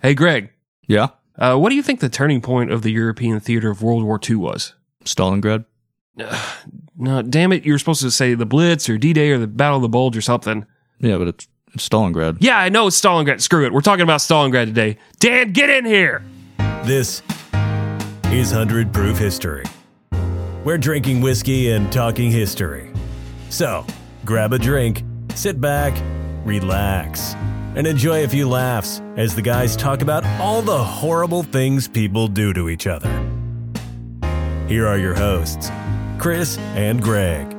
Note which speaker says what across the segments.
Speaker 1: Hey, Greg,
Speaker 2: Yeah.
Speaker 1: uh, what do you think the turning point of the European theater of World War II was?
Speaker 2: Stalingrad.
Speaker 1: No, damn it, you were supposed to say the Blitz or D Day or the Battle of the Bulge or something.
Speaker 2: Yeah, but it's, it's Stalingrad.
Speaker 1: Yeah, I know it's Stalingrad. Screw it. We're talking about Stalingrad today. Dan, get in here.
Speaker 3: This is 100 Proof History. We're drinking whiskey and talking history. So, grab a drink, sit back, relax, and enjoy a few laughs as the guys talk about all the horrible things people do to each other. Here are your hosts, Chris and Greg.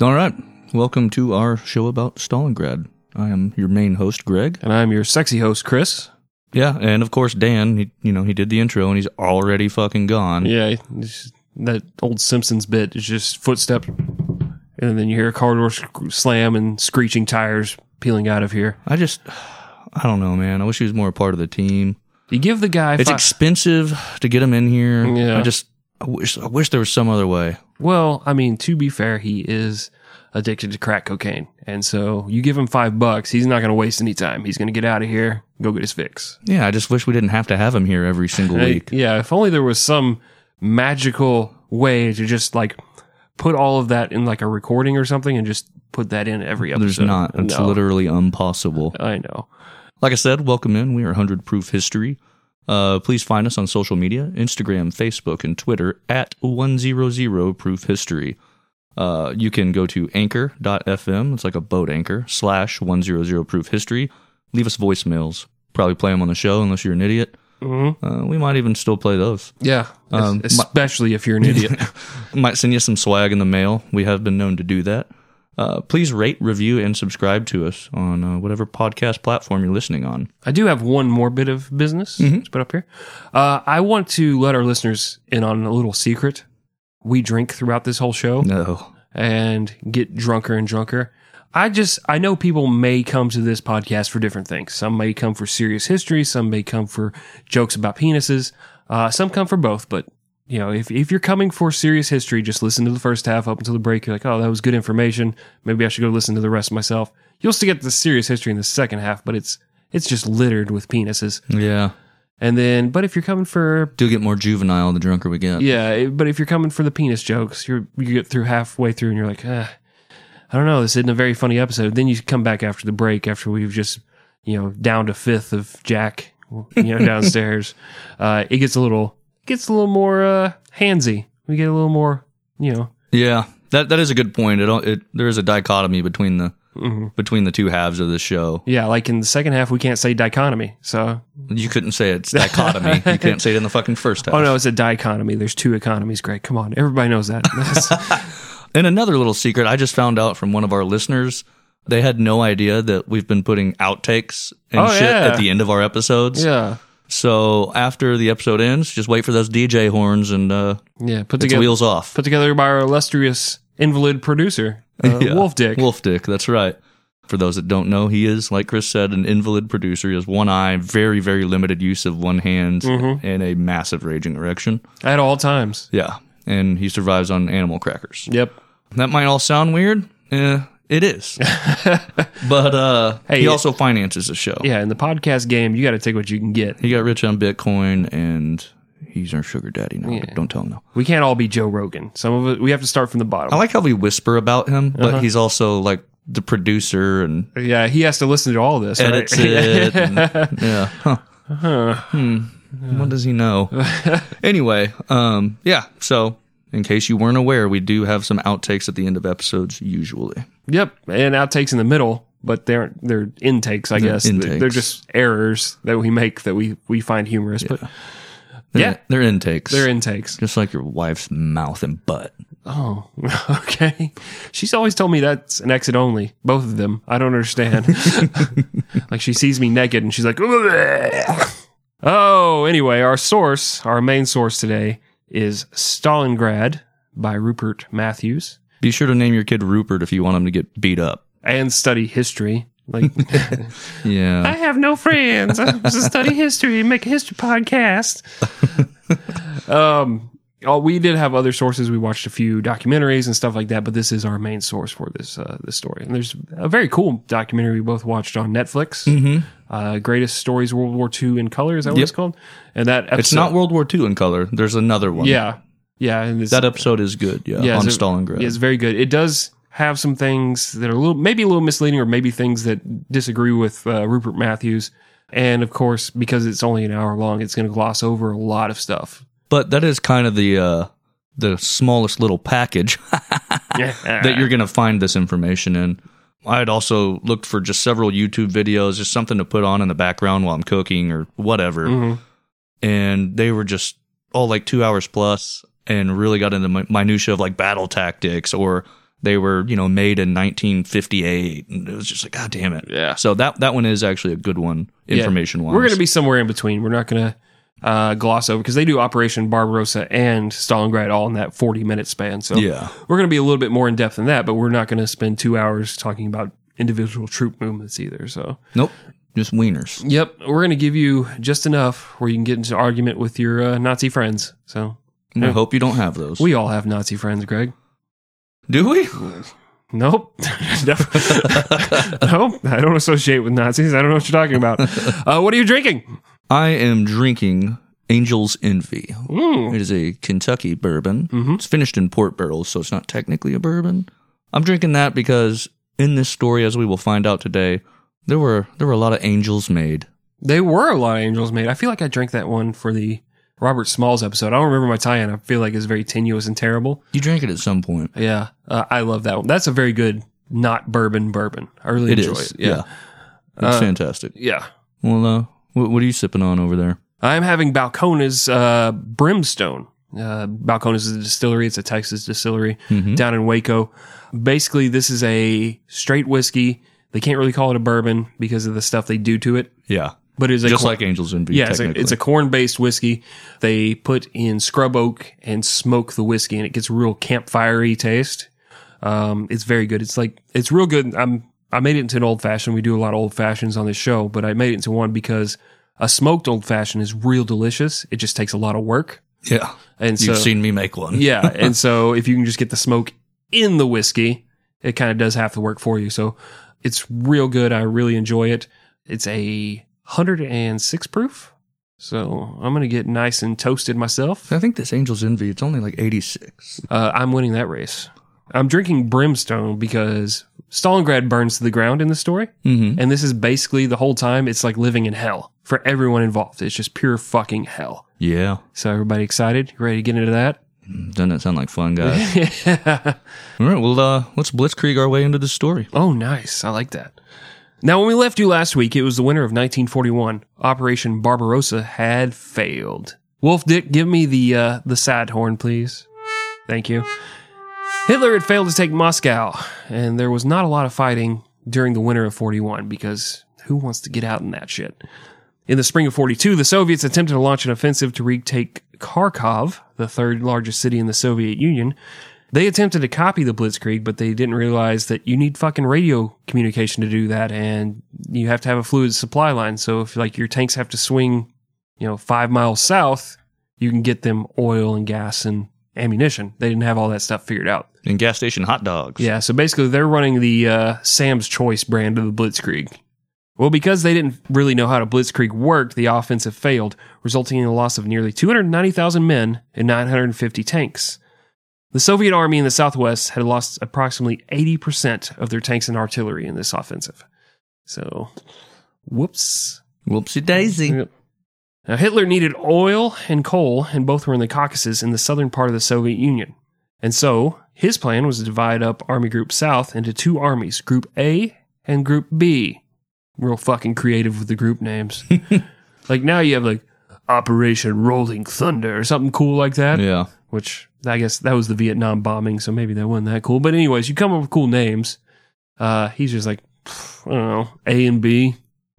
Speaker 2: All right. Welcome to our show about Stalingrad. I am your main host, Greg.
Speaker 1: And I'm your sexy host, Chris.
Speaker 2: Yeah, and of course Dan. He, you know, he did the intro, and he's already fucking gone.
Speaker 1: Yeah, it's- that old Simpsons bit is just footsteps, and then you hear a car door sc- slam and screeching tires peeling out of here.
Speaker 2: I just, I don't know, man. I wish he was more a part of the team.
Speaker 1: You give the guy.
Speaker 2: It's
Speaker 1: fi-
Speaker 2: expensive to get him in here.
Speaker 1: Yeah.
Speaker 2: I just, I wish, I wish there was some other way.
Speaker 1: well, I mean, to be fair, he is addicted to crack cocaine, and so you give him five bucks, he's not going to waste any time. He's going to get out of here, go get his fix.
Speaker 2: Yeah, I just wish we didn't have to have him here every single week.
Speaker 1: yeah, if only there was some magical way to just like put all of that in like a recording or something, and just put that in every episode.
Speaker 2: There's not. It's
Speaker 1: Uh, No.
Speaker 2: literally impossible.
Speaker 1: I know.
Speaker 2: Like I said, welcome in. We are 100 Proof History. Uh, please find us on social media Instagram, Facebook, and Twitter at 100 Proof History. Uh, you can go to anchor.fm, it's like a boat anchor, slash 100 Proof History. Leave us voicemails. Probably play them on the show unless you're an idiot. Mm-hmm. Uh, we might even still play those.
Speaker 1: Yeah,
Speaker 2: Um,
Speaker 1: es- especially if you're an idiot.
Speaker 2: might send you some swag in the mail. We have been known to do that. Uh, please rate, review, and subscribe to us on uh, whatever podcast platform you're listening on.
Speaker 1: I do have one more bit of business
Speaker 2: Mm-hmm.
Speaker 1: to put up here. Uh, I want to let our listeners in on a little secret. We drink throughout this whole show
Speaker 2: No.
Speaker 1: and get drunker and drunker. I just I know people may come to this podcast for different things. Some may come for serious history. Some may come for jokes about penises. Uh, some come for both. But you know, if if you're coming for serious history, just listen to the first half up until the break. You're like, oh, that was good information. Maybe I should go listen to the rest myself. You'll still get the serious history in the second half, but it's it's just littered with penises.
Speaker 2: Yeah.
Speaker 1: And then, but if you're coming for
Speaker 2: do get more juvenile the drunker we get.
Speaker 1: yeah, it- but if you're coming for the penis jokes, you are you get through halfway through and you're like, eh, I don't know, this isn't a very funny episode. Then you come back after the break, after we've just you know downed a fifth of Jack, you know downstairs. Uh, it gets a little gets a little more uh, handsy. We get a little more, you know,
Speaker 2: Yeah. That that is a good point. It all- it there is a dichotomy between the
Speaker 1: Mm-hmm.
Speaker 2: between the two halves of the show.
Speaker 1: yeah. Like in the second half, we can't say dichotomy. So
Speaker 2: You couldn't say it's dichotomy. you can't say it in the fucking first half.
Speaker 1: oh no, it's a dichotomy. There's two economies. Greg, come on, everybody knows that.
Speaker 2: And another little secret I just found out from one of our listeners. They had no idea that we've been putting outtakes and
Speaker 1: Oh,
Speaker 2: shit
Speaker 1: yeah.
Speaker 2: at the end of our episodes.
Speaker 1: yeah,
Speaker 2: So after the episode ends, just wait for those DJ horns and uh,
Speaker 1: yeah. Put
Speaker 2: it's
Speaker 1: together
Speaker 2: wheels off.
Speaker 1: put together by our illustrious invalid producer, uh,
Speaker 2: Yeah.
Speaker 1: Wolf Dick.
Speaker 2: Wolf Dick, that's right. For those that don't know, he is, like Chris said, an invalid producer. He has one eye, very, very limited use of one hand,
Speaker 1: Mm-hmm.
Speaker 2: and a massive raging erection.
Speaker 1: At all times.
Speaker 2: Yeah. And he survives on animal crackers.
Speaker 1: Yep.
Speaker 2: That might all sound weird. Eh, it is. but uh,
Speaker 1: Hey,
Speaker 2: he
Speaker 1: it-
Speaker 2: also finances the show.
Speaker 1: Yeah, in the podcast game, you got to take what you can get.
Speaker 2: He got rich on Bitcoin, and he's our sugar daddy now. but Don't tell him, no.
Speaker 1: We can't all be Joe Rogan. Some of it, we have to start from the bottom.
Speaker 2: I like how we whisper about him, but
Speaker 1: Uh-huh.
Speaker 2: he's also like the producer and
Speaker 1: yeah, he has to listen to all this.
Speaker 2: edits
Speaker 1: right?
Speaker 2: it. and- yeah. Huh. Hmm. What does he know? anyway, um, yeah. So, in case you weren't aware, we do have some outtakes at the end of episodes usually.
Speaker 1: Yep. And outtakes in the middle, but they're they're intakes, I guess.
Speaker 2: intakes.
Speaker 1: They're just errors that we make that we we find humorous, but
Speaker 2: They're,
Speaker 1: Yeah.
Speaker 2: they're intakes.
Speaker 1: they're intakes.
Speaker 2: just like your wife's mouth and butt.
Speaker 1: Oh, okay. She's always told me that's an exit only. Both of them. I don't understand. like she sees me naked and she's like, "Ugh." oh, anyway, our source, our main source today is Stalingrad by Rupert Matthews
Speaker 2: Be sure to name your kid Rupert if you want him to get beat up.
Speaker 1: and study history. Like,
Speaker 2: Yeah.
Speaker 1: have no friends. I study history and make a history podcast. um, Oh, we did have other sources. We watched a few documentaries and stuff like that, but this is our main source for this uh, this story. And there's a very cool documentary we both watched on Netflix. Uh, Greatest Stories World War II in Color is that what
Speaker 2: Mm-hmm. Yep.
Speaker 1: it's called? And that episode,
Speaker 2: It's not World War II in color. There's another one.
Speaker 1: yeah, yeah. And it's,
Speaker 2: That episode is good. Yeah. on
Speaker 1: it's a-
Speaker 2: Stalingrad.
Speaker 1: yeah, it's very good. It does have some things that are a little, maybe a little misleading, or maybe things that disagree with uh, Rupert Matthews. And of course, because it's only an hour long, it's going to gloss over a lot of stuff.
Speaker 2: But that is kind of the uh, the smallest little package that you're going to find this information in. I had also looked for just several YouTube videos, just something to put on in the background while I'm cooking or whatever.
Speaker 1: Mhm.
Speaker 2: And they were just all like two hours plus and really got into mi- minutia of like battle tactics or they were, you know, made in 1958. And it was just like, God damn it.
Speaker 1: Yeah.
Speaker 2: So that, that one is actually a good one
Speaker 1: Yeah.
Speaker 2: information wise.
Speaker 1: We're going to be somewhere in between. We're not going to uh, gloss over because they do Operation Barbarossa and Stalingrad all in that 40 minute span. So
Speaker 2: Yeah.
Speaker 1: we're going to be a little bit more in depth than that, but we're not going to spend two hours talking about individual troop movements either. So,
Speaker 2: Nope. Just wieners.
Speaker 1: yep, we're going to give you just enough where you can get into argument with your uh, Nazi friends. So
Speaker 2: And I
Speaker 1: Yeah.
Speaker 2: hope you don't have those.
Speaker 1: we all have Nazi friends, Greg.
Speaker 2: Do we?
Speaker 1: Nope. nope. Nope. I don't associate with Nazis. I don't know what you're talking about. Uh, what are you drinking?
Speaker 2: I am drinking Angel's Envy.
Speaker 1: Mm.
Speaker 2: It is a Kentucky bourbon.
Speaker 1: Mhm.
Speaker 2: It's finished in port barrels, so it's not technically a bourbon. I'm drinking that because in this story, as we will find out today, there were there were a lot of angels made.
Speaker 1: They were a lot of angels made. I feel like I drank that one for the Robert Smalls episode. I don't remember my tie-in. I feel like it's very tenuous and terrible.
Speaker 2: You drank it at some point.
Speaker 1: Yeah, uh, I love that one. That's a very good not bourbon bourbon. I really
Speaker 2: It
Speaker 1: enjoy
Speaker 2: is,
Speaker 1: it.
Speaker 2: yeah,
Speaker 1: Yeah,
Speaker 2: it's
Speaker 1: Uh,
Speaker 2: fantastic.
Speaker 1: yeah.
Speaker 2: Well, uh, what, what are you sipping on over there?
Speaker 1: I'm having Balcones uh, Brimstone. Uh, Balcones is a distillery. It's a Texas distillery down in Waco. Basically, this is a straight whiskey. They can't really call it a bourbon because of the stuff they do to it,
Speaker 2: Yeah,
Speaker 1: but it is a
Speaker 2: just
Speaker 1: cla-
Speaker 2: like Angel's Envy.
Speaker 1: Yeah, it's a,
Speaker 2: technically.
Speaker 1: it's a corn based whiskey. They put in scrub oak and smoke the whiskey, and it gets a real campfirey taste. Um, it's very good. It's like it's real good. I'm I made it into an old fashioned. We do a lot of old fashions on this show, but I made it into one because a smoked old fashioned is real delicious. It just takes a lot of work,
Speaker 2: yeah.
Speaker 1: and so
Speaker 2: You've seen me make one.
Speaker 1: yeah, and so if you can just get the smoke in the whiskey, it kind of does half the work for you. So it's real good. I really enjoy it. It's a 106 proof. So I'm going to get nice and toasted myself.
Speaker 2: I think this Angel's Envy. It's only like 86.
Speaker 1: Uh, I'm winning that race. I'm drinking brimstone because Stalingrad burns to the ground in the story.
Speaker 2: Mm-hmm.
Speaker 1: And this is basically the whole time, it's like living in hell for everyone involved. It's just pure fucking hell.
Speaker 2: Yeah,
Speaker 1: So everybody excited? You ready to get into that?
Speaker 2: doesn't that sound like fun, guys? All right, well, uh, let's blitzkrieg our way into this story.
Speaker 1: Oh, nice. I like that. Now, when we left you last week, it was the winter of 1941. Operation Barbarossa had failed. Wolf Dick, give me the uh, the side horn, please. Thank you. Hitler had failed to take Moscow, and there was not a lot of fighting during the winter of 41 because who wants to get out in that shit? In the spring of 42, the Soviets attempted to launch an offensive to retake Kharkov, the third largest city in the Soviet Union. They attempted to copy the Blitzkrieg, but they didn't realize that you need fucking radio communication to do that, and you have to have a fluid supply line. So if like your tanks have to swing, you know, five miles south, you can get them oil and gas and ammunition. They didn't have all that stuff figured out.
Speaker 2: And gas station hot dogs.
Speaker 1: Yeah, so basically they're running the uh, Sam's Choice brand of the Blitzkrieg. Well, because they didn't really know how to Blitzkrieg worked, the offensive failed, resulting in the loss of nearly 290,000 men and 950 tanks. The Soviet army in the Southwest had lost approximately 80% of their tanks and artillery in this offensive. So, whoops.
Speaker 2: Whoopsie daisy.
Speaker 1: Yep. Now, Hitler needed oil and coal, and both were in the Caucasus in the southern part of the Soviet Union. And so, his plan was to divide up Army Group South into two armies, Group A and Group B. Real fucking creative with the group names. like now you have like Operation Rolling Thunder or something cool like that,
Speaker 2: Yeah.
Speaker 1: which I guess that was the Vietnam bombing, so maybe that wasn't that cool. But, anyways, you come up with cool names. Uh, he's just like, "Pff, I don't know, A and B.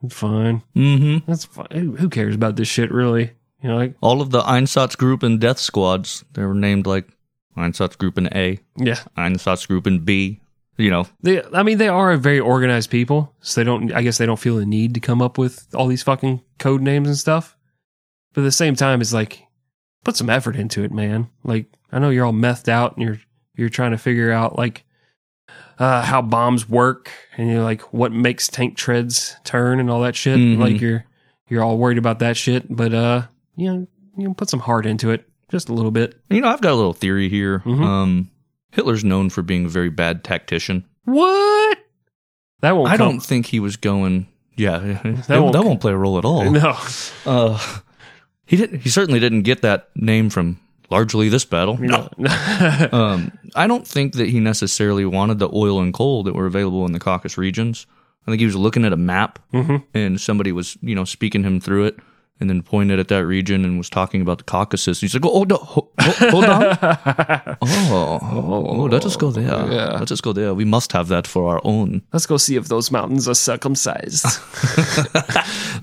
Speaker 1: Fine.
Speaker 2: Mm-hmm.
Speaker 1: That's fine. Who who cares about this shit, really? You know, like,
Speaker 2: All of the Einsatzgruppen death squads, they were named like Einsatzgruppen A,
Speaker 1: yeah.
Speaker 2: Einsatzgruppen B. You know,
Speaker 1: They, I mean, they are a very organized people, so they don't. I guess they don't feel the need to come up with all these fucking code names and stuff. But at the same time, it's like put some effort into it, man. Like I know you're all methed out and you're you're trying to figure out like uh, how bombs work and you're like what makes tank treads turn and all that shit.
Speaker 2: Mhm.
Speaker 1: Like you're you're all worried about that shit, but uh, you know, you know, put some heart into it, just a little bit.
Speaker 2: You know, I've got a little theory here.
Speaker 1: Mhm.
Speaker 2: Um, Hitler's known for being a very bad tactician.
Speaker 1: What? That won't.
Speaker 2: I
Speaker 1: come.
Speaker 2: don't think he was going. Yeah, that,
Speaker 1: won't-
Speaker 2: won't, that won't play a role at all.
Speaker 1: No.
Speaker 2: Uh, he did. He certainly didn't get that name from largely this battle.
Speaker 1: No.
Speaker 2: Um, I don't think that he necessarily wanted the oil and coal that were available in the Caucasus regions. I think he was looking at a map
Speaker 1: Mhm.
Speaker 2: and somebody was, you know, speaking him through it and then pointed at that region and was talking about the Caucasus. He's like, oh, no, ho- ho- hold on. oh, oh, let us go there.
Speaker 1: yeah.
Speaker 2: Let us go there. We must have that for our own.
Speaker 1: Let's go see if those mountains are circumcised.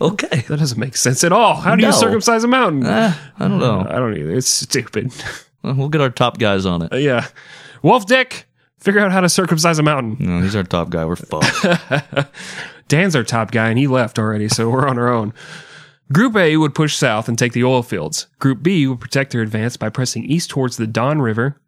Speaker 2: Okay.
Speaker 1: that doesn't make sense at all. How do you
Speaker 2: No.
Speaker 1: circumcise a mountain?
Speaker 2: Eh, I don't know.
Speaker 1: I don't either. It's stupid.
Speaker 2: Well, We'll get our top guys on it.
Speaker 1: Uh, yeah. Wolf Dick, figure out how to circumcise a mountain.
Speaker 2: No, he's our top guy. We're fucked.
Speaker 1: Dan's our top guy, and he left already, so we're on our own. Group A would push south and take the oil fields. Group B would protect their advance by pressing east towards the Don River.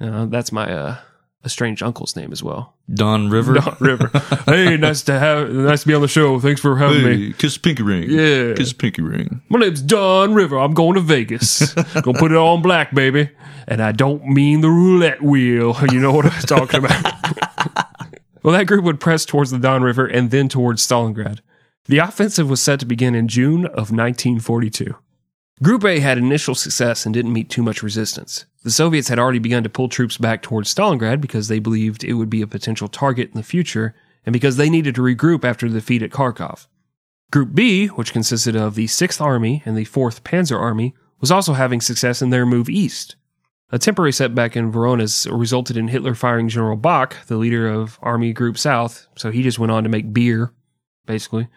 Speaker 1: Uh, that's my uh, estranged uncle's name as well.
Speaker 2: Don River.
Speaker 1: Don River. hey, nice to have, nice to be on the show. Thanks for having me.
Speaker 2: Hey, kiss Pinky Ring.
Speaker 1: Yeah.
Speaker 2: Kiss Pinky Ring.
Speaker 1: My name's Don River. I'm going to Vegas. Gonna put it on black, baby. And I don't mean the roulette wheel. You know what I'm talking about. well, that group would press towards the Don River and then towards Stalingrad. The offensive was set to begin in June of 1942. Group A had initial success and didn't meet too much resistance. The Soviets had already begun to pull troops back towards Stalingrad because they believed it would be a potential target in the future and because they needed to regroup after the defeat at Kharkov. Group B, which consisted of the 6th Army and the 4th Panzer Army, was also having success in their move east. A temporary setback in Voronezh resulted in Hitler firing General Bach, the leader of Army Group South, so he just went on to make beer, basically,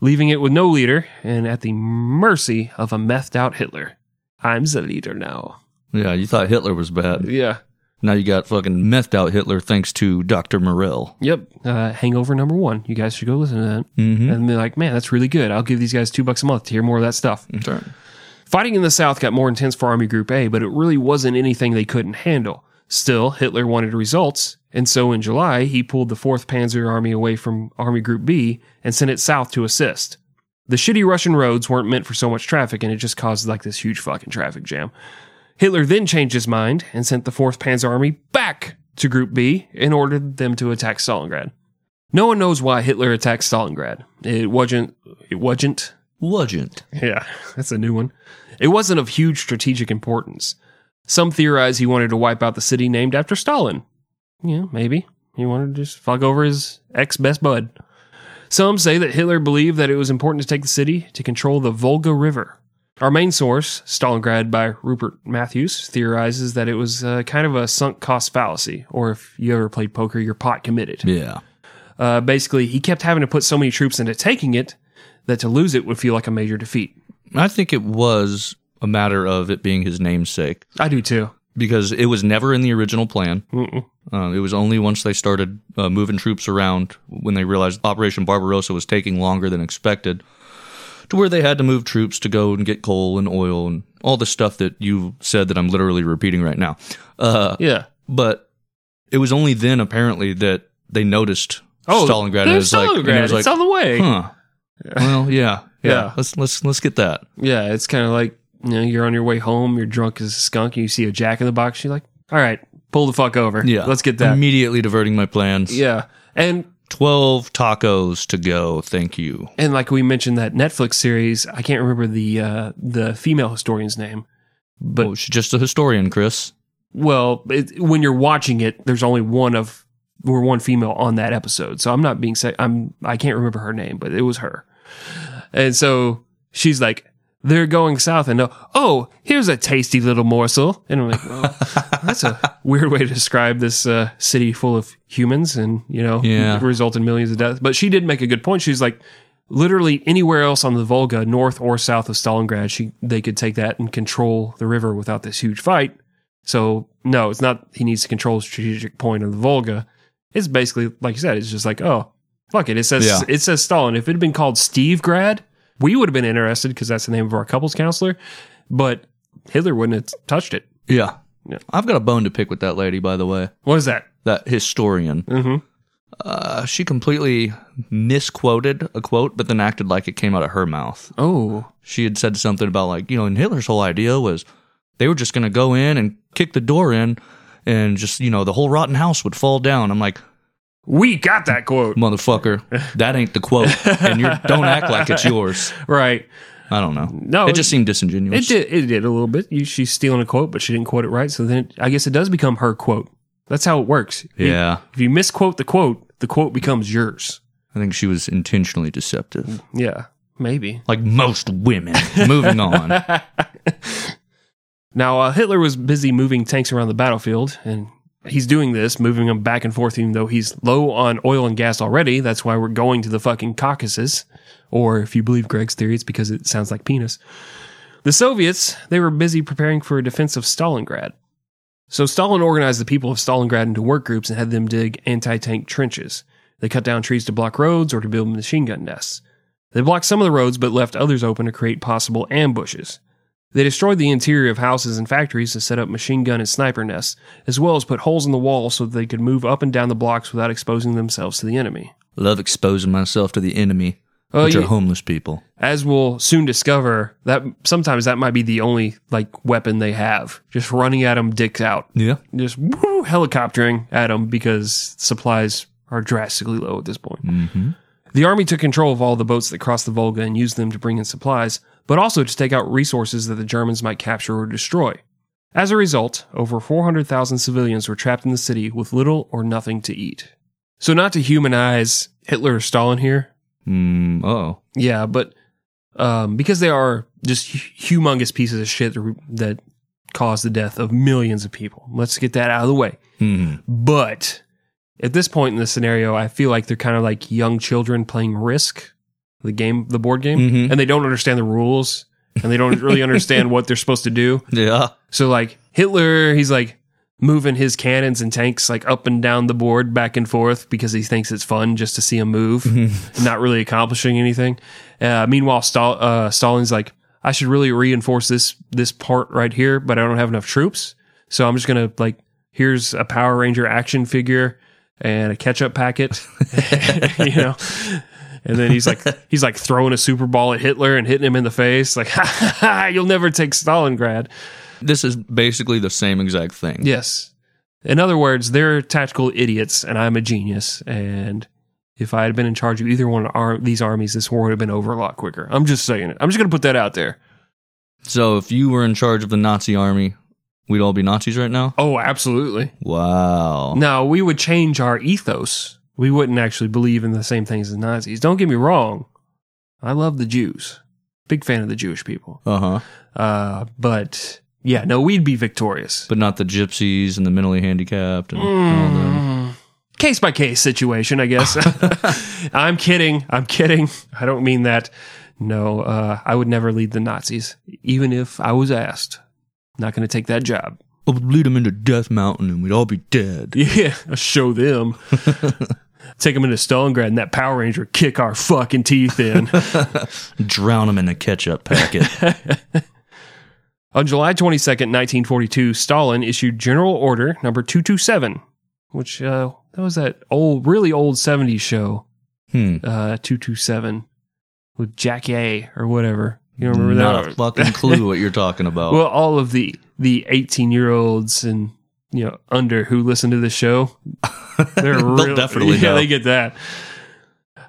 Speaker 1: leaving it with no leader and at the mercy of a methed out Hitler. I'm the leader now.
Speaker 2: Yeah, you thought Hitler was bad.
Speaker 1: Yeah.
Speaker 2: Now you got fucking methed out Hitler thanks to Dr. Morell.
Speaker 1: Yep. Uh, hangover number one. You guys should go listen to that.
Speaker 2: Mm-hmm.
Speaker 1: And be like, man, that's really good. I'll give these guys two bucks a month to hear more of that stuff. Fighting in the South got more intense for Army Group A, but it really wasn't anything they couldn't handle. Still, Hitler wanted results, and so in July, he pulled the 4th Panzer Army away from Army Group B and sent it south to assist. The shitty Russian roads weren't meant for so much traffic, and it just caused like this huge fucking traffic jam. Hitler then changed his mind and sent the 4th Panzer Army back to Group B and ordered them to attack Stalingrad. No one knows why Hitler attacked Stalingrad. It wasn't. It wasn't
Speaker 2: Wasn't.
Speaker 1: yeah, that's a new one. It wasn't of huge strategic importance. Some theorize he wanted to wipe out the city named after Stalin. Yeah, maybe. He wanted to just fuck over his ex best bud. Some say that Hitler believed that it was important to take the city to control the Volga River. Our main source, Stalingrad by Rupert Matthews, theorizes that it was uh, kind of a sunk cost fallacy, or if you ever played poker, your pot committed.
Speaker 2: Yeah.
Speaker 1: Uh, basically, he kept having to put so many troops into taking it that to lose it would feel like a major defeat.
Speaker 2: I think it was a matter of it being his namesake
Speaker 1: I do too.
Speaker 2: because it was never in the original plan.
Speaker 1: Mm-mm.
Speaker 2: Uh, it was only once they started uh, moving troops around when they realized Operation Barbarossa was taking longer than expected to where they had to move troops to go and get coal and oil and all the stuff that you said that I'm literally repeating right now. Uh,
Speaker 1: Yeah.
Speaker 2: but it was only then apparently that they noticed
Speaker 1: Oh,
Speaker 2: Stalingrad. and it
Speaker 1: There's
Speaker 2: was like, and it
Speaker 1: Stalingrad.
Speaker 2: was like,
Speaker 1: it's on the way.
Speaker 2: huh? Well, yeah, yeah,
Speaker 1: Yeah.
Speaker 2: Let's let's let's get that.
Speaker 1: Yeah, it's kind of like you know you're on your way home, you're drunk as a skunk, and you see a jack in the box. You're like, all right, pull the fuck over.
Speaker 2: Yeah,
Speaker 1: let's get that.
Speaker 2: Immediately diverting my plans.
Speaker 1: yeah, and
Speaker 2: twelve tacos to go. Thank you.
Speaker 1: and like we mentioned that Netflix series, I can't remember the uh, the female historian's name, but
Speaker 2: oh, she's just a historian, Chris.
Speaker 1: well, it, when you're watching it, there's only one of or one female on that episode. So I'm not being se- I'm I can't remember her name, but it was her. And so she's like, "They're going south," and oh, here's a tasty little morsel. And I'm like, well, that's a weird way to describe this uh, city full of humans, and you know,
Speaker 2: Yeah.
Speaker 1: result in millions of deaths. But she did make a good point. She's like. Literally anywhere else on the Volga, north or south of Stalingrad, she they could take that and control the river without this huge fight. So no, it's not he needs to control the strategic point of the Volga. It's basically like you said, it's just like, oh, fuck it. It says
Speaker 2: Yeah.
Speaker 1: it says Stalin. If it had been called Steve Grad, we would have been interested because that's the name of our couples counselor. But Hitler wouldn't have touched it.
Speaker 2: Yeah.
Speaker 1: Yeah.
Speaker 2: I've got a bone to pick with that lady, by the way,
Speaker 1: What is that?
Speaker 2: that historian.
Speaker 1: Mm-hmm.
Speaker 2: Uh, she completely misquoted a quote, but then acted like it came out of her mouth.
Speaker 1: Oh,
Speaker 2: She had said something about, like, you know, and Hitler's whole idea was they were just going to go in and kick the door in and just, you know, the whole rotten house would fall down. I'm like,
Speaker 1: we got that quote
Speaker 2: motherfucker, that ain't the quote. And you don't act like it's yours.
Speaker 1: right.
Speaker 2: I don't know.
Speaker 1: No,
Speaker 2: It just seemed disingenuous.
Speaker 1: It did. It did a little bit. You, she's stealing a quote, but she didn't quote it right. So then, it, I guess it does become her quote. That's how it works. If you-
Speaker 2: Yeah.
Speaker 1: if you misquote the quote, the quote becomes yours.
Speaker 2: I think she was intentionally deceptive.
Speaker 1: Yeah, maybe.
Speaker 2: Like most women. Moving on.
Speaker 1: Now uh, Hitler was busy moving tanks around the battlefield, and he's doing this, moving them back and forth, even though he's low on oil and gas already. That's why we're going to the fucking Caucasus, or if you believe Greg's theory, it's because it sounds like penis. The Soviets they were busy preparing for a defense of Stalingrad. So Stalin organized the people of Stalingrad into work groups and had them dig anti-tank trenches. They cut down trees to block roads or to build machine gun nests. They blocked some of the roads but left others open to create possible ambushes. They destroyed the interior of houses and factories to set up machine gun and sniper nests, as well as put holes in the walls so that they could move up and down the blocks without exposing themselves to the enemy.
Speaker 2: Love exposing myself to the enemy,
Speaker 1: Oh,
Speaker 2: which are
Speaker 1: yeah.
Speaker 2: homeless people.
Speaker 1: As we'll soon discover, that sometimes that might be the only like weapon they have. Just running at them, dicks out,
Speaker 2: Yeah.
Speaker 1: just woo, helicoptering at them because supplies are drastically low at this point.
Speaker 2: Mm-hmm.
Speaker 1: The army took control of all the boats that crossed the Volga and used them to bring in supplies, but also to take out resources that the Germans might capture or destroy. As a result, over 400,000 civilians were trapped in the city with little or nothing to eat. So, not to humanize Hitler or Stalin here,
Speaker 2: Mm, oh.
Speaker 1: yeah, but um, because they are just hu- humongous pieces of shit that, that caused the death of millions of people. Let's get that out of the way.
Speaker 2: Mm.
Speaker 1: But at this point in the scenario, I feel like they're kind of like young children playing Risk, the game, the board game,
Speaker 2: Mhm.
Speaker 1: and they don't understand the rules and they don't really understand what they're supposed to do.
Speaker 2: Yeah.
Speaker 1: So like Hitler, he's like moving his cannons and tanks like up and down the board back and forth because he thinks it's fun just to see him move, not really accomplishing anything. Uh, meanwhile, Stal- uh, Stalin's like, I should really reinforce this this part right here, but I don't have enough troops, so I'm just gonna like here's a Power Ranger action figure and a ketchup packet, you know. And then he's like, he's like throwing a super ball at Hitler and hitting him in the face, like, ha, ha, ha, "You'll never take Stalingrad."
Speaker 2: This is basically the same exact thing.
Speaker 1: Yes. In other words, they're tactical idiots, and I'm a genius. And if I had been in charge of either one of ar- these armies, this war would have been over a lot quicker. I'm just saying it. I'm just going to put that out there.
Speaker 2: So if you were in charge of the Nazi army, we'd all be Nazis right now?
Speaker 1: Oh, absolutely.
Speaker 2: Wow.
Speaker 1: Now, we would change our ethos. We wouldn't actually believe in the same things as Nazis. Don't get me wrong. I love the Jews. Big fan of the Jewish people.
Speaker 2: Uh huh.
Speaker 1: Uh, but yeah, no, we'd be victorious.
Speaker 2: But not the gypsies and the mentally handicapped and all them.
Speaker 1: Mm. Case by case situation, I guess. I'm kidding. I'm kidding. I don't mean that. No, uh, I would never lead the Nazis, even if I was asked. Not going to take that job.
Speaker 2: I would lead them into Death Mountain and we'd all be dead.
Speaker 1: Yeah, I'll show them. take them into Stalingrad and that Power Ranger would kick our fucking teeth in.
Speaker 2: Drown them in a ketchup packet.
Speaker 1: On July 22nd, 1942, Stalin issued General Order number 227, which uh, that was that old, really old 70s show.
Speaker 2: hmm.
Speaker 1: uh, 227 with Jack A or whatever. You don't remember
Speaker 2: Not a
Speaker 1: that?
Speaker 2: fucking clue what you're talking about.
Speaker 1: Well, all of the the 18 year olds and you know under who listen to this show, they're
Speaker 2: They'll
Speaker 1: real-
Speaker 2: definitely
Speaker 1: yeah
Speaker 2: know.
Speaker 1: they get that.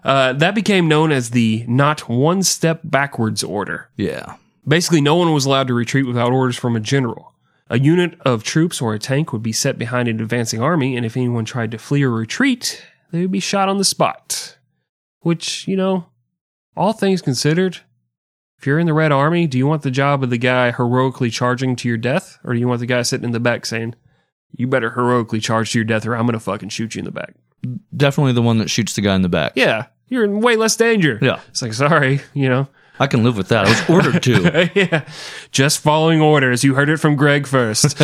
Speaker 1: Uh, that became known as the not one step backwards order.
Speaker 2: yeah.
Speaker 1: Basically, no one was allowed to retreat without orders from a general. A unit of troops or a tank would be set behind an advancing army, and if anyone tried to flee or retreat, they would be shot on the spot. Which, you know, all things considered, if you're in the Red Army, do you want the job of the guy heroically charging to your death, or do you want the guy sitting in the back saying, you better heroically charge to your death, or I'm going to fucking shoot you in the back?
Speaker 2: Definitely the one that shoots the guy in the back.
Speaker 1: Yeah, you're in way less danger.
Speaker 2: Yeah.
Speaker 1: It's like, sorry, you know.
Speaker 2: I can live with that. I was ordered to.
Speaker 1: yeah. Just following orders. You heard it from Greg first.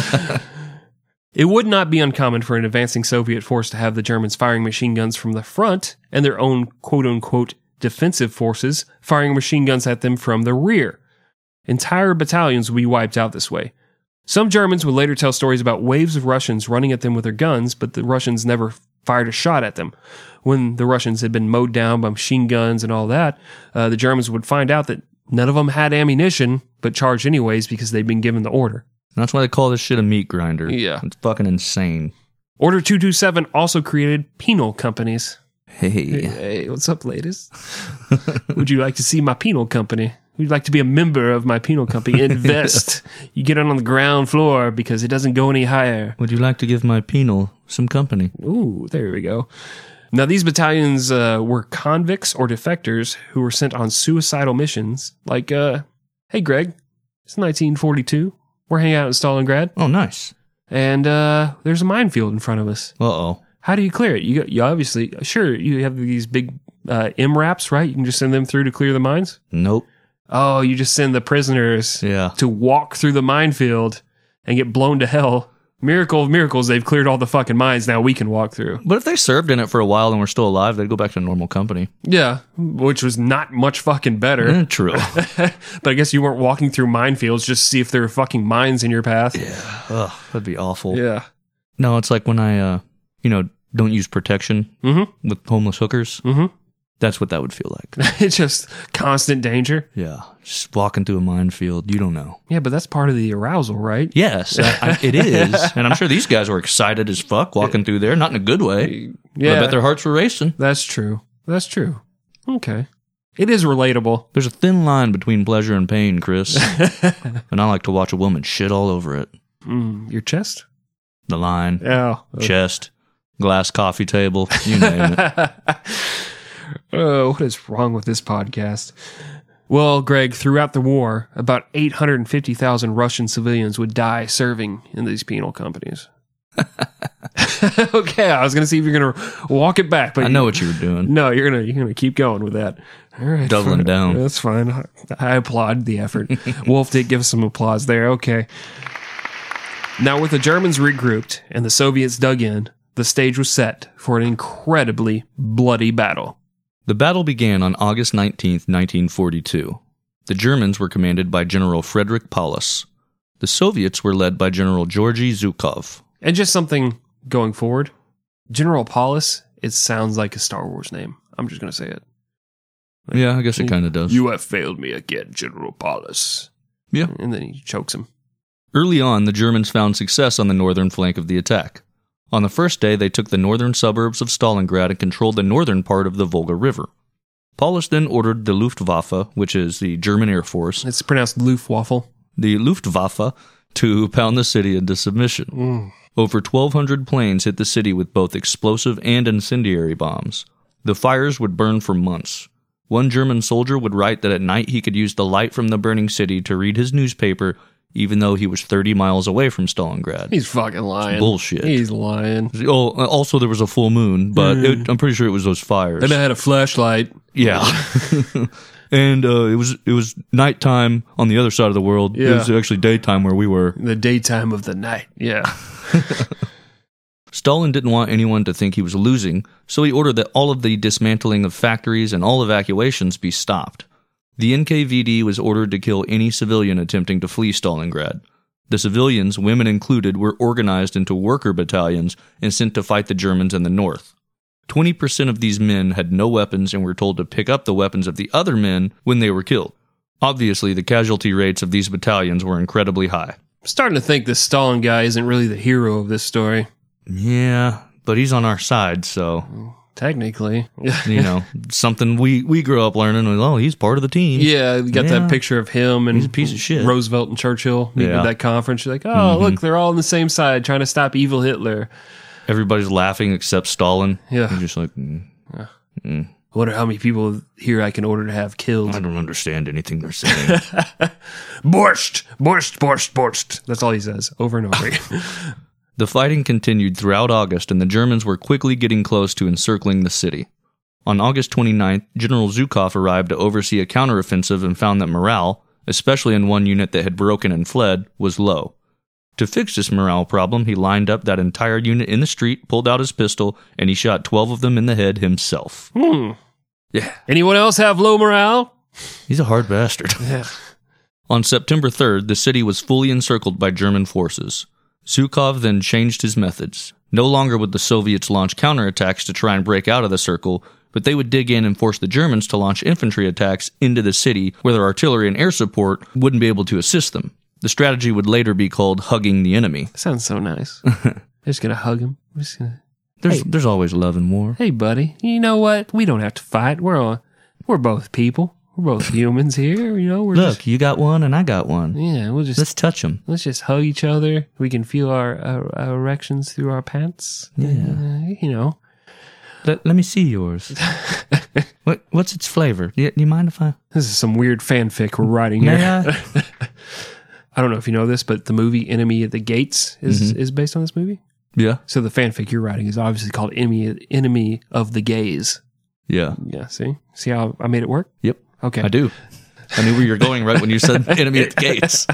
Speaker 1: it would not be uncommon for an advancing Soviet force to have the Germans firing machine guns from the front and their own quote unquote defensive forces firing machine guns at them from the rear. Entire battalions would be wiped out this way. Some Germans would later tell stories about waves of Russians running at them with their guns, but the Russians never fired a shot at them. When the Russians had been mowed down by machine guns and all that, uh, the Germans would find out that none of them had ammunition, but charged anyways because they'd been given the order.
Speaker 2: That's why they call this shit a meat grinder.
Speaker 1: Yeah.
Speaker 2: It's fucking insane.
Speaker 1: Order 227 also created penal companies.
Speaker 2: Hey.
Speaker 1: Hey, what's up, ladies? Would you like to see my penal company? Would you like to be a member of my penal company? Invest. You get on the ground floor because it doesn't go any higher.
Speaker 2: Would you like to give my penal some company?
Speaker 1: Ooh, there we go. Now, these battalions uh, were convicts or defectors who were sent on suicidal missions, like, uh, hey, Greg, it's 1942. We're hanging out in Stalingrad,
Speaker 2: Oh, nice.
Speaker 1: and uh, there's a minefield in front of us.
Speaker 2: Uh oh.
Speaker 1: How do you clear it? You, you obviously, sure, you have these big uh, MRAPs, right? You can just send them through to clear the mines.
Speaker 2: Nope.
Speaker 1: Oh, you just send the prisoners
Speaker 2: Yeah.
Speaker 1: to walk through the minefield and get blown to hell. Miracle of miracles, they've cleared all the fucking mines. Now we can walk through.
Speaker 2: But if they served in it for a while and were still alive, they'd go back to normal company.
Speaker 1: Yeah, which was not much fucking better.
Speaker 2: Eh, True.
Speaker 1: but I guess you weren't walking through minefields just to see if there were fucking mines in your path. Yeah.
Speaker 2: Ugh, that'd be awful. No, it's like when I, uh, you know, don't use protection
Speaker 1: Mhm.
Speaker 2: with homeless hookers.
Speaker 1: Mhm.
Speaker 2: That's what that would feel like.
Speaker 1: it's just constant danger.
Speaker 2: yeah. Just walking through a minefield. You don't know.
Speaker 1: Yeah, but that's part of the arousal, right?
Speaker 2: Yes, I, I, it is. And I'm sure these guys were excited as fuck walking through there. Not in a good way. But I bet their hearts were racing.
Speaker 1: that's true. That's true. Okay. It is relatable.
Speaker 2: There's a thin line between pleasure and pain, Chris. and I like to watch a woman shit all over it.
Speaker 1: Mm, your chest?
Speaker 2: The line,
Speaker 1: Oh.
Speaker 2: chest, glass coffee table, you name it.
Speaker 1: Oh, what is wrong with this podcast? Well, Greg, throughout the war, about 850,000 Russian civilians would die serving in these penal companies. okay, I was going to see if you're going to walk it back, but
Speaker 2: I know what you were doing.
Speaker 1: No, you're going to you're going to keep going with that. All right.
Speaker 2: Doubling
Speaker 1: fine.
Speaker 2: down.
Speaker 1: That's fine. I, I applaud the effort. Wolf did give us some applause there. Okay. Now, with the Germans regrouped and the Soviets dug in, the stage was set for an incredibly bloody battle.
Speaker 2: The battle began on August 19th, 1942. The Germans were commanded by General Frederick Paulus. The Soviets were led by General Georgy Zhukov.
Speaker 1: And just something going forward General Paulus, it sounds like a Star Wars name. I'm just going to say it.
Speaker 2: Yeah, I guess it kind of does.
Speaker 1: You have failed me again, General Paulus.
Speaker 2: Yeah.
Speaker 1: And then he chokes him.
Speaker 2: Early on, the Germans found success on the northern flank of the attack. On the first day, they took the northern suburbs of Stalingrad and controlled the northern part of the Volga River. Paulus then ordered the Luftwaffe, which is the German Air Force,
Speaker 1: It's pronounced Luftwaffle.
Speaker 2: the Luftwaffe, to pound the city into submission.
Speaker 1: Mm.
Speaker 2: Over 1,200 planes hit the city with both explosive and incendiary bombs. The fires would burn for months. One German soldier would write that at night he could use the light from the burning city to read his newspaper, even though he was 30 miles away from Stalingrad.
Speaker 1: He's fucking lying.
Speaker 2: bullshit.
Speaker 1: He's lying.
Speaker 2: Oh, also there was a full moon, but it, I'm pretty sure it was those fires.
Speaker 1: Mm. And I had a flashlight.
Speaker 2: Yeah. and uh, it was it was nighttime on the other side of the world. It
Speaker 1: Yeah.
Speaker 2: was actually daytime where we were.
Speaker 1: in The daytime of the night. Yeah.
Speaker 2: Stalin didn't want anyone to think he was losing, so he ordered that all of the dismantling of factories and all evacuations be stopped. The NKVD was ordered to kill any civilian attempting to flee Stalingrad. The civilians, women included, were organized into worker battalions and sent to fight the Germans in the north. 20% of these men had no weapons and were told to pick up the weapons of the other men when they were killed. Obviously, the casualty rates of these battalions were incredibly high.
Speaker 1: I'm starting to think this Stalin guy isn't really the hero of this story.
Speaker 2: Yeah, but he's on our side, so
Speaker 1: Technically. Yeah.
Speaker 2: you know, something we we grew up learning. was, Oh, he's part of the team.
Speaker 1: Yeah, we got
Speaker 2: Yeah.
Speaker 1: that picture of him and
Speaker 2: He's a piece of shit.
Speaker 1: Roosevelt and Churchill meeting
Speaker 2: Yeah. Mm-hmm.
Speaker 1: at that conference. You're like, oh, look, they're all on the same side trying to stop evil Hitler.
Speaker 2: Everybody's laughing except Stalin.
Speaker 1: Yeah.
Speaker 2: He's just like, "Mm,
Speaker 1: I wonder how many people here I can order to have killed.
Speaker 2: I don't understand anything they're saying.
Speaker 1: Borscht, borscht, borscht, borscht. That's all he says over and over again.
Speaker 2: the fighting continued throughout August, and the Germans were quickly getting close to encircling the city. On August 29th, General Zhukov arrived to oversee a counteroffensive and found that morale, especially in one unit that had broken and fled, was low. To fix this morale problem, he lined up that entire unit in the street, pulled out his pistol, and he shot 12 of them in the head himself.
Speaker 1: Hmm.
Speaker 2: Yeah.
Speaker 1: Anyone else have low morale?
Speaker 2: He's a hard bastard.
Speaker 1: Yeah.
Speaker 2: On September 3rd, the city was fully encircled by German forces. Zhukov then changed his methods. No longer would the Soviets launch counterattacks to try and break out of the circle, but they would dig in and force the Germans to launch infantry attacks into the city where their artillery and air support wouldn't be able to assist them. The strategy would later be called hugging the enemy.
Speaker 1: That sounds so nice. I'm just gonna hug him. I'm just gonna,
Speaker 2: There's,
Speaker 1: Hey.
Speaker 2: there's always love in war.
Speaker 1: hey, buddy. You know what? We don't have to fight. We're on. We're both people. We're both humans here. You know. We're just
Speaker 2: Look, you got one and I got one.
Speaker 1: yeah. We'll just
Speaker 2: Let's touch them.
Speaker 1: Let's just hug each other. We can feel our, our, our erections through our pants.
Speaker 2: Yeah.
Speaker 1: Uh, you know.
Speaker 2: Let, let me see yours. what, what's its flavor? Do you, do you mind if I?
Speaker 1: This is some weird fanfic we're writing here.
Speaker 2: May I?
Speaker 1: I don't know if you know this, but the movie Enemy at the Gates is,
Speaker 2: Mm-hmm.
Speaker 1: is based on this movie.
Speaker 2: yeah.
Speaker 1: So the fanfic you're writing is obviously called Enemy Enemy of the Gays.
Speaker 2: Yeah.
Speaker 1: Yeah, see? See how I made it work?
Speaker 2: Yep.
Speaker 1: Okay.
Speaker 2: I do. I knew where you were going right when you said enemy at the gates.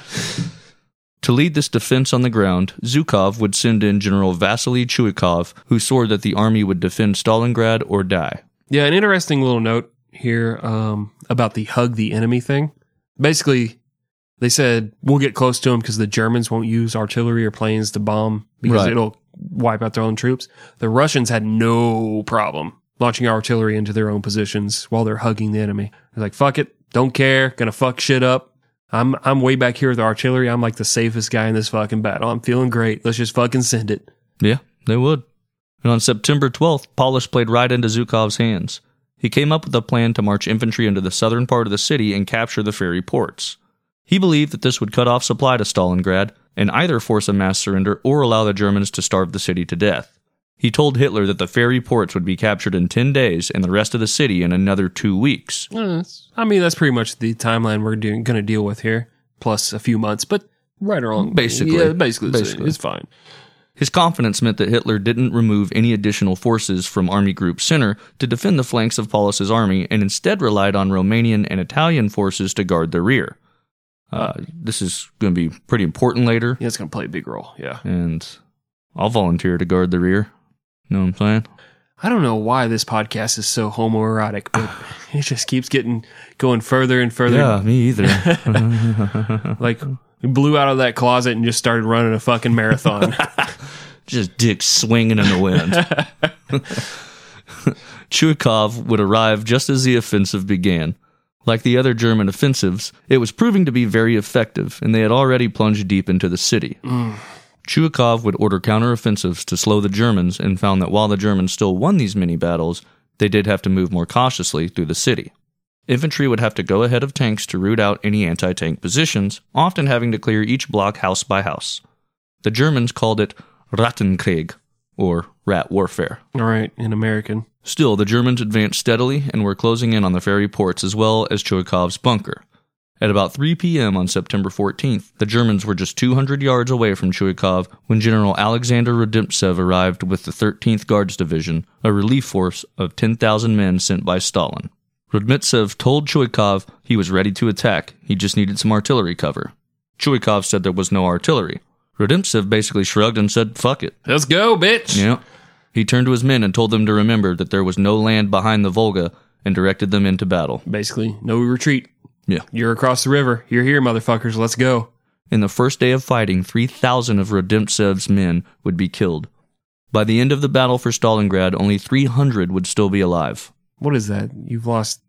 Speaker 2: To lead this defense on the ground, Zhukov would send in General Vasily Chuikov, who swore that the army would defend Stalingrad or die.
Speaker 1: Yeah, an interesting little note here um, about the hug the enemy thing. Basically, they said we'll get close to them because the Germans won't use artillery or planes to bomb because
Speaker 2: Right.
Speaker 1: it'll wipe out their own troops. The Russians had no problem launching artillery into their own positions while they're hugging the enemy. They're like, "Fuck it, don't care, gonna fuck shit up." I'm I'm way back here with the artillery. I'm like the safest guy in this fucking battle. I'm feeling great. Let's just fucking send it.
Speaker 2: Yeah, they would. And on September 12th, Polish played right into Zhukov's hands. He came up with a plan to march infantry into the southern part of the city and capture the ferry ports. He believed that this would cut off supply to Stalingrad and either force a mass surrender or allow the Germans to starve the city to death. He told Hitler that the ferry ports would be captured in 10 days and the rest of the city in another two weeks.
Speaker 1: Uh, that's- I mean, that's pretty much the timeline we're doing, gonna deal with here, plus a few months, but right or wrong,
Speaker 2: Basically.
Speaker 1: yeah, basically, it's-
Speaker 2: Basically.
Speaker 1: it's fine.
Speaker 2: His confidence meant that Hitler didn't remove any additional forces from Army Group Center to defend the flanks of Paulus's army and instead relied on Romanian and Italian forces to guard the rear. Uh, this is going to be pretty important later,
Speaker 1: Yeah, it's gonna play a big role. Yeah,
Speaker 2: and I'll volunteer to guard the rear. You know what I'm saying?
Speaker 1: I don't know why this podcast is so homoerotic, but it just keeps getting going further and further.
Speaker 2: Yeah, me either.
Speaker 1: Like we blew out of that closet and just started running a fucking marathon.
Speaker 2: just dick swinging in the wind. Chuikov would arrive just as the offensive began. Like the other German offensives, it was proving to be very effective, and they had already plunged deep into the city. Chuikov would order counteroffensives to slow the Germans and found that while the Germans still won these many battles, they did have to move more cautiously through the city. Infantry would have to go ahead of tanks to root out any anti tank positions, often having to clear each block house by house. The Germans called it Rattenkrieg, or rat warfare.
Speaker 1: All right, in American.
Speaker 2: Still, the Germans advanced steadily and were closing in on the ferry ports as well as Chuikov's bunker. At about 3 p.m. on September 14th, the Germans were just 200 yards away from Chuikov when General Alexander Redemptsev arrived with the 13th Guards Division, a relief force of 10,000 men sent by Stalin. Redmitsev told Chuikov he was ready to attack, he just needed some artillery cover. Chuikov said there was no artillery. Redemptsev basically shrugged and said, fuck it.
Speaker 1: Let's go, bitch.
Speaker 2: Yeah. He turned to his men and told them to remember that there was no land behind the Volga and directed them into battle.
Speaker 1: Basically, no retreat.
Speaker 2: Yeah.
Speaker 1: You're across the river. You're here, motherfuckers. Let's go.
Speaker 2: In the first day of fighting, 3,000 of Redemtsev's men would be killed. By the end of the battle for Stalingrad, only 300 would still be alive.
Speaker 1: what is that? You've lost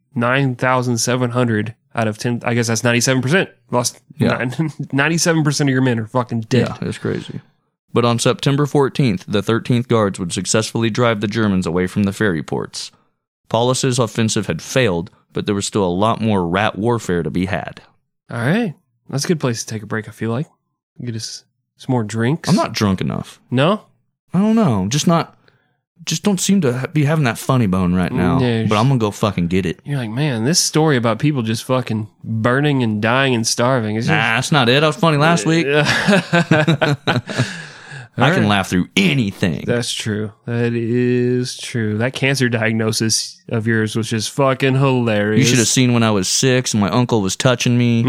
Speaker 1: 9,700 out of 10. I guess that's 97%. Lost
Speaker 2: Yeah.
Speaker 1: nine, 97% of your men are fucking dead.
Speaker 2: it's crazy. But on September 14th, the 13th Guards would successfully drive the Germans away from the ferry ports. Paulus's offensive had failed, but there was still a lot more rat warfare to be had.
Speaker 1: All right. That's a good place to take a break, I feel like. Get us some more drinks.
Speaker 2: I'm not drunk enough.
Speaker 1: No?
Speaker 2: I don't know. Just not. Just don't seem to ha- be having that funny bone right now.
Speaker 1: Mm, Yeah,
Speaker 2: but I'm gonna go fucking get it.
Speaker 1: You're like, man, this story about people just fucking burning and dying and starving is
Speaker 2: Nah, that's not it. I was funny last week.
Speaker 1: just.
Speaker 2: I can
Speaker 1: right.
Speaker 2: laugh through anything.
Speaker 1: That's true. That is true. That cancer diagnosis of yours was just fucking hilarious.
Speaker 2: you should have seen when I was six and my uncle was touching me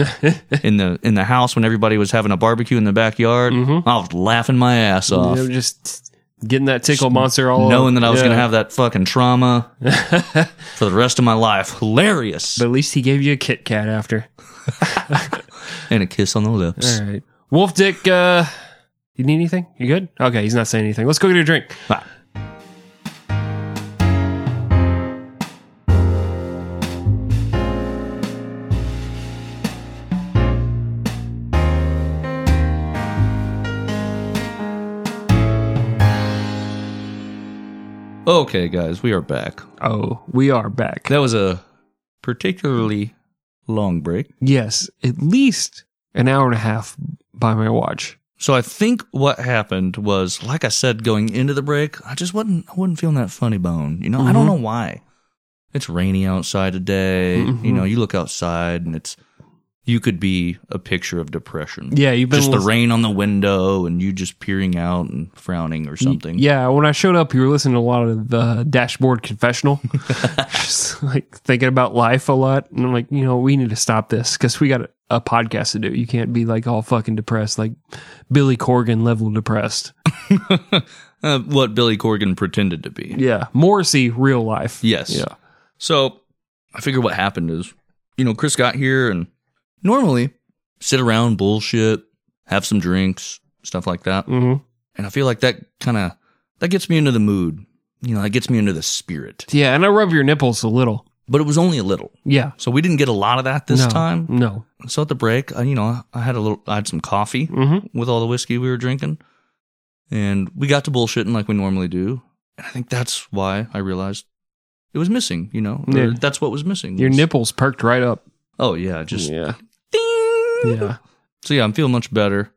Speaker 2: in the in the house when everybody was having a barbecue in the backyard.
Speaker 1: Mm-hmm.
Speaker 2: I was laughing my ass
Speaker 1: You
Speaker 2: off,
Speaker 1: know, just getting that tickle monster all
Speaker 2: knowing that I was
Speaker 1: Yeah.
Speaker 2: gonna have that fucking trauma for the rest of my life. Hilarious.
Speaker 1: But at least he gave you a Kit Kat after.
Speaker 2: and a kiss on the lips.
Speaker 1: All right. Wolf Dick, uh, you need anything? You good? Okay, he's not saying anything. Let's go get a drink.
Speaker 2: Ah. Okay, guys, we are back.
Speaker 1: Oh, we are back.
Speaker 2: That was a particularly long break.
Speaker 1: yes, at least an hour and a half by my watch.
Speaker 2: So I think what happened was, like I said, going into the break, I just wasn't I wasn't feeling that funny bone. You know, I don't
Speaker 1: Mm-hmm.
Speaker 2: know why. It's rainy outside today. You
Speaker 1: Mm-hmm.
Speaker 2: know, you look outside and it's you could be a picture of depression.
Speaker 1: Yeah, you've been
Speaker 2: just the
Speaker 1: lis-
Speaker 2: rain on the window and you just peering out and frowning or something.
Speaker 1: Yeah, when I showed up, you were listening to a lot of the Dashboard Confessional, just like thinking about life a lot. And I'm like, you know, we need to stop this because we got a, a podcast to do. You can't be like all fucking depressed, like Billy Corgan level depressed.
Speaker 2: Uh, what Billy Corgan pretended to be.
Speaker 1: Yeah, Morrissey, real life.
Speaker 2: Yes.
Speaker 1: Yeah.
Speaker 2: So I figure what happened is, you know, Chris got here and normally sit around, bullshit, have some drinks, stuff like that.
Speaker 1: hmm
Speaker 2: And I feel like that kind of that gets me into the mood. You know, that gets me into the spirit.
Speaker 1: Yeah, and I rub your nipples a little.
Speaker 2: But it was only a little.
Speaker 1: Yeah.
Speaker 2: So we didn't get a lot of that this
Speaker 1: No,
Speaker 2: time.
Speaker 1: No.
Speaker 2: So at the break, I, you know, I had a little I had some coffee
Speaker 1: hmm
Speaker 2: with all the whiskey we were drinking. And we got to bullshitting like we normally do. And I think that's why I realized it was missing, you know? or
Speaker 1: Yeah.
Speaker 2: That's what was missing.
Speaker 1: Your
Speaker 2: was-
Speaker 1: nipples perked right up.
Speaker 2: Oh, yeah. Just.
Speaker 1: yeah.
Speaker 2: Ding!
Speaker 1: Yeah.
Speaker 2: So, yeah, I'm feeling much better.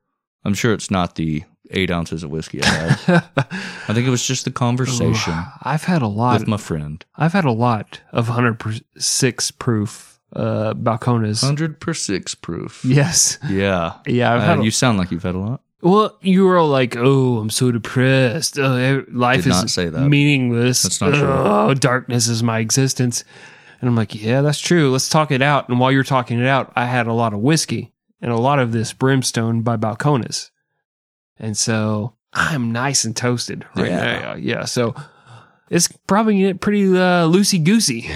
Speaker 2: I'm sure it's not the eight ounces of whiskey I had. I think it was just the conversation
Speaker 1: I've had a lot.
Speaker 2: with my friend.
Speaker 1: I've had a lot of 106 proof uh, balcones.
Speaker 2: 100 per six proof.
Speaker 1: Yes.
Speaker 2: Yeah.
Speaker 1: Yeah. I've
Speaker 2: Uh,
Speaker 1: had a-
Speaker 2: you sound like you've had a lot.
Speaker 1: well, you were all like, oh, I'm so depressed. Oh, eh, life
Speaker 2: Did
Speaker 1: is
Speaker 2: not say that.
Speaker 1: meaningless.
Speaker 2: That's not true.
Speaker 1: Oh, darkness is my existence. And I'm like, yeah, that's true. Let's talk it out. And while you're talking it out, I had a lot of whiskey and a lot of this brimstone by Balcones. And so I'm nice and toasted right
Speaker 2: Yeah.
Speaker 1: now. Yeah. So it's probably gonna get pretty uh, loosey goosey.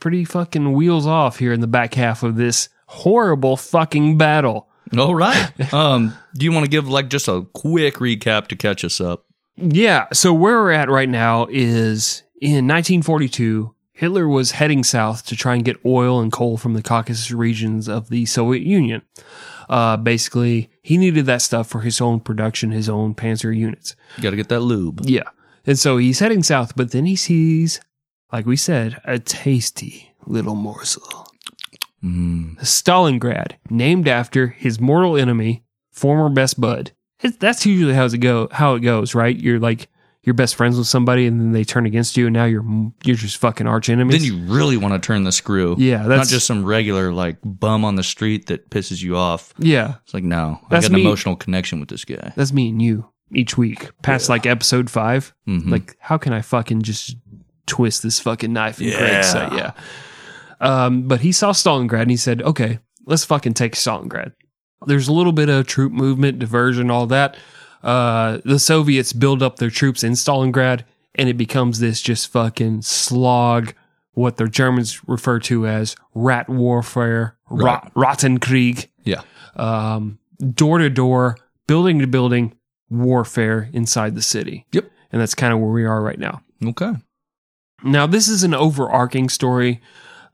Speaker 1: Pretty fucking wheels off here in the back half of this horrible fucking battle.
Speaker 2: All right. um, do you want to give like just a quick recap to catch us up?
Speaker 1: Yeah. So where we're at right now is in 1942, Hitler was heading south to try and get oil and coal from the Caucasus regions of the Soviet Union. Uh, basically, he needed that stuff for his own production, his own panzer units.
Speaker 2: You got to get that lube.
Speaker 1: Yeah. And so he's heading south, but then he sees, like we said, a tasty little morsel. Mm-hmm.
Speaker 2: Mm.
Speaker 1: Stalingrad, named after his mortal enemy, former best bud. It- That's usually how it go how it goes, right? You're like you're best friends with somebody, and then they turn against you, and now you're you're just fucking arch enemies.
Speaker 2: Then you really want to turn the screw.
Speaker 1: Yeah,
Speaker 2: Not
Speaker 1: that's-
Speaker 2: just some regular like bum on the street that pisses you off.
Speaker 1: yeah,
Speaker 2: It's like, no, I
Speaker 1: That's
Speaker 2: got an
Speaker 1: me.
Speaker 2: emotional connection with this guy.
Speaker 1: that's me and you each week past like episode 5
Speaker 2: Mhm.
Speaker 1: Like, how can I fucking just twist this fucking knife in
Speaker 2: Yeah.
Speaker 1: Craig's side? Yeah. Um, but he saw Stalingrad and he said, okay, let's fucking take Stalingrad. There's a little bit of troop movement, diversion, all that. Uh, the Soviets build up their troops in Stalingrad and it becomes this just fucking slog, what the Germans refer to as rat warfare, rot, rotten Krieg
Speaker 2: Yeah.
Speaker 1: um, door to door, building to building warfare inside the city.
Speaker 2: Yep.
Speaker 1: And that's kind of where we are right now.
Speaker 2: Okay.
Speaker 1: Now, this is an overarching story.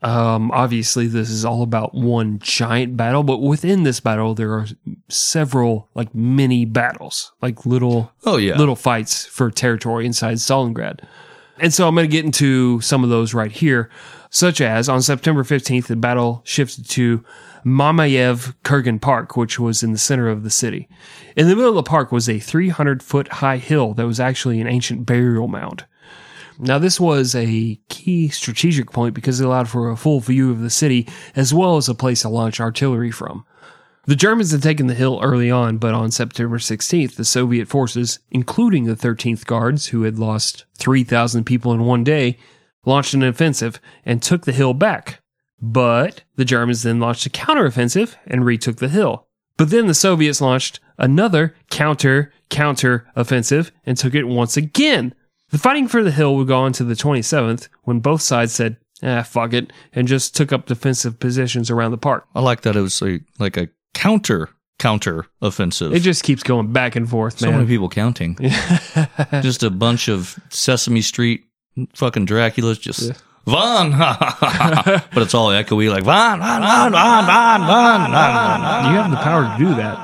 Speaker 1: Um, obviously, this is all about one giant battle, but within this battle, there are several like mini battles, like little
Speaker 2: Oh yeah.
Speaker 1: little fights for territory inside Stalingrad. And so I'm going to get into some of those right here, such as on September 15th, the battle shifted to Mamayev Kurgan Park, which was in the center of the city. In the middle of the park was a 300 foot high hill that was actually an ancient burial mound. Now, this was a key strategic point because it allowed for a full view of the city as well as a place to launch artillery from. The Germans had taken the hill early on, but on September 16th, the Soviet forces, including the 13th Guards, who had lost 3,000 people in one day, launched an offensive and took the hill back. But the Germans then launched a counteroffensive and retook the hill. But then the Soviets launched another counter counter offensive and took it once again. The fighting for the hill would go on to the 27th when both sides said, ah, fuck it, and just took up defensive positions around the park.
Speaker 2: I like that it was like, like a counter counter offensive.
Speaker 1: It just keeps going back and forth,
Speaker 2: so many
Speaker 1: man.
Speaker 2: people counting. just a bunch of Sesame Street fucking Draculas just Von, but it's all echoey like Von, Von, Von, Von, Von, Von, Von, Von.
Speaker 1: you have the power to do that.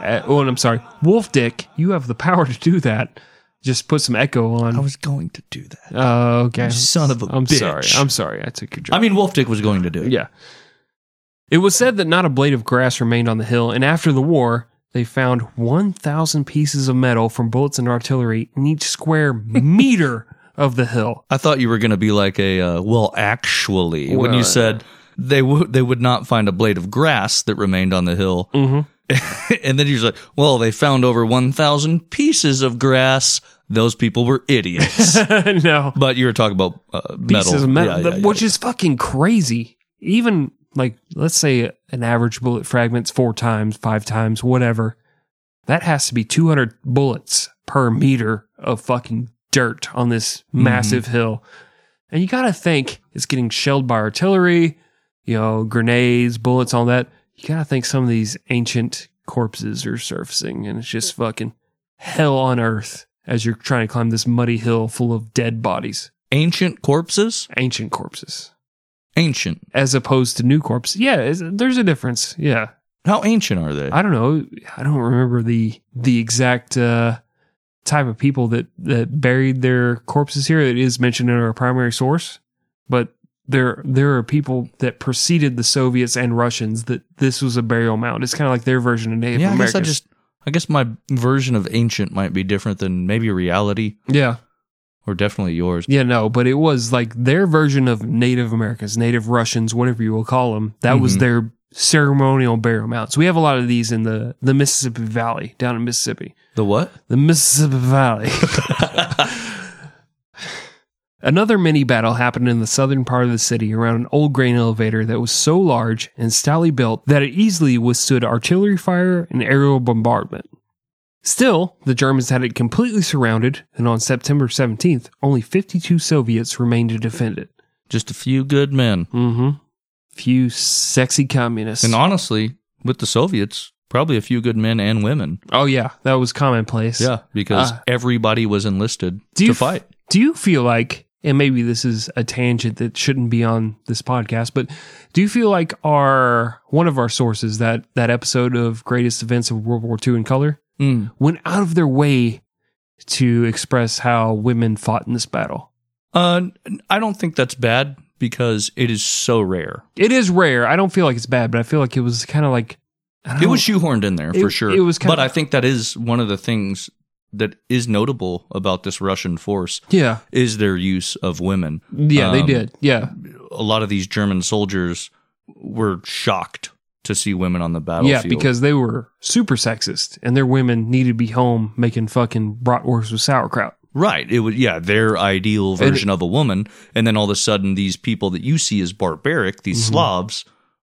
Speaker 1: Uh, oh, and I'm sorry, Wolf Dick. You have the power to do that. Just put some echo on.
Speaker 2: I was going to do that.
Speaker 1: Oh, okay.
Speaker 2: son of a
Speaker 1: I'm
Speaker 2: bitch.
Speaker 1: sorry. I'm sorry. I took your job.
Speaker 2: I mean, Wolf Dick was going to do it.
Speaker 1: yeah. It was said that not a blade of grass remained on the hill, and after the war, they found 1,000 pieces of metal from bullets and artillery in each square meter of the hill.
Speaker 2: I thought you were going to be like a uh, well, actually, when you
Speaker 1: Well-
Speaker 2: said they would they would not find a blade of grass that remained on the hill, and then you're like, well, they found over one thousand pieces of grass. Those people were idiots.
Speaker 1: no.
Speaker 2: but you were talking about uh, metal,
Speaker 1: Pieces of metal,
Speaker 2: Yeah, yeah, yeah.
Speaker 1: which is fucking crazy. Even like, let's say an average bullet fragment's four times, five times, whatever. That has to be 200 bullets per meter of fucking dirt on this
Speaker 2: Mm-hmm.
Speaker 1: massive hill. And you got to think it's getting shelled by artillery, you know, grenades, bullets, all that. You got to think some of these ancient corpses are surfacing and it's just fucking hell on earth as you're trying to climb this muddy hill full of dead bodies,
Speaker 2: ancient corpses,
Speaker 1: ancient corpses,
Speaker 2: ancient.
Speaker 1: as opposed to new corpses. Yeah, is- there's a difference. Yeah.
Speaker 2: How ancient are they?
Speaker 1: I don't know. I don't remember the the exact uh, type of people that that buried their corpses here. It is mentioned in our primary source, but there there are people that preceded the Soviets and Russians that this was a burial mound. It's kind of like their version of Native
Speaker 2: yeah, I guess I
Speaker 1: Americans.
Speaker 2: just. I guess my version of ancient might be different than maybe reality,
Speaker 1: yeah,
Speaker 2: or definitely yours.
Speaker 1: yeah, no, but it was like their version of Native Americans, Native Russians, whatever you will call them. That was
Speaker 2: Mhm.
Speaker 1: their ceremonial burial mounds. We have a lot of these in the the Mississippi Valley down in Mississippi.
Speaker 2: The what?
Speaker 1: the Mississippi Valley. Another mini battle happened in the southern part of the city around an old grain elevator that was so large and stoutly built that it easily withstood artillery fire and aerial bombardment. Still, the Germans had it completely surrounded, and on September 17th, only 52 Soviets remained to defend it.
Speaker 2: Just a few good men.
Speaker 1: Mm-hmm. Few sexy communists.
Speaker 2: And honestly, with the Soviets, probably a few good men and women.
Speaker 1: oh yeah, that was commonplace.
Speaker 2: Because
Speaker 1: Ah.
Speaker 2: everybody was enlisted
Speaker 1: do
Speaker 2: to
Speaker 1: you f-
Speaker 2: fight.
Speaker 1: do you feel like and maybe this is a tangent that shouldn't be on this podcast but do you feel like our one of our sources that that episode of greatest events of world war ii in color went out of their way to express how women fought in this battle
Speaker 2: Uh, I don't think that's bad because it is so rare.
Speaker 1: it is rare i don't feel like it's bad but i feel like it was kind of like I don't
Speaker 2: It
Speaker 1: know.
Speaker 2: was shoehorned in there
Speaker 1: Oh. It-
Speaker 2: for sure.
Speaker 1: it was kind
Speaker 2: but
Speaker 1: of-
Speaker 2: I think that is one of the things that is notable about this Russian force
Speaker 1: yeah
Speaker 2: is their use of women.
Speaker 1: yeah they
Speaker 2: Um,
Speaker 1: did yeah
Speaker 2: A lot of these German soldiers were shocked to see women on the
Speaker 1: yeah
Speaker 2: battlefield.
Speaker 1: because they were super sexist and their women needed to be home making fucking bratwurst with sauerkraut
Speaker 2: Right. It was yeah, their ideal version of a woman, and then all of a sudden these people that you see as barbaric, these Slavs,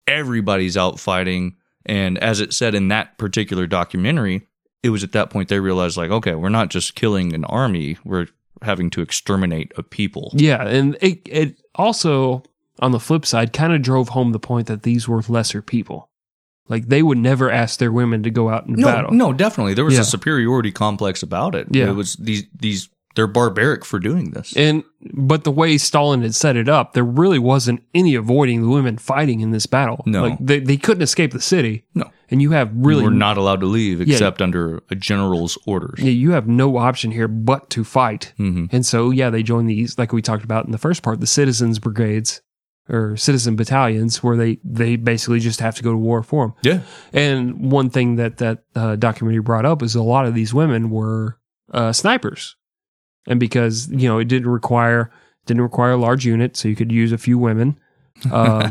Speaker 2: everybody's out fighting. And as it said in that particular documentary, it was at that point they realized like, okay, we're not just killing an army, we're having to exterminate a people.
Speaker 1: Yeah, and it it also on the flip side kind of drove home the point that these were lesser people. Like they would never ask their women to go out in
Speaker 2: No,
Speaker 1: battle.
Speaker 2: no, definitely. There was
Speaker 1: Yeah.
Speaker 2: a superiority complex about it.
Speaker 1: Yeah.
Speaker 2: It was these these they're barbaric for doing this.
Speaker 1: And but the way Stalin had set it up, there really wasn't any avoiding the women fighting in this battle.
Speaker 2: No.
Speaker 1: Like they, they couldn't escape the city.
Speaker 2: No.
Speaker 1: And you have really
Speaker 2: we're not allowed to leave except under a general's orders.
Speaker 1: yeah, you have no option here but to fight.
Speaker 2: hmm
Speaker 1: And so yeah, they joined these like we talked about in the first part, the citizens brigades or citizen battalions where they they basically just have to go to war for them.
Speaker 2: Yeah.
Speaker 1: And one thing that that uh, documentary brought up is a lot of these women were uh, snipers, and because you know it didn't require didn't require a large unit, so you could use a few women. Uh,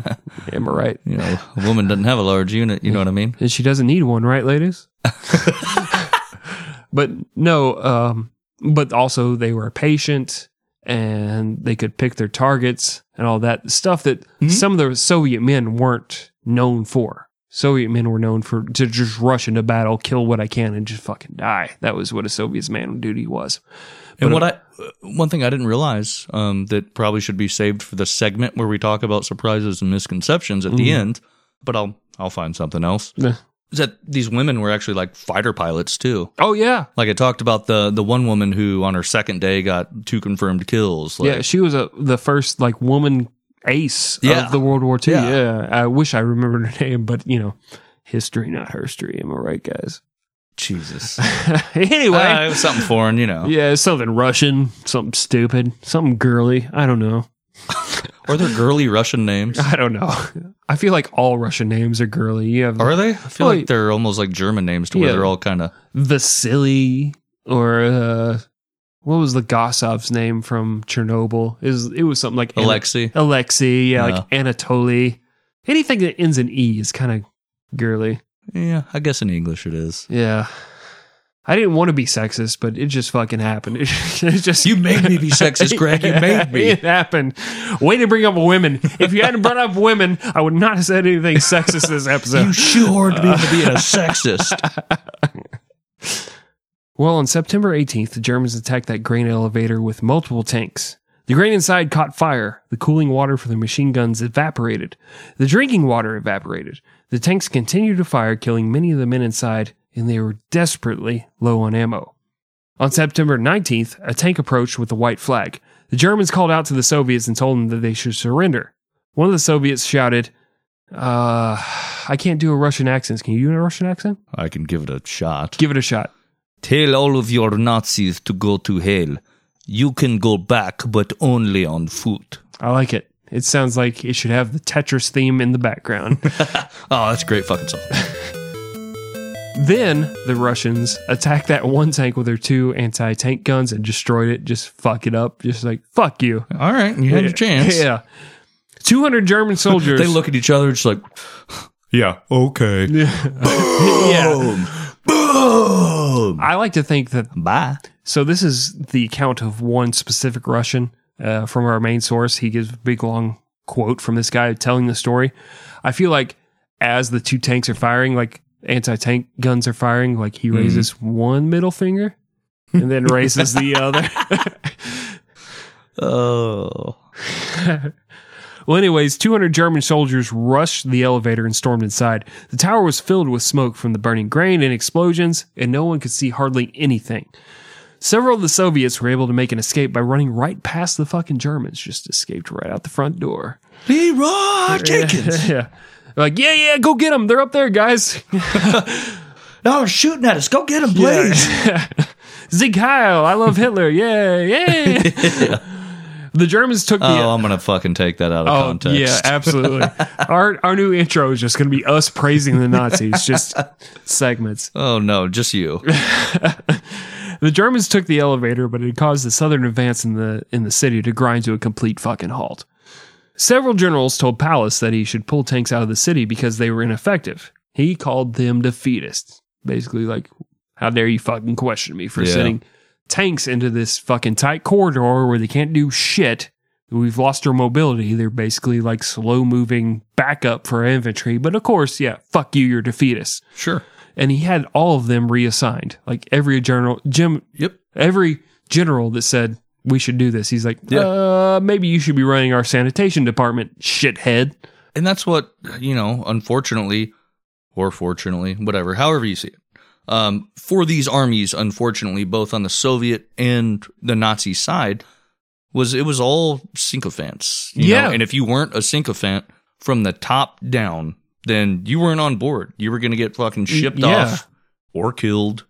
Speaker 1: am I right?
Speaker 2: You know, a woman doesn't have a large unit, you know what I mean?
Speaker 1: And she doesn't need one, right, ladies? but no, um, but also they were patient and they could pick their targets and all that stuff that
Speaker 2: Mm-hmm.
Speaker 1: some of the Soviet men weren't known for. Soviet men were known for to just rush into battle, kill what I can, and just fucking die. That was what a Soviet man on duty was.
Speaker 2: And what I one thing I didn't realize um, that probably should be saved for the segment where we talk about surprises and misconceptions at the end, but I'll I'll find something else.
Speaker 1: Mm-hmm. Yeah.
Speaker 2: is that these women were actually like fighter pilots too.
Speaker 1: Oh yeah,
Speaker 2: Like I talked about the the one woman who on her second day got two confirmed kills. Like,
Speaker 1: yeah. She was a the first like woman ace
Speaker 2: Yeah.
Speaker 1: of the World War II.
Speaker 2: Yeah.
Speaker 1: Yeah. I wish I remembered her name, but you know, history not herstory. Am I right, guys?
Speaker 2: Jesus.
Speaker 1: anyway,
Speaker 2: Uh, it was something foreign, you know.
Speaker 1: yeah, something Russian, something stupid, something girly. I don't know.
Speaker 2: Are there girly Russian names?
Speaker 1: I don't know. I feel like all Russian names are girly. You have
Speaker 2: Are they? I feel
Speaker 1: Well,
Speaker 2: like they're almost like German names to where
Speaker 1: Oh, yeah.
Speaker 2: they're all kind of
Speaker 1: Vasily or uh, what was the Gossov's name from Chernobyl? Is it was something like Ana-
Speaker 2: Alexei.
Speaker 1: Alexei, Uh. yeah,
Speaker 2: No.
Speaker 1: like Anatoly. Anything that ends in E is kind of girly.
Speaker 2: Yeah, I guess in English it is.
Speaker 1: Yeah. I didn't want to be sexist, but it just fucking happened. It, it just
Speaker 2: You made me be sexist, Greg. You made me.
Speaker 1: It happened. Way to bring up women. If you hadn't brought up women, I would not have said anything sexist this episode.
Speaker 2: shored me into being a sexist.
Speaker 1: Well, on September 18th, the Germans attacked that grain elevator with multiple tanks. The grain inside caught fire. The cooling water for the machine guns evaporated. The drinking water evaporated. The tanks continued to fire, killing many of the men inside, and they were desperately low on ammo. On September 19th, a tank approached with a white flag. The Germans called out to the Soviets and told them that they should surrender. One of the Soviets shouted, uh, I can't do a Russian accent. Can you do a Russian accent?
Speaker 2: I can give it a shot.
Speaker 1: Give it a shot.
Speaker 2: Tell all of your Nazis to go to hell. You can go back, but only on foot.
Speaker 1: I like it. It sounds like it should have the Tetris theme in the background.
Speaker 2: Oh, that's a great fucking song.
Speaker 1: then the Russians attacked that one tank with their two anti tank guns and destroyed it. Just fuck it up. Just like, fuck you.
Speaker 2: All right, you had your chance.
Speaker 1: Yeah. 200 German soldiers.
Speaker 2: They look at each other, just like, yeah, okay. Boom, boom.
Speaker 1: I like to think that.
Speaker 2: Bye.
Speaker 1: So, this is the account of one specific Russian uh, from our main source. He gives a big long quote from this guy telling the story. I feel like as the two tanks are firing, like anti tank guns are firing, like he raises one middle finger and then raises the other.
Speaker 2: Oh,
Speaker 1: Well, anyways, 200 German soldiers rushed the elevator and stormed inside. The tower was filled with smoke from the burning grain and explosions, and no one could see hardly anything. Several of the Soviets were able to make an escape by running right past the fucking Germans, just escaped right out the front door.
Speaker 2: Leroy Jenkins.
Speaker 1: yeah. Like, yeah, yeah, go get them. They're up there, guys.
Speaker 2: No, they're shooting at us. Go get him,
Speaker 1: Zig Heil, I love Hitler. Yeah, yeah. The Germans took the.
Speaker 2: Oh, I'm gonna fucking take that out of context.
Speaker 1: Oh, Yeah, absolutely. our our new intro is just going to be us praising the Nazis, just segments.
Speaker 2: Oh no, just you.
Speaker 1: The Germans took the elevator, but it caused the southern advance in the in the city to grind to a complete fucking halt. Several generals told Pallas that he should pull tanks out of the city because they were ineffective. He called them defeatists. Basically, like, how dare you fucking question me for
Speaker 2: Yeah.
Speaker 1: sending tanks into this fucking tight corridor where they can't do shit. We've lost their mobility. They're basically like slow moving backup for infantry. But of course, yeah, fuck you, you're defeatists.
Speaker 2: Sure.
Speaker 1: And he had all of them reassigned. Like every general, Jim,
Speaker 2: Yep.
Speaker 1: every general that said we should do this, he's like, uh, maybe you should be running our sanitation department, shithead.
Speaker 2: And that's what, you know, unfortunately, or fortunately, whatever, however you see it. Um, for these armies, unfortunately, both on the Soviet and the Nazi side, was it was all sycophants. you
Speaker 1: Yeah.
Speaker 2: know? And if you weren't a sycophant from the top down, then you weren't on board. You were gonna get fucking shipped
Speaker 1: yeah.
Speaker 2: off or killed.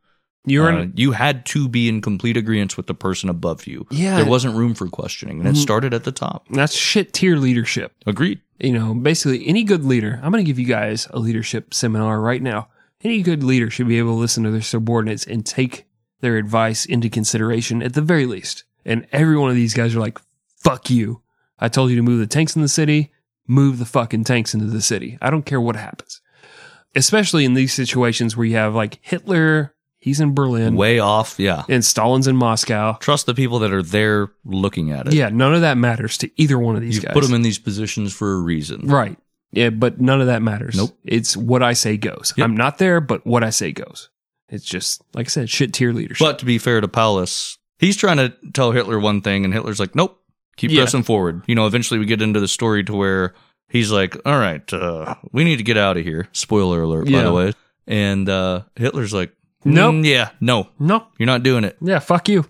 Speaker 1: You're
Speaker 2: Uh,
Speaker 1: in,
Speaker 2: you had to be in complete agreement with the person above you.
Speaker 1: Yeah. Mm-hmm.
Speaker 2: There wasn't room for questioning. And it started at the top.
Speaker 1: that's shit tier leadership.
Speaker 2: Agreed.
Speaker 1: You know, basically any good leader, I'm going to give you guys a leadership seminar right now. Any good leader should be able to listen to their subordinates and take their advice into consideration at the very least. And every one of these guys are like, fuck you. I told you to move the tanks in the city, move the fucking tanks into the city. I don't care what happens. Especially in these situations where you have like Hitler, he's in Berlin,
Speaker 2: Way off. Yeah.
Speaker 1: and Stalin's in Moscow.
Speaker 2: Trust the people that are there looking at it.
Speaker 1: Yeah, none of that matters to either one of these
Speaker 2: You've
Speaker 1: guys.
Speaker 2: put them in these positions for a reason.
Speaker 1: Right. Yeah, but none of that matters.
Speaker 2: Nope.
Speaker 1: It's what I say goes.
Speaker 2: Yep.
Speaker 1: I'm not there, but what I say goes. It's just like I said, shit tier leadership.
Speaker 2: But to be fair to Paulus, he's trying to tell Hitler one thing, and Hitler's like, nope, keep
Speaker 1: Yeah.
Speaker 2: pressing forward. You know, eventually we get into the story to where he's like, all right, uh, we need to get out of here. Spoiler alert, by
Speaker 1: Yeah.
Speaker 2: the way. And uh, Hitler's like,
Speaker 1: Nope.
Speaker 2: "Mm, yeah, no,
Speaker 1: No.
Speaker 2: you're not doing it.
Speaker 1: Yeah, fuck you.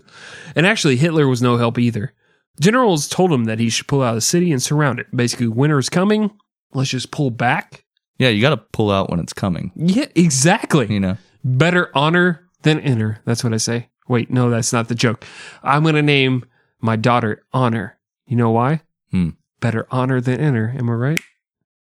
Speaker 1: And actually, Hitler was no help either. Generals told him that he should pull out of the city and surround it. Basically, winter is coming. Let's just pull back.
Speaker 2: Yeah, you got to pull out when it's coming.
Speaker 1: Yeah, exactly.
Speaker 2: You know,
Speaker 1: Better honor than enter. That's what I say. Wait, no, that's not the joke. I'm going to name my daughter Honor. You know why?
Speaker 2: Hmm.
Speaker 1: Better honor than enter. Am I right?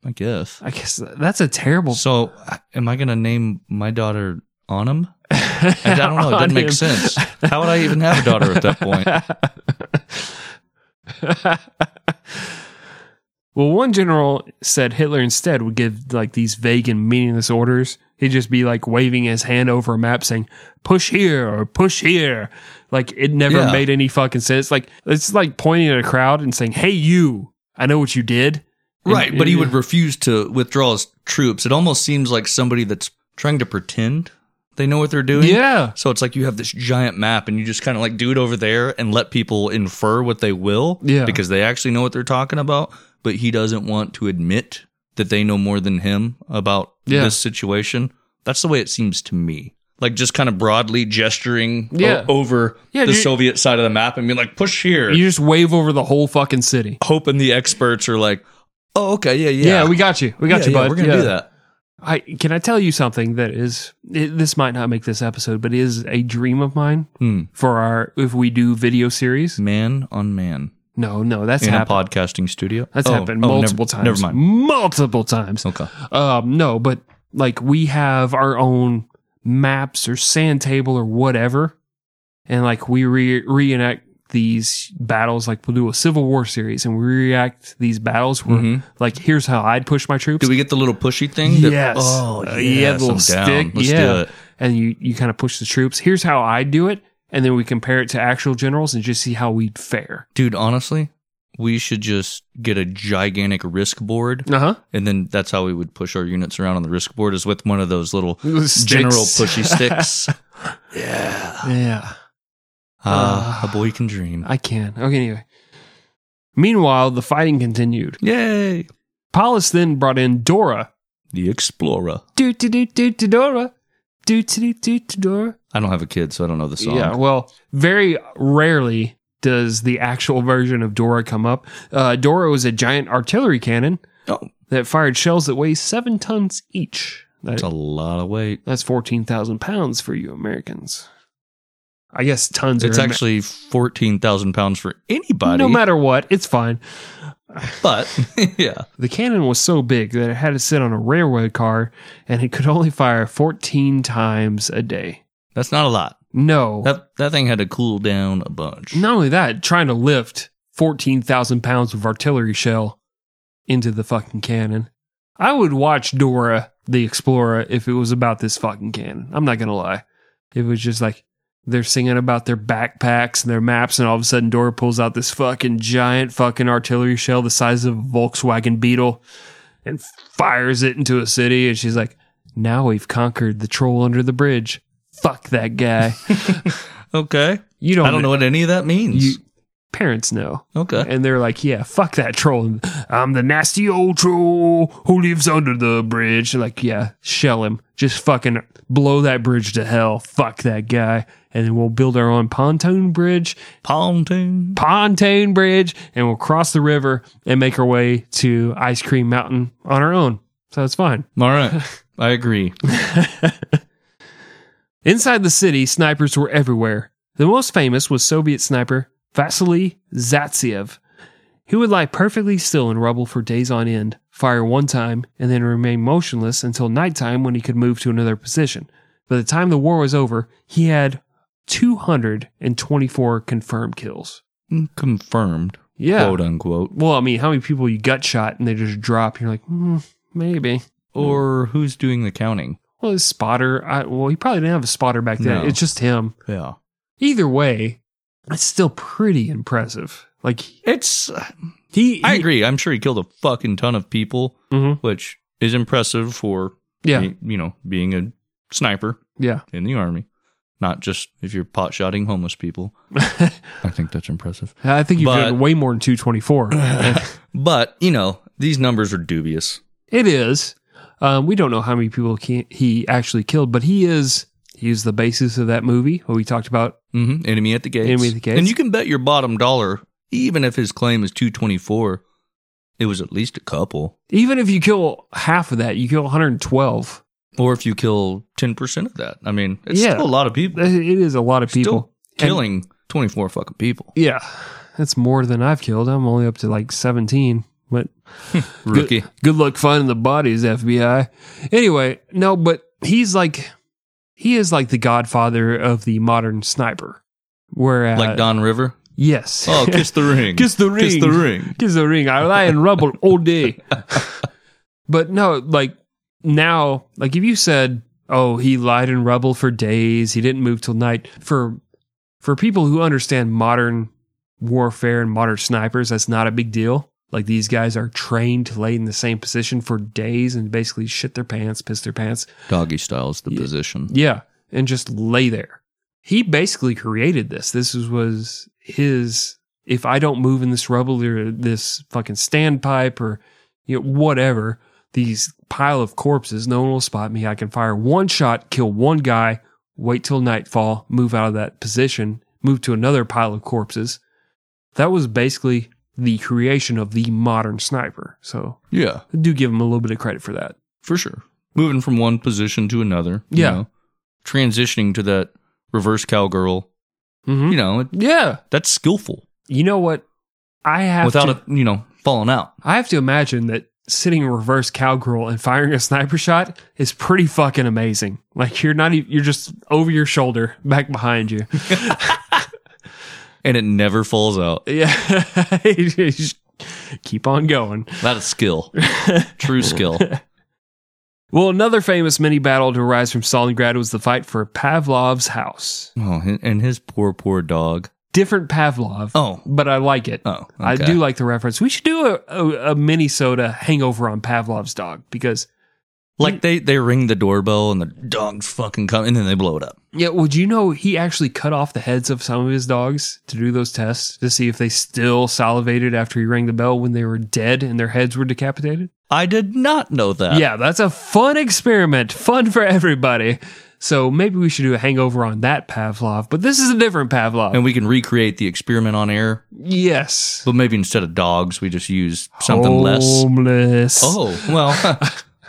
Speaker 2: I guess.
Speaker 1: I guess th- that's a terrible.
Speaker 2: So, uh, am I gonna name my daughter Onum? I don't know. It didn't make sense. How would I even have a daughter at that point?
Speaker 1: well, one general said Hitler instead would give like these vague and meaningless orders. He'd just be like waving his hand over a map saying, push here or push here. Like it never
Speaker 2: Yeah.
Speaker 1: made any fucking sense. Like it's like pointing at a crowd and saying, hey, you, I know what you did. And-
Speaker 2: Right, but he would refuse to withdraw his troops. It almost seems like somebody that's trying to pretend they know what they're doing.
Speaker 1: Yeah.
Speaker 2: So it's like you have this giant map and you just kind of like do it over there and let people infer what they will
Speaker 1: Yeah.
Speaker 2: because they actually know what they're talking about, but he doesn't want to admit that they know more than him about
Speaker 1: Yeah.
Speaker 2: this situation. That's the way it seems to me. Like just kind of broadly gesturing o-
Speaker 1: Yeah.
Speaker 2: over
Speaker 1: Yeah,
Speaker 2: the
Speaker 1: dude.
Speaker 2: Soviet side of the map and being like, push here.
Speaker 1: You just wave over the whole fucking city.
Speaker 2: hoping the experts are like, oh, okay, yeah, yeah.
Speaker 1: Yeah, we got you. We got
Speaker 2: Yeah,
Speaker 1: you,
Speaker 2: yeah,
Speaker 1: bud.
Speaker 2: We're going to
Speaker 1: Yeah.
Speaker 2: do that.
Speaker 1: I can I tell you something that is it, this might not make this episode, but is a dream of mine
Speaker 2: Hmm.
Speaker 1: for our if we do video series.
Speaker 2: Man on man
Speaker 1: No, no, that's
Speaker 2: in
Speaker 1: happened.
Speaker 2: a podcasting studio.
Speaker 1: That's
Speaker 2: Oh,
Speaker 1: happened
Speaker 2: oh, never-
Speaker 1: multiple times.
Speaker 2: Never mind.
Speaker 1: Multiple times.
Speaker 2: Okay.
Speaker 1: Um, no, but like we have our own maps or sand table or whatever, and like we re- reenact these battles. Like we'll do a Civil War series and we react these battles where
Speaker 2: Mhm.
Speaker 1: like here's how I'd push my troops.
Speaker 2: Do we get the little pushy thing?
Speaker 1: Yes.
Speaker 2: oh,
Speaker 1: Uh,
Speaker 2: yes.
Speaker 1: yeah, the little
Speaker 2: I'm down.
Speaker 1: stick,
Speaker 2: Let's
Speaker 1: yeah.
Speaker 2: do it.
Speaker 1: and you you kind of push the troops. Here's how I do it, and then we compare it to actual generals and just see how we'd fare.
Speaker 2: Dude, honestly, we should just get a gigantic risk board.
Speaker 1: Uh huh.
Speaker 2: And then that's how we would push our units around on the risk board is with one of those little
Speaker 1: Sticks.
Speaker 2: general pushy sticks. Uh,
Speaker 1: Yeah,
Speaker 2: Ah,
Speaker 1: Uh,
Speaker 2: a boy can dream.
Speaker 1: I can. Okay, anyway. Meanwhile, the fighting continued.
Speaker 2: Yay.
Speaker 1: Paulus then brought in Dora.
Speaker 2: The explorer.
Speaker 1: Do do do do do Dora. Do do do do Dora.
Speaker 2: I don't have a kid, so I don't know the song.
Speaker 1: Yeah, well, very rarely does the actual version of Dora come up. Uh, Dora was a giant artillery cannon
Speaker 2: Oh.
Speaker 1: that fired shells that weigh seven tons each. That-
Speaker 2: It's a lot of weight.
Speaker 1: That's 14,000 pounds for you Americans. I guess tons
Speaker 2: It's
Speaker 1: are Amer-
Speaker 2: actually 14,000 pounds for anybody.
Speaker 1: No matter what, it's fine.
Speaker 2: But, yeah.
Speaker 1: The cannon was so big that it had to sit on a railroad car and it could only fire 14 times a day.
Speaker 2: That's not a lot.
Speaker 1: No.
Speaker 2: That that thing had to cool down a bunch.
Speaker 1: Not only that, trying to lift 14,000 pounds of artillery shell into the fucking cannon. I would watch Dora the Explorer if it was about this fucking cannon. I'm not going to lie. If It was just like they're singing about their backpacks and their maps, and all of a sudden Dora pulls out this fucking giant fucking artillery shell the size of a Volkswagen Beetle and fires it into a city. And she's like, now we've conquered the troll under the bridge. Fuck that guy.
Speaker 2: Okay.
Speaker 1: You don't,
Speaker 2: I don't know what any of that means.
Speaker 1: You, parents know.
Speaker 2: okay.
Speaker 1: And they're like, yeah, fuck that troll. I'm the nasty old troll who lives under the bridge. They're like, yeah, shell him. Just fucking blow that bridge to hell. Fuck that guy. And then we'll build our own pontoon bridge,
Speaker 2: Pontoon.
Speaker 1: pontoon bridge, and we'll cross the river and make our way to Ice Cream Mountain on our own. So it's fine.
Speaker 2: All right. I agree.
Speaker 1: Inside the city, snipers were everywhere. The most famous was Soviet sniper Vasily Zatsiev. He would lie perfectly still in rubble for days on end, fire one time, and then remain motionless until nighttime when he could move to another position. By the time the war was over, he had 224 confirmed kills.
Speaker 2: Confirmed.
Speaker 1: Yeah.
Speaker 2: Quote unquote.
Speaker 1: Well, I mean, how many people you gut shot and they just drop? You're like, hmm, maybe.
Speaker 2: Or who's doing the counting?
Speaker 1: Well, his spotter, I, well, he probably didn't have a spotter back then.
Speaker 2: No.
Speaker 1: It's just him.
Speaker 2: Yeah.
Speaker 1: Either way, it's still pretty impressive. Like he,
Speaker 2: It's
Speaker 1: he
Speaker 2: I agree. I'm sure he killed a fucking ton of people,
Speaker 1: Mhm.
Speaker 2: which is impressive for
Speaker 1: Yeah,
Speaker 2: be- you know, being a sniper
Speaker 1: yeah.
Speaker 2: in the army. Not just if you're pot shotting homeless people. I think that's impressive.
Speaker 1: I think you've
Speaker 2: But-
Speaker 1: done way more than two twenty four.
Speaker 2: But, you know, these numbers are dubious.
Speaker 1: it is. Um, we don't know how many people he he actually killed, but he is he is the basis of that movie. What we talked about.
Speaker 2: hmm Enemy at the gates.
Speaker 1: Enemy at the gates.
Speaker 2: And you can bet your bottom dollar, even if his claim is 224, it was at least a couple.
Speaker 1: Even if you kill half of that, you kill 112.
Speaker 2: Or if you kill 10% of that. I mean, it's
Speaker 1: Yeah.
Speaker 2: still a lot of people.
Speaker 1: It is a lot of people.
Speaker 2: Still killing 24 fucking people.
Speaker 1: And- yeah, that's more than I've killed. I'm only up to like 17. But
Speaker 2: Rookie.
Speaker 1: Good, good luck finding the bodies, FBI. Anyway, no, but he's like, he is like the godfather of the modern sniper. Whereas,
Speaker 2: Like Don River.
Speaker 1: yes,
Speaker 2: Oh, kiss the ring.
Speaker 1: Uh, Kiss the
Speaker 2: Kiss
Speaker 1: ring.
Speaker 2: the ring.
Speaker 1: Kiss the ring. I lie in rubble all day. but no, like now, like if you said, "Oh, he lied in rubble for days. He didn't move till night." For for people who understand modern warfare and modern snipers, that's not a big deal. Like these guys are trained to lay in the same position for days and basically shit their pants, piss their pants.
Speaker 2: Doggy style is the
Speaker 1: Yeah.
Speaker 2: position.
Speaker 1: Yeah, and just lay there. He basically created this. This is- was his. If I don't move in this rubble or this fucking standpipe or you know, whatever, these pile of corpses, no one will spot me. I can fire one shot, kill one guy, wait till nightfall, move out of that position, move to another pile of corpses. That was basically the creation of the modern sniper. So
Speaker 2: Yeah,
Speaker 1: I do give him a little bit of credit for that.
Speaker 2: for sure. Moving from one position to another. you
Speaker 1: Yeah.
Speaker 2: know. transitioning to that reverse cowgirl.
Speaker 1: hmm
Speaker 2: You know, it,
Speaker 1: Yeah.
Speaker 2: that's skillful
Speaker 1: You know what? I have
Speaker 2: without,
Speaker 1: to,
Speaker 2: it, you know, falling out.
Speaker 1: I have to imagine that sitting in reverse cowgirl and firing a sniper shot is pretty fucking amazing. Like you're not even, you're just over your shoulder, back behind you.
Speaker 2: And it never falls out.
Speaker 1: Yeah. You just keep on going.
Speaker 2: That is skill. True skill.
Speaker 1: Well, another famous mini battle to arise from Stalingrad was the fight for Pavlov's house.
Speaker 2: Oh, and- and his poor, poor dog.
Speaker 1: Different Pavlov,
Speaker 2: Oh.
Speaker 1: but I like it.
Speaker 2: Oh,
Speaker 1: I
Speaker 2: okay.
Speaker 1: do like the reference. We should do a, a, a mini soda hangover on Pavlov's dog because
Speaker 2: Like they, they ring the doorbell and the dogs fucking come and then they blow it up.
Speaker 1: Yeah, well, do you know he actually cut off the heads of some of his dogs to do those tests to see if they still salivated after he rang the bell when they were dead and their heads were decapitated?
Speaker 2: I did not know that.
Speaker 1: yeah, that's a fun experiment. Fun for everybody. So maybe we should do a hangover on that Pavlov, but this is a different Pavlov.
Speaker 2: And we can recreate the experiment on air,
Speaker 1: yes.
Speaker 2: but maybe instead of dogs, we just use something less.
Speaker 1: Homeless.
Speaker 2: Oh, well,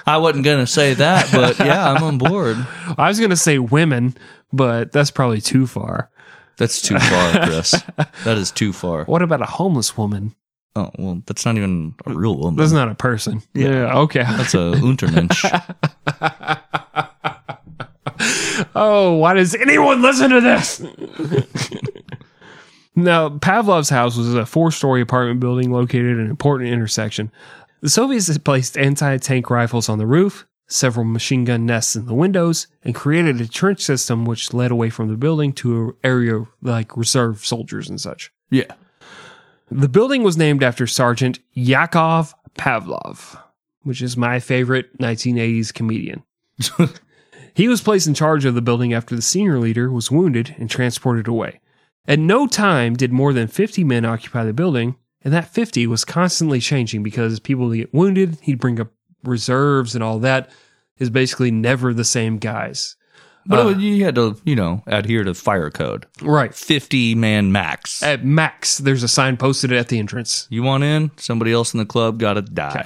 Speaker 2: I wasn't going to say that, but yeah, I'm on board.
Speaker 1: I was going to say women, but that's probably too far.
Speaker 2: That's too far, Chris. That is too far.
Speaker 1: What about a homeless woman?
Speaker 2: Oh, well, that's not even a real woman.
Speaker 1: That's not a person. Yeah, okay.
Speaker 2: That's a Untermensch.
Speaker 1: Oh, why does anyone listen to this? now, Pavlov's house was a four story apartment building located at an important intersection. The Soviets had placed anti tank rifles on the roof, several machine gun nests in the windows, and created a trench system which led away from the building to an area like reserve soldiers and such.
Speaker 2: yeah.
Speaker 1: The building was named after Sergeant Yakov Pavlov, which is my favorite 1980s comedian. he was placed in charge of the building after the senior leader was wounded and transported away. At no time did more than 50 men occupy the building, and that 50 was constantly changing because people would get wounded, he'd bring up reserves and all that is basically never the same guys.
Speaker 2: But
Speaker 1: Uh,
Speaker 2: you had to, you know, adhere to fire code.
Speaker 1: Right.
Speaker 2: 50 man max.
Speaker 1: At max, there's a sign posted at the entrance.
Speaker 2: You want in? Somebody else in the club got to die.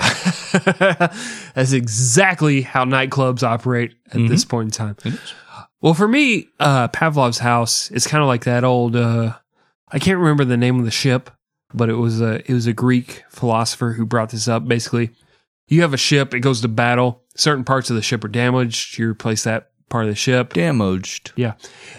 Speaker 1: That's exactly how nightclubs operate at
Speaker 2: Mm-hmm.
Speaker 1: this point in time. Well, for me, uh, Pavlov's house is kind of like that old. Uh, I can't remember the name of the ship, but it was a it was a Greek philosopher who brought this up. Basically, you have a ship, it goes to battle. Certain parts of the ship are damaged. You replace that part of the ship.
Speaker 2: Damaged.
Speaker 1: Yeah.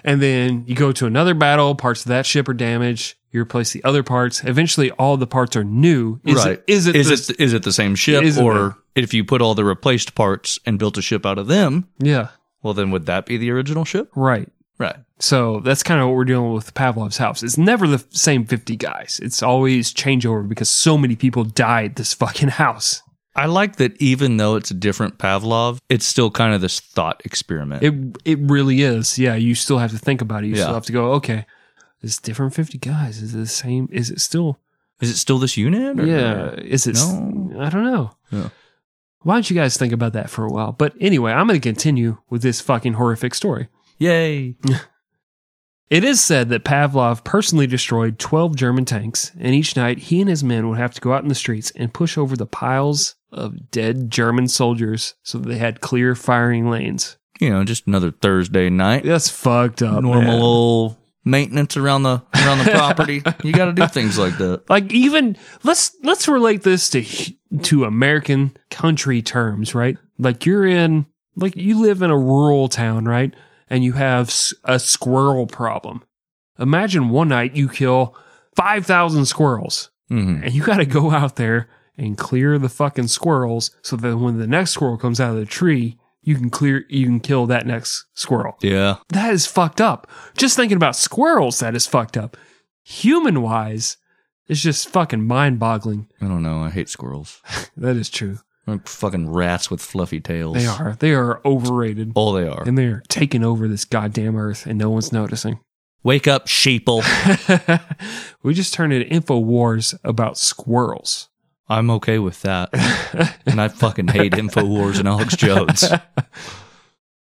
Speaker 1: And then you go to another battle, parts of that ship are damaged. You replace the other parts. Eventually, all the parts are new. Is
Speaker 2: right.
Speaker 1: It, is it
Speaker 2: is
Speaker 1: the-
Speaker 2: it is it the same ship
Speaker 1: Is it
Speaker 2: or if you put all the replaced parts and built a ship out of them,
Speaker 1: Yeah.
Speaker 2: well then would that be the original ship?
Speaker 1: Right.
Speaker 2: Right.
Speaker 1: So that's kind of what we're dealing with Pavlov's house. It's never the same 50 guys. It's always changeover because so many people died at this fucking house.
Speaker 2: I like that even though it's a different Pavlov, it's still kind of this thought experiment.
Speaker 1: It it really is. Yeah, you still have to think about it. You
Speaker 2: Yeah.
Speaker 1: still have to go, okay, it's different 50 guys. Is it the same? Is it still?
Speaker 2: Is it still this unit? or-
Speaker 1: Yeah. Is it? s-
Speaker 2: No.
Speaker 1: I don't know.
Speaker 2: Yeah.
Speaker 1: Why don't you guys think about that for a while? But anyway, I'm going to continue with this fucking horrific story.
Speaker 2: Yay.
Speaker 1: It is said that Pavlov personally destroyed 12 German tanks, and each night he and his men would have to go out in the streets and push over the piles of dead German soldiers so that they had clear firing lanes.
Speaker 2: You know, just another Thursday night.
Speaker 1: That's fucked up.
Speaker 2: Normal
Speaker 1: man.
Speaker 2: old maintenance around the around the property. You got to do things like that.
Speaker 1: Like even let's let's relate this to to American country terms, right? Like you're in like you live in a rural town, right? And you have s- a squirrel problem. Imagine one night you kill 5,000 squirrels.
Speaker 2: hmm
Speaker 1: and you got to go out there and clear the fucking squirrels so that when the next squirrel comes out of the tree, you can clear, you can kill that next squirrel.
Speaker 2: Yeah.
Speaker 1: That is fucked up. Just thinking about squirrels, that is fucked up. Human wise, it's just fucking mind boggling.
Speaker 2: I don't know. I hate squirrels.
Speaker 1: That is true.
Speaker 2: They're fucking rats with fluffy tails.
Speaker 1: They are. They are overrated.
Speaker 2: All they are.
Speaker 1: And they are taking over this goddamn earth and no one's noticing.
Speaker 2: Wake up, sheeple.
Speaker 1: we just turned into info wars about squirrels.
Speaker 2: I'm okay with that. and I fucking hate InfoWars and Alex Jones.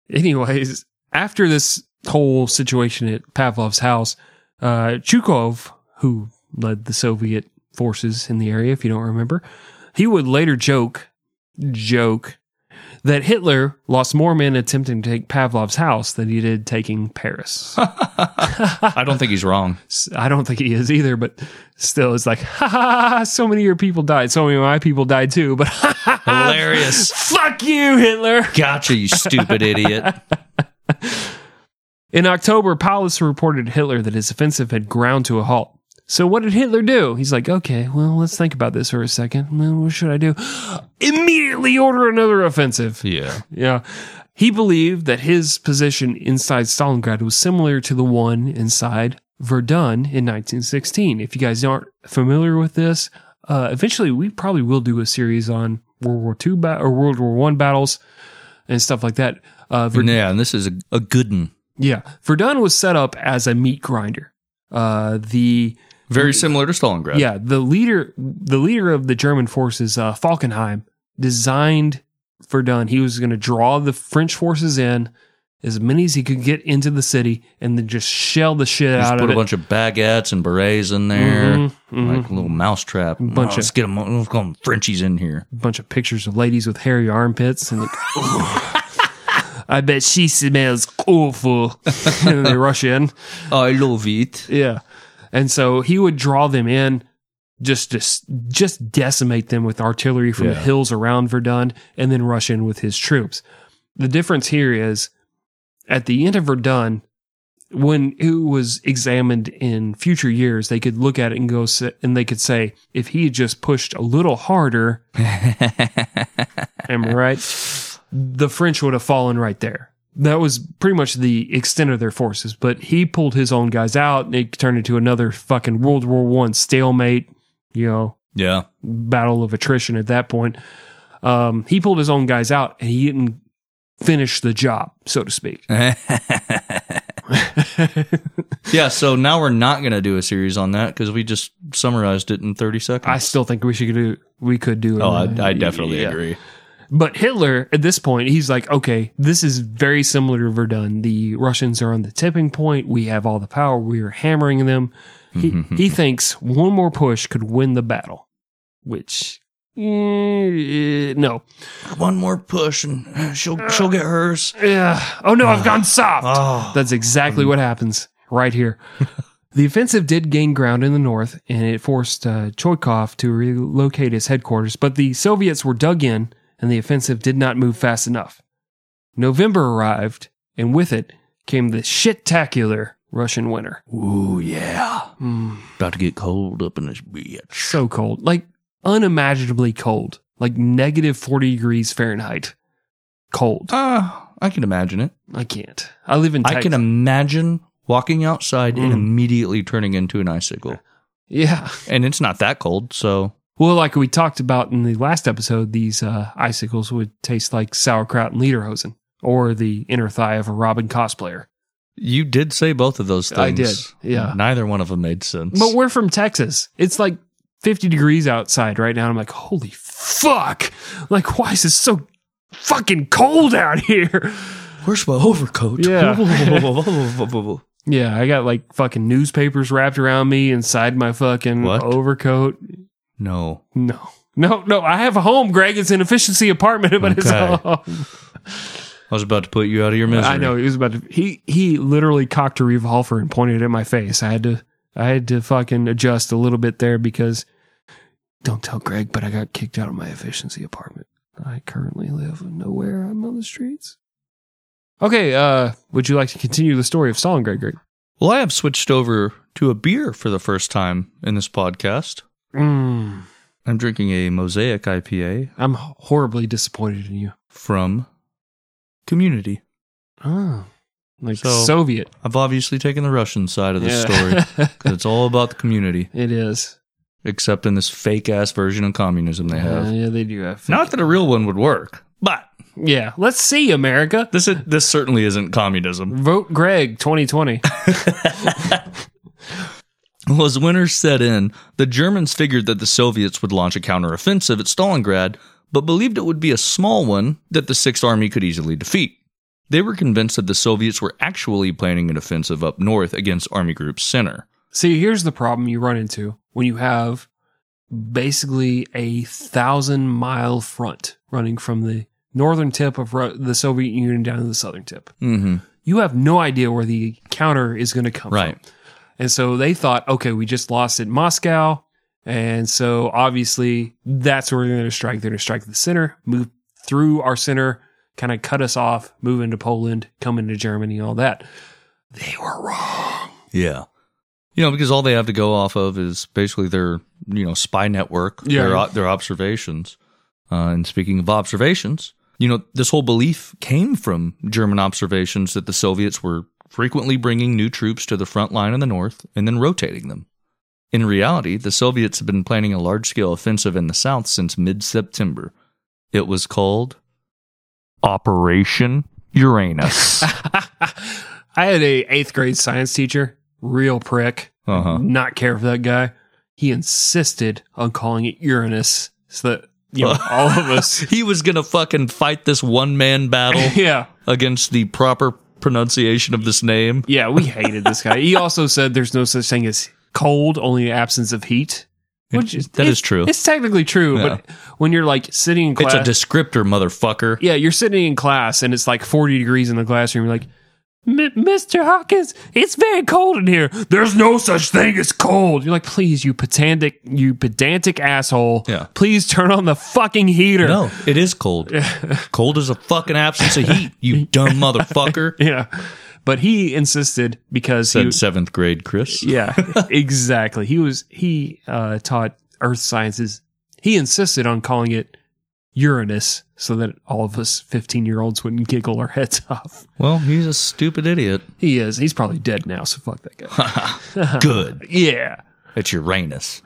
Speaker 1: Anyways, after this whole situation at Pavlov's house, uh, Chukov, who led the Soviet forces in the area, if you don't remember, he would later joke, joke, that Hitler lost more men attempting to take Pavlov's house than he did taking Paris.
Speaker 2: I don't think he's wrong.
Speaker 1: S- I don't think he is either, but still, it's like, ha ha, ha, so many of your people died. So many of my people died too, but ha, ha, ha,
Speaker 2: Hilarious.
Speaker 1: Fuck you, Hitler.
Speaker 2: Gotcha, you stupid idiot.
Speaker 1: In October, Paulus reported to Hitler that his offensive had ground to a halt. So what did Hitler do? He's like, okay, well, let's think about this for a second. Well, what should I do? Immediately order another offensive.
Speaker 2: Yeah.
Speaker 1: Yeah. He believed that his position inside Stalingrad was similar to the one inside Verdun in 1916. If you guys aren't familiar with this, uh, eventually we probably will do a series on World War II ba- or World War One battles and stuff like that. Uh, Verdun.
Speaker 2: Yeah, and this is a, a good one.
Speaker 1: Yeah, Verdun was set up as a meat grinder. Uh, the
Speaker 2: Very similar to Stalingrad.
Speaker 1: yeah, the leader the leader of the German forces, uh, Falkenhayn, designed Verdun. He was going to draw the French forces in as many as he could get into the city, and then just shell the shit
Speaker 2: Just
Speaker 1: out
Speaker 2: put
Speaker 1: of
Speaker 2: a
Speaker 1: it.
Speaker 2: bunch of baguettes and berets in there,
Speaker 1: Mhm, mhm.
Speaker 2: like a little mousetrap.
Speaker 1: Bunch
Speaker 2: Oh,
Speaker 1: of-
Speaker 2: let's get them. Let's call them Frenchies in here.
Speaker 1: bunch of pictures of ladies with hairy armpits and like, I bet she smells awful. and they rush in.
Speaker 2: I love it.
Speaker 1: Yeah. And so he would draw them in, just just, just decimate them with artillery from the
Speaker 2: Yeah.
Speaker 1: hills around Verdun, and then rush in with his troops. The difference here is at the end of Verdun, when it was examined in future years, they could look at it and go sa- and they could say, if he had just pushed a little harder, am I right? The French would have fallen right there. That was pretty much the extent of their forces. But he pulled his own guys out, and it turned into another fucking World War One stalemate. You know,
Speaker 2: Yeah.
Speaker 1: battle of attrition at that point. Um, he pulled his own guys out, and he didn't finish the job, so to speak.
Speaker 2: yeah, so now we're not going to do a series on that because we just summarized it in 30 seconds.
Speaker 1: I still think we should do. We could do.
Speaker 2: oh,
Speaker 1: another-
Speaker 2: I, I definitely
Speaker 1: Yeah.
Speaker 2: agree.
Speaker 1: But Hitler, at this point, he's like, okay, this is very similar to Verdun. The Russians are on the tipping point. We have all the power. We are hammering them. He, he thinks one more push could win the battle, which, eh, no.
Speaker 2: One more push and uh, she'll she'll get hers.
Speaker 1: Yeah. Oh, no, I've gone soft.
Speaker 2: Oh.
Speaker 1: That's exactly what happens right here. the offensive did gain ground in the north, and it forced uh, Choikov to relocate his headquarters. But the Soviets were dug in, and the offensive did not move fast enough. November arrived, and with it came the shit-tacular Russian winter.
Speaker 2: Ooh, yeah.
Speaker 1: Mm,
Speaker 2: About to get cold up in this bitch.
Speaker 1: so cold, like unimaginably cold, like negative forty degrees Fahrenheit. Cold.
Speaker 2: Ah, I can imagine it.
Speaker 1: I can't. I live in.
Speaker 2: I
Speaker 1: Texas.
Speaker 2: can imagine walking outside and
Speaker 1: Mm.
Speaker 2: immediately turning into an icicle.
Speaker 1: yeah.
Speaker 2: And it's not that cold, so
Speaker 1: Well, like we talked about in the last episode, these uh, icicles would taste like sauerkraut and lederhosen, or the inner thigh of a Robin cosplayer.
Speaker 2: you did say both of those things.
Speaker 1: I did, yeah.
Speaker 2: Neither one of them made sense.
Speaker 1: But we're from Texas. It's like 50 degrees outside right now. I'm like, holy fuck. Like, why is it so fucking cold out here?
Speaker 2: Where's my overcoat?
Speaker 1: Yeah. Yeah, I got like fucking newspapers wrapped around me inside my fucking
Speaker 2: What?
Speaker 1: overcoat.
Speaker 2: no.
Speaker 1: No. No, no, I have a home, Greg. It's an efficiency apartment, but it's
Speaker 2: Okay.
Speaker 1: a home.
Speaker 2: I was about to put you out of your misery.
Speaker 1: I know he was about to. He he literally cocked a revolver and pointed it at my face. I had to I had to fucking adjust a little bit there because don't tell Greg, but I got kicked out of my efficiency apartment. I currently live nowhere. I'm on the streets. Okay, uh, would you like to continue the story of Stalin, Greg? Greg?
Speaker 2: Well, I have switched over to a beer for the first time in this podcast.
Speaker 1: Mm,
Speaker 2: I'm drinking a Mosaic IPA
Speaker 1: I'm horribly disappointed in you.
Speaker 2: from Community.
Speaker 1: Oh, like
Speaker 2: So-
Speaker 1: Soviet.
Speaker 2: I've obviously taken the Russian side of this story
Speaker 1: Yeah.
Speaker 2: 'cause story. It's all about the community,
Speaker 1: it is.
Speaker 2: except in this fake ass version of communism they have.
Speaker 1: Uh, yeah, they do have.
Speaker 2: Not that a real one would work, but
Speaker 1: yeah, let's see, America.
Speaker 2: this is, this certainly isn't communism.
Speaker 1: Vote Greg 2020.
Speaker 2: Well, as winter set in, the Germans figured that the Soviets would launch a counteroffensive at Stalingrad, but believed it would be a small one that the Sixth Army could easily defeat. They were convinced that the Soviets were actually planning an offensive up north against Army Group Center.
Speaker 1: See, here's the problem you run into when you have basically a thousand mile front running from the northern tip of Ru- the Soviet Union down to the southern tip.
Speaker 2: Mm-hmm.
Speaker 1: You have no idea where the counter is going to come
Speaker 2: Right.
Speaker 1: from. And so they thought, okay, we just lost at Moscow. And so obviously that's where they're going to strike. They're going to strike the center, move through our center, kind of cut us off, move into Poland, come into Germany, all that. They were wrong.
Speaker 2: Yeah. You know, because all they have to go off of is basically their, you know, spy network,
Speaker 1: Yeah.
Speaker 2: their, their observations. Uh, and speaking of observations, you know, this whole belief came from German observations that the Soviets were frequently bringing new troops to the front line in the north and then rotating them. In reality, the Soviets had been planning a large scale offensive in the south since mid September. It was called Operation Uranus.
Speaker 1: I had a eighth grade science teacher, real prick.
Speaker 2: Uh-huh.
Speaker 1: Not care for that guy. He insisted on calling it Uranus, so that you know all of us.
Speaker 2: he was gonna fucking fight this one man battle
Speaker 1: Yeah,
Speaker 2: against the proper pronunciation of this name.
Speaker 1: yeah, we hated this guy. He also said there's no such thing as cold, only the absence of heat. Which is
Speaker 2: That is
Speaker 1: it's-
Speaker 2: true.
Speaker 1: It's technically true, but when you're like sitting in
Speaker 2: It's
Speaker 1: class,
Speaker 2: a descriptor, motherfucker.
Speaker 1: yeah, you're sitting in class and it's like 40 degrees in the classroom. You're like, "M- Mr. Hawkins, it's very cold in here. There's no such thing as cold. You're like, please, you pedantic, you pedantic asshole.
Speaker 2: Yeah.
Speaker 1: Please turn on the fucking heater.
Speaker 2: No, it is cold. cold is a fucking absence of heat, you dumb motherfucker.
Speaker 1: Yeah. But he insisted because he,
Speaker 2: Said seventh grade Chris.
Speaker 1: yeah, exactly. He was, he uh, taught earth sciences. He insisted on calling it Uranus so that all of us 15 year olds wouldn't giggle our heads off.
Speaker 2: Well, he's a stupid idiot.
Speaker 1: He is. He's probably dead now, so fuck that guy.
Speaker 2: Good.
Speaker 1: Yeah.
Speaker 2: It's Uranus.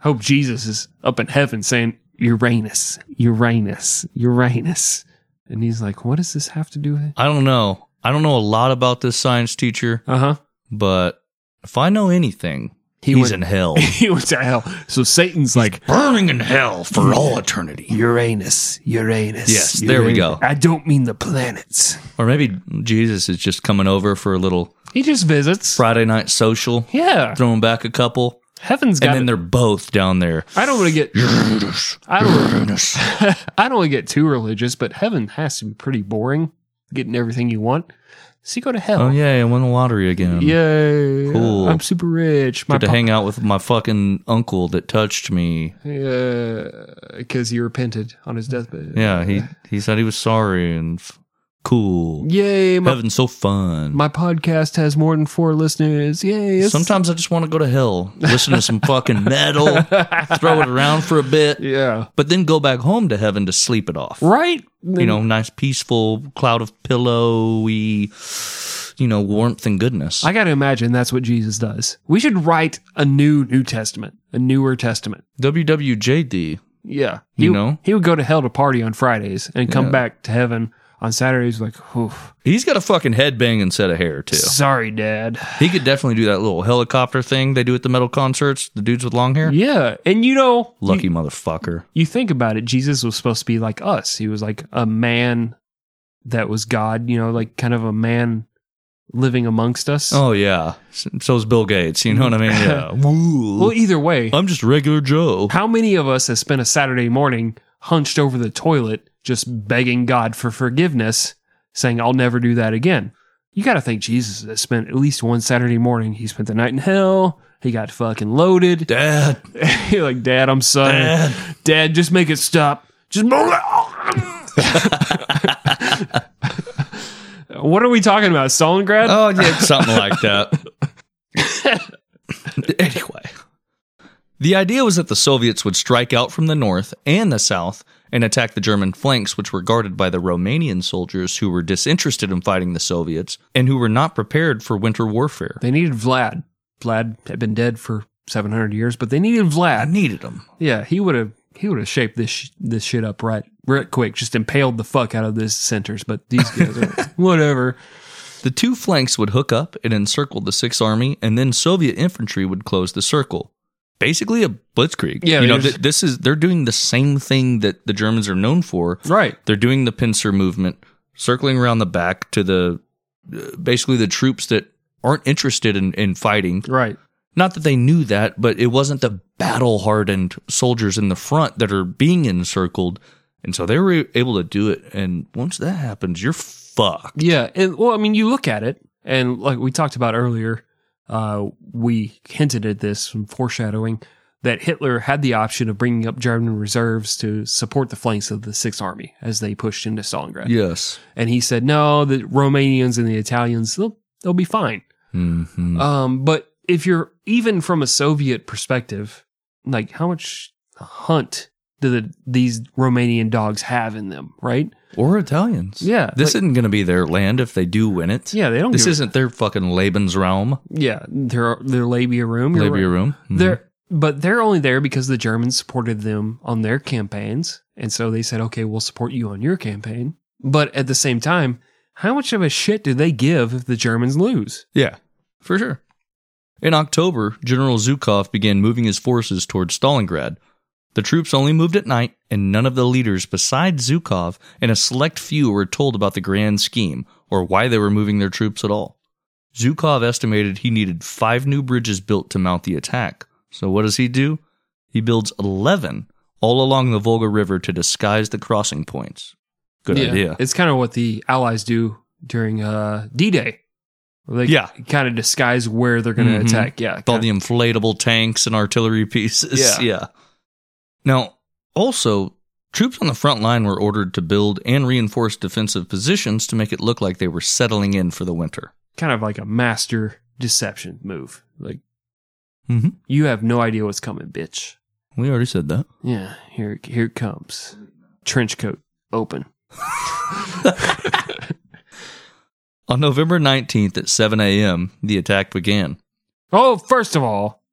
Speaker 1: Hope Jesus is up in heaven saying, Uranus, Uranus, Uranus. And he's like, what does this have to do with it?
Speaker 2: I don't know. I don't know a lot about this science teacher,
Speaker 1: Uh huh.
Speaker 2: but if I know anything, he's
Speaker 1: went-
Speaker 2: in hell.
Speaker 1: He went to hell. So Satan's like,
Speaker 2: Burning in hell for all eternity.
Speaker 1: Uranus, Uranus.
Speaker 2: Yes, there we go.
Speaker 1: I don't mean the planets.
Speaker 2: Or maybe Jesus is just coming over for a little
Speaker 1: He just visits.
Speaker 2: Friday night social,
Speaker 1: Yeah.
Speaker 2: throwing back a couple,
Speaker 1: Heaven's
Speaker 2: and
Speaker 1: got
Speaker 2: then
Speaker 1: it.
Speaker 2: they're both down there.
Speaker 1: I don't want to get I don't I don't want to get too religious, but heaven has to be pretty boring. Getting everything you want. So you go to hell.
Speaker 2: Oh yeah, I won the lottery again.
Speaker 1: Yay.
Speaker 2: Cool.
Speaker 1: I'm super rich. My
Speaker 2: Get to
Speaker 1: pa-
Speaker 2: hang out with my fucking uncle that touched me.
Speaker 1: because Uh, he repented on his deathbed.
Speaker 2: Yeah, he he said he was sorry and f- cool.
Speaker 1: Yay, my,
Speaker 2: Heaven's so fun.
Speaker 1: my podcast has more than four listeners. Yay. It's,
Speaker 2: Sometimes I just want to go to hell, listen to some fucking metal, throw it around for a bit,
Speaker 1: yeah.
Speaker 2: but then go back home to heaven to sleep it off.
Speaker 1: Right?
Speaker 2: you know, nice peaceful cloud of pillowy, you know, warmth and goodness.
Speaker 1: I got to imagine that's what Jesus does. We should write a new New Testament, a newer Testament.
Speaker 2: WWJD.
Speaker 1: Yeah.
Speaker 2: You
Speaker 1: He-
Speaker 2: know?
Speaker 1: He would go to hell to party on Fridays and come back to heaven on Saturdays, like, whew,
Speaker 2: He's got a fucking headbanging set of hair too.
Speaker 1: sorry, Dad.
Speaker 2: He could definitely do that little helicopter thing they do at the metal concerts. The dudes with long hair.
Speaker 1: Yeah. And you know,
Speaker 2: Lucky motherfucker.
Speaker 1: you think about it, Jesus was supposed to be like us. He was like a man that was God, you know, like kind of a man living amongst us.
Speaker 2: Oh yeah. S- So is Bill Gates. You know what I mean? Yeah. Woo.
Speaker 1: Well, either way,
Speaker 2: I'm just regular Joe.
Speaker 1: how many of us have spent a Saturday morning hunched over the toilet just begging God for forgiveness, saying, I'll never do that again? You got to think Jesus has spent at least one Saturday morning. He spent the night in hell. He got fucking loaded.
Speaker 2: Dad.
Speaker 1: You're like, Dad, I'm sorry.
Speaker 2: Dad.
Speaker 1: Dad, just make it stop. Just. what are we talking about? Stalingrad?
Speaker 2: Oh yeah, something like that. anyway, the idea was that the Soviets would strike out from the north and the south and attack the German flanks, which were guarded by the Romanian soldiers who were disinterested in fighting the Soviets and who were not prepared for winter warfare.
Speaker 1: They needed Vlad. Vlad had been dead for 700 years, but they needed
Speaker 2: I
Speaker 1: Vlad.
Speaker 2: needed them.
Speaker 1: Yeah, he would have he would have shaped this sh- this shit up right real quick. Just impaled the fuck out of this centers, but these guys are whatever.
Speaker 2: The two flanks would hook up and encircle the Sixth Army, and then Soviet infantry would close the circle. Basically, a blitzkrieg.
Speaker 1: Yeah,
Speaker 2: you know,
Speaker 1: they just-
Speaker 2: th- this is they're doing the same thing that the Germans are known for,
Speaker 1: Right.
Speaker 2: They're doing the pincer movement, circling around the back to the uh, basically the troops that aren't interested in, in fighting.
Speaker 1: Right.
Speaker 2: Not that they knew that, but it wasn't the battle hardened soldiers in the front that are being encircled. And so they were able to do it. And once that happens, you're fucked.
Speaker 1: Yeah, and well, I mean, you look at it, and like we talked about earlier, uh, we hinted at this from foreshadowing that Hitler had the option of bringing up German reserves to support the flanks of the Sixth Army as they pushed into Stalingrad,
Speaker 2: Yes.
Speaker 1: and he said, "No, the Romanians and the Italians, they'll they'll be fine."
Speaker 2: hmm
Speaker 1: Um, but if you're even from a Soviet perspective, like how much hunt do the, these Romanian dogs have in them, right?
Speaker 2: or Italians.
Speaker 1: Yeah,
Speaker 2: This isn't going to be their land if they do win it.
Speaker 1: Yeah, they don't.
Speaker 2: This
Speaker 1: give a-
Speaker 2: isn't their fucking Lebensraum,
Speaker 1: yeah, their their labia room. you're right.
Speaker 2: Labia Room. Mhm.
Speaker 1: They're but they're only there because the Germans supported them on their campaigns, and so they said, "Okay, we'll support you on your campaign." But at the same time, how much of a shit do they give if the Germans lose?
Speaker 2: Yeah, for sure. In October, General Zhukov began moving his forces towards Stalingrad. The troops only moved at night, and none of the leaders besides Zhukov and a select few were told about the grand scheme or why they were moving their troops at all. Zhukov estimated he needed five new bridges built to mount the attack. So what does he do? He builds 11 all along the Volga River to disguise the crossing points. Good
Speaker 1: Yeah.
Speaker 2: idea.
Speaker 1: It's kind of what the Allies do during uh, D-Day. Where They
Speaker 2: Yeah.
Speaker 1: kind of disguise where they're going to
Speaker 2: Mhm.
Speaker 1: attack. Yeah,
Speaker 2: with all the inflatable tanks and artillery pieces.
Speaker 1: Yeah.
Speaker 2: Now, also, troops on the front line were ordered to build and reinforce defensive positions to make it look like they were settling in for the winter.
Speaker 1: kind of like a master deception move. Like
Speaker 2: Mm-hmm.
Speaker 1: you have no idea what's coming, bitch.
Speaker 2: We already said that.
Speaker 1: Yeah, here here it comes. Trench coat open.
Speaker 2: On November 19th at 7 a.m., the attack began.
Speaker 1: Oh, first of all,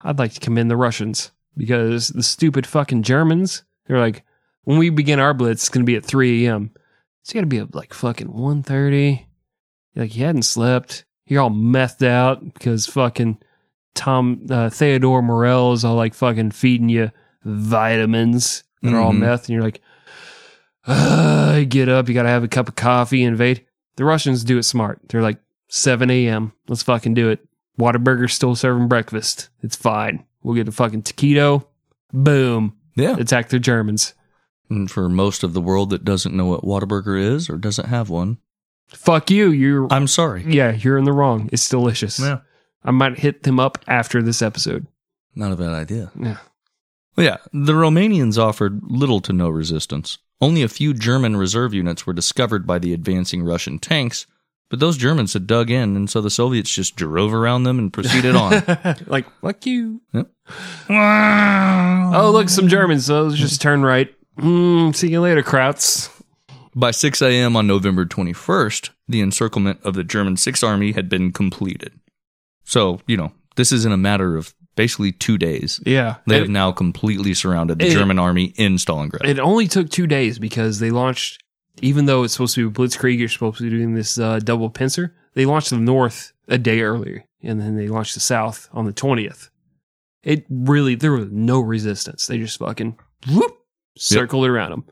Speaker 1: I'd like to commend the Russians because the stupid fucking Germans, they're like, when we begin our blitz, it's gonna be at three AM. It's gotta be at like fucking 1.30. Like you hadn't slept. You're all methed out because fucking Tom uh, Theodore Morel is all like fucking feeding you vitamins that are all
Speaker 2: Mhm.
Speaker 1: meth, and you're like, "Ugh, get up, you gotta have a cup of coffee, invade. The Russians do it smart. They're like, 7 a.m. Let's fucking do it. Whataburger's still serving breakfast. It's fine. We'll get a fucking taquito. Boom.
Speaker 2: Yeah.
Speaker 1: Attack the Germans.
Speaker 2: And for most of the world that doesn't know what Whataburger is or doesn't have one,
Speaker 1: Fuck you. You're
Speaker 2: I'm sorry.
Speaker 1: yeah, you're in the wrong. It's delicious. I might hit them up after this episode.
Speaker 2: Not a bad idea.
Speaker 1: Yeah.
Speaker 2: Well, yeah, the Romanians offered little to no resistance. Only a few German reserve units were discovered by the advancing Russian tanks, but those Germans had dug in, and so the Soviets just drove around them and proceeded on.
Speaker 1: like fuck you.
Speaker 2: oh,
Speaker 1: Oh look, some Germans. So let's just turn right. Mm, see you later, Krauts.
Speaker 2: By 6 a.m. on November 21st, the encirclement of the German Sixth Army had been completed. So, you know, this is in a matter of basically two days.
Speaker 1: Yeah.
Speaker 2: They have
Speaker 1: it,
Speaker 2: now completely surrounded the
Speaker 1: it-
Speaker 2: German army in Stalingrad.
Speaker 1: it only took two days because they launched even though it's supposed to be Blitzkrieg, you're supposed to be doing this uh, double pincer. They launched the North a day earlier, and then they launched the South on the 20th. It really, there was no resistance. They just fucking whoop, circled around them.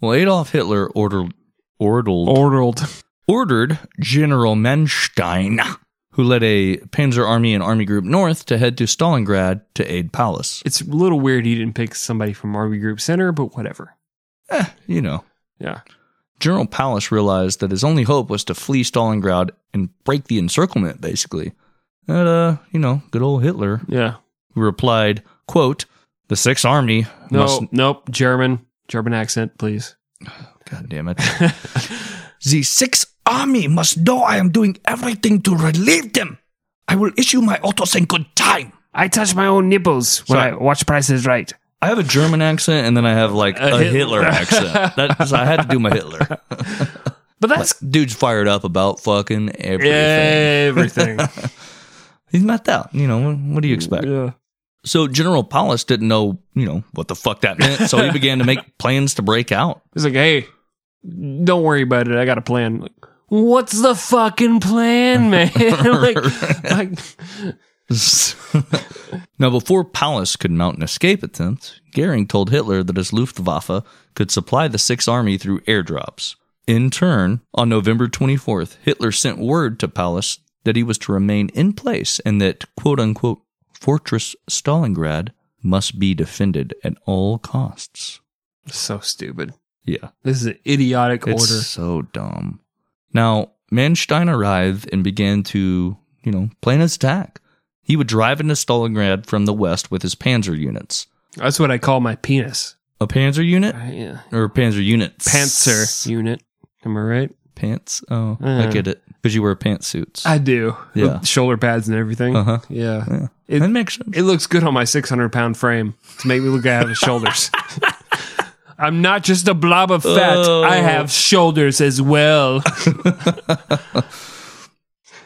Speaker 2: Well, Adolf Hitler ordered ordered
Speaker 1: Ordered.
Speaker 2: ordered General Manstein, who led a Panzer Army and Army Group North, to head to Stalingrad to aid Paulus.
Speaker 1: It's a little weird he didn't pick somebody from Army Group Center, but whatever.
Speaker 2: Eh, you know,
Speaker 1: Yeah.
Speaker 2: General Paulus realized that his only hope was to flee Stalingrad and break the encirclement, basically. And, uh, you know, good old Hitler
Speaker 1: Yeah.
Speaker 2: who replied, quote, the Sixth Army
Speaker 1: No,
Speaker 2: must...
Speaker 1: nope. German. German accent, please.
Speaker 2: God damn it. the Sixth Army must know I am doing everything to relieve them. I will issue my autos in good time.
Speaker 1: I touch my own nipples when
Speaker 2: Sorry.
Speaker 1: I watch prices right.
Speaker 2: I have a German accent and then I have like a,
Speaker 1: A Hit-
Speaker 2: Hitler accent. That's I had to do my Hitler.
Speaker 1: But that's
Speaker 2: Dude's fired up about fucking everything.
Speaker 1: everything.
Speaker 2: He's not out. You know, what do you expect?
Speaker 1: yeah.
Speaker 2: So General Paulus didn't know, you know, what the fuck that meant. So he began to make plans to break out.
Speaker 1: It's like, hey, don't worry about it. I got a plan. Like, What's the fucking plan, man? like, like,
Speaker 2: now, before Paulus could mount an escape attempt, Goering told Hitler that his Luftwaffe could supply the Sixth Army through airdrops. In turn, on November 24th, Hitler sent word to Paulus that he was to remain in place and that, quote unquote, Fortress Stalingrad must be defended at all costs.
Speaker 1: so stupid.
Speaker 2: Yeah.
Speaker 1: This is an idiotic
Speaker 2: It's
Speaker 1: order.
Speaker 2: so dumb. Now, Manstein arrived and began to, you know, plan his attack. He would drive into Stalingrad from the west with his panzer units.
Speaker 1: That's what I call my penis.
Speaker 2: A panzer unit?
Speaker 1: Right, yeah.
Speaker 2: Or panzer units?
Speaker 1: Panzer unit. Am I right?
Speaker 2: Pants. Oh, I
Speaker 1: Mm.
Speaker 2: get it. Because you wear pantsuits.
Speaker 1: I do.
Speaker 2: Yeah.
Speaker 1: With shoulder pads and everything.
Speaker 2: Uh-huh.
Speaker 1: Yeah.
Speaker 2: yeah.
Speaker 1: It-
Speaker 2: that makes sense.
Speaker 1: It looks good on my 600 pound frame to make me look I have shoulders. I'm not just a blob of fat.
Speaker 2: Oh.
Speaker 1: I have shoulders as well.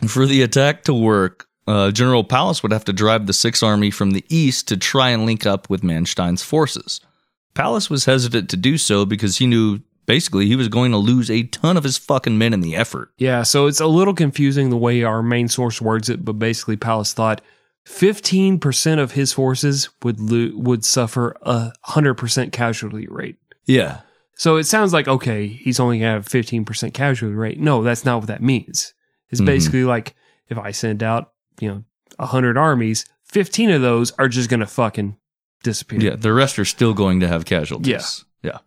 Speaker 2: For the attack to work, uh, General Paulus would have to drive the Sixth Army from the east to try and link up with Manstein's forces. Paulus was hesitant to do so because he knew basically he was going to lose a ton of his fucking men in the effort.
Speaker 1: Yeah, so it's a little confusing the way our main source words it, but basically Pallas thought 15% of his forces would lo- would suffer a 100% casualty rate.
Speaker 2: Yeah.
Speaker 1: So it sounds like okay, he's only going to have 15% casualty rate. No, that's not what that means. It's
Speaker 2: Mhm.
Speaker 1: basically like if I send out, you know, 100 armies, 15 of those are just going to fucking disappear.
Speaker 2: Yeah. The rest are still going to have casualties. Yeah. Yeah.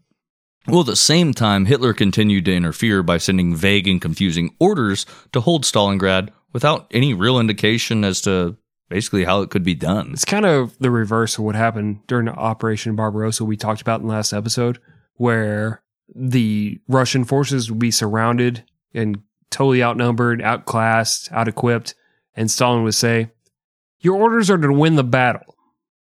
Speaker 2: Well, at the same time, Hitler continued to interfere by sending vague and confusing orders to hold Stalingrad without any real indication as to basically how it could be done.
Speaker 1: It's kind of the reverse of what happened during Operation Barbarossa we talked about in the last episode, where the Russian forces would be surrounded and totally outnumbered, outclassed, out equipped, and Stalin would say, Your orders are to win the battle.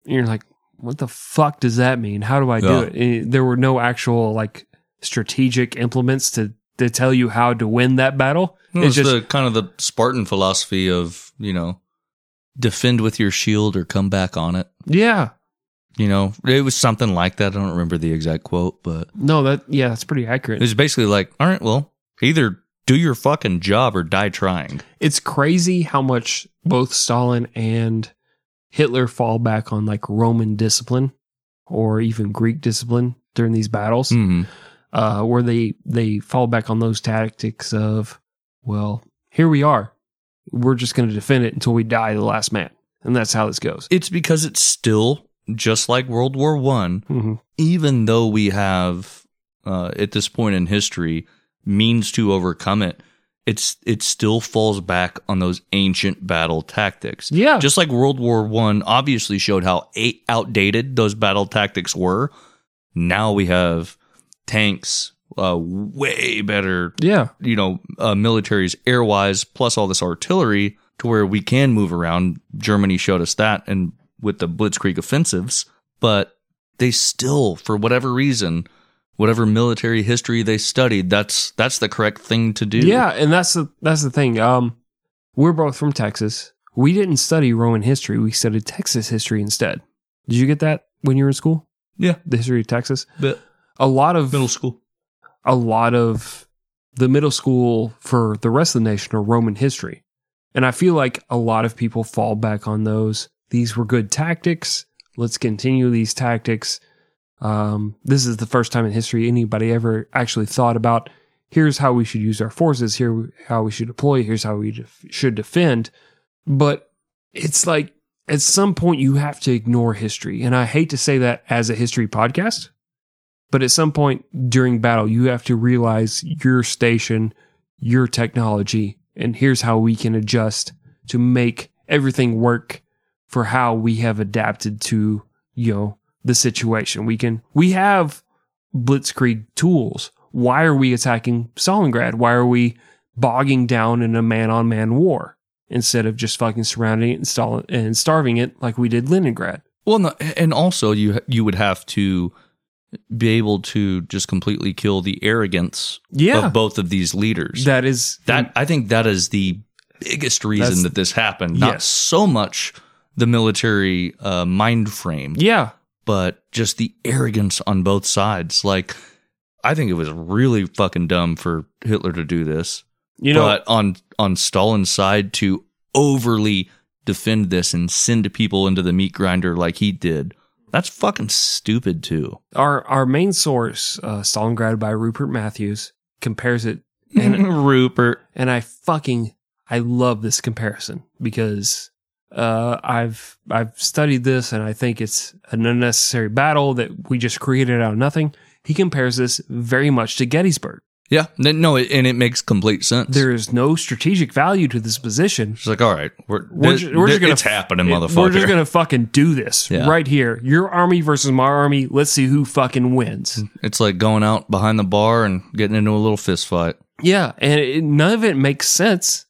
Speaker 1: And you're like, What the fuck does that mean? How do I
Speaker 2: Yeah.
Speaker 1: do it? And there were no actual like strategic implements to to tell you how to win that battle.
Speaker 2: Well,
Speaker 1: it's
Speaker 2: It's,
Speaker 1: just
Speaker 2: the kind of the Spartan philosophy of you know, defend with your shield or come back on it.
Speaker 1: Yeah.
Speaker 2: You know, it was something like that. I don't remember the exact quote, but
Speaker 1: No, that yeah, that's pretty accurate.
Speaker 2: it was basically like, all right, well, either do your fucking job or die trying.
Speaker 1: it's crazy how much both Stalin and Hitler fall back on like Roman discipline or even Greek discipline during these battles,
Speaker 2: Mhm.
Speaker 1: uh, where they they fall back on those tactics of, well, here we are, we're just going to defend it until we die the last man, and that's how this goes.
Speaker 2: It's because it's still just like World War One,
Speaker 1: Mhm.
Speaker 2: even though we have uh, at this point in history means to overcome it. It's it still falls back on those ancient battle tactics.
Speaker 1: Yeah,
Speaker 2: just like World War One obviously showed how eight outdated those battle tactics were. Now we have tanks, uh, way better,
Speaker 1: yeah,
Speaker 2: you know, uh, militaries airwise, plus all this artillery to where we can move around. Germany showed us that, and with the Blitzkrieg offensives, but they still, for whatever reason, whatever military history they studied, that's that's the correct thing to do.
Speaker 1: yeah, and that's the that's the thing. Um, we're both from Texas. We didn't study Roman history. We studied Texas history instead. Did you get that when you were in school?
Speaker 2: yeah,
Speaker 1: the history of Texas.
Speaker 2: but
Speaker 1: A lot of
Speaker 2: middle school.
Speaker 1: a lot of the middle school for the rest of the nation are Roman history. And I feel like a lot of people fall back on those. These were good tactics. Let's continue these tactics. Um, this is the first time in history anybody ever actually thought about here's how we should use our forces, here how we should deploy, here's how we def- should defend. But it's like at some point you have to ignore history. And I hate to say that as a history podcast, but at some point during battle, you have to realize your station, your technology, and here's how we can adjust to make everything work for how we have adapted to, you know, the situation. We can, we have blitzkrieg tools. Why are we attacking Stalingrad? Why are we bogging down in a man on man war instead of just fucking surrounding it and, stal- and starving it like we did Leningrad?
Speaker 2: Well, no, and also you you would have to be able to just completely kill the arrogance
Speaker 1: Yeah.
Speaker 2: of both of these leaders.
Speaker 1: That is
Speaker 2: That I think that is the biggest reason
Speaker 1: That's-
Speaker 2: that this happened. Not
Speaker 1: Yes.
Speaker 2: so much the military uh, mind frame,
Speaker 1: yeah.
Speaker 2: but just the arrogance on both sides. Like, I think it was really fucking dumb for Hitler to do this.
Speaker 1: You know,
Speaker 2: but on on Stalin's side to overly defend this and send people into the meat grinder like he did. That's fucking stupid too.
Speaker 1: our our main source, uh, Stalingrad by Rupert Matthews, compares it, and
Speaker 2: Rupert.
Speaker 1: and I fucking I love this comparison because uh, I've I've studied this and I think it's an unnecessary battle that we just created out of nothing. He compares this very much to Gettysburg.
Speaker 2: Yeah. n- No, it, and it makes complete sense.
Speaker 1: There is no strategic value to this position.
Speaker 2: She's like, all right, we're,
Speaker 1: We're,
Speaker 2: this-
Speaker 1: ju- we're just
Speaker 2: this-
Speaker 1: gonna
Speaker 2: it's happening,
Speaker 1: it-
Speaker 2: motherfucker.
Speaker 1: We're just gonna fucking do this
Speaker 2: Yeah.
Speaker 1: right here. Your army versus my army. Let's see who fucking wins.
Speaker 2: it's like going out behind the bar and getting into a little fist fight.
Speaker 1: Yeah, and it, none of it makes sense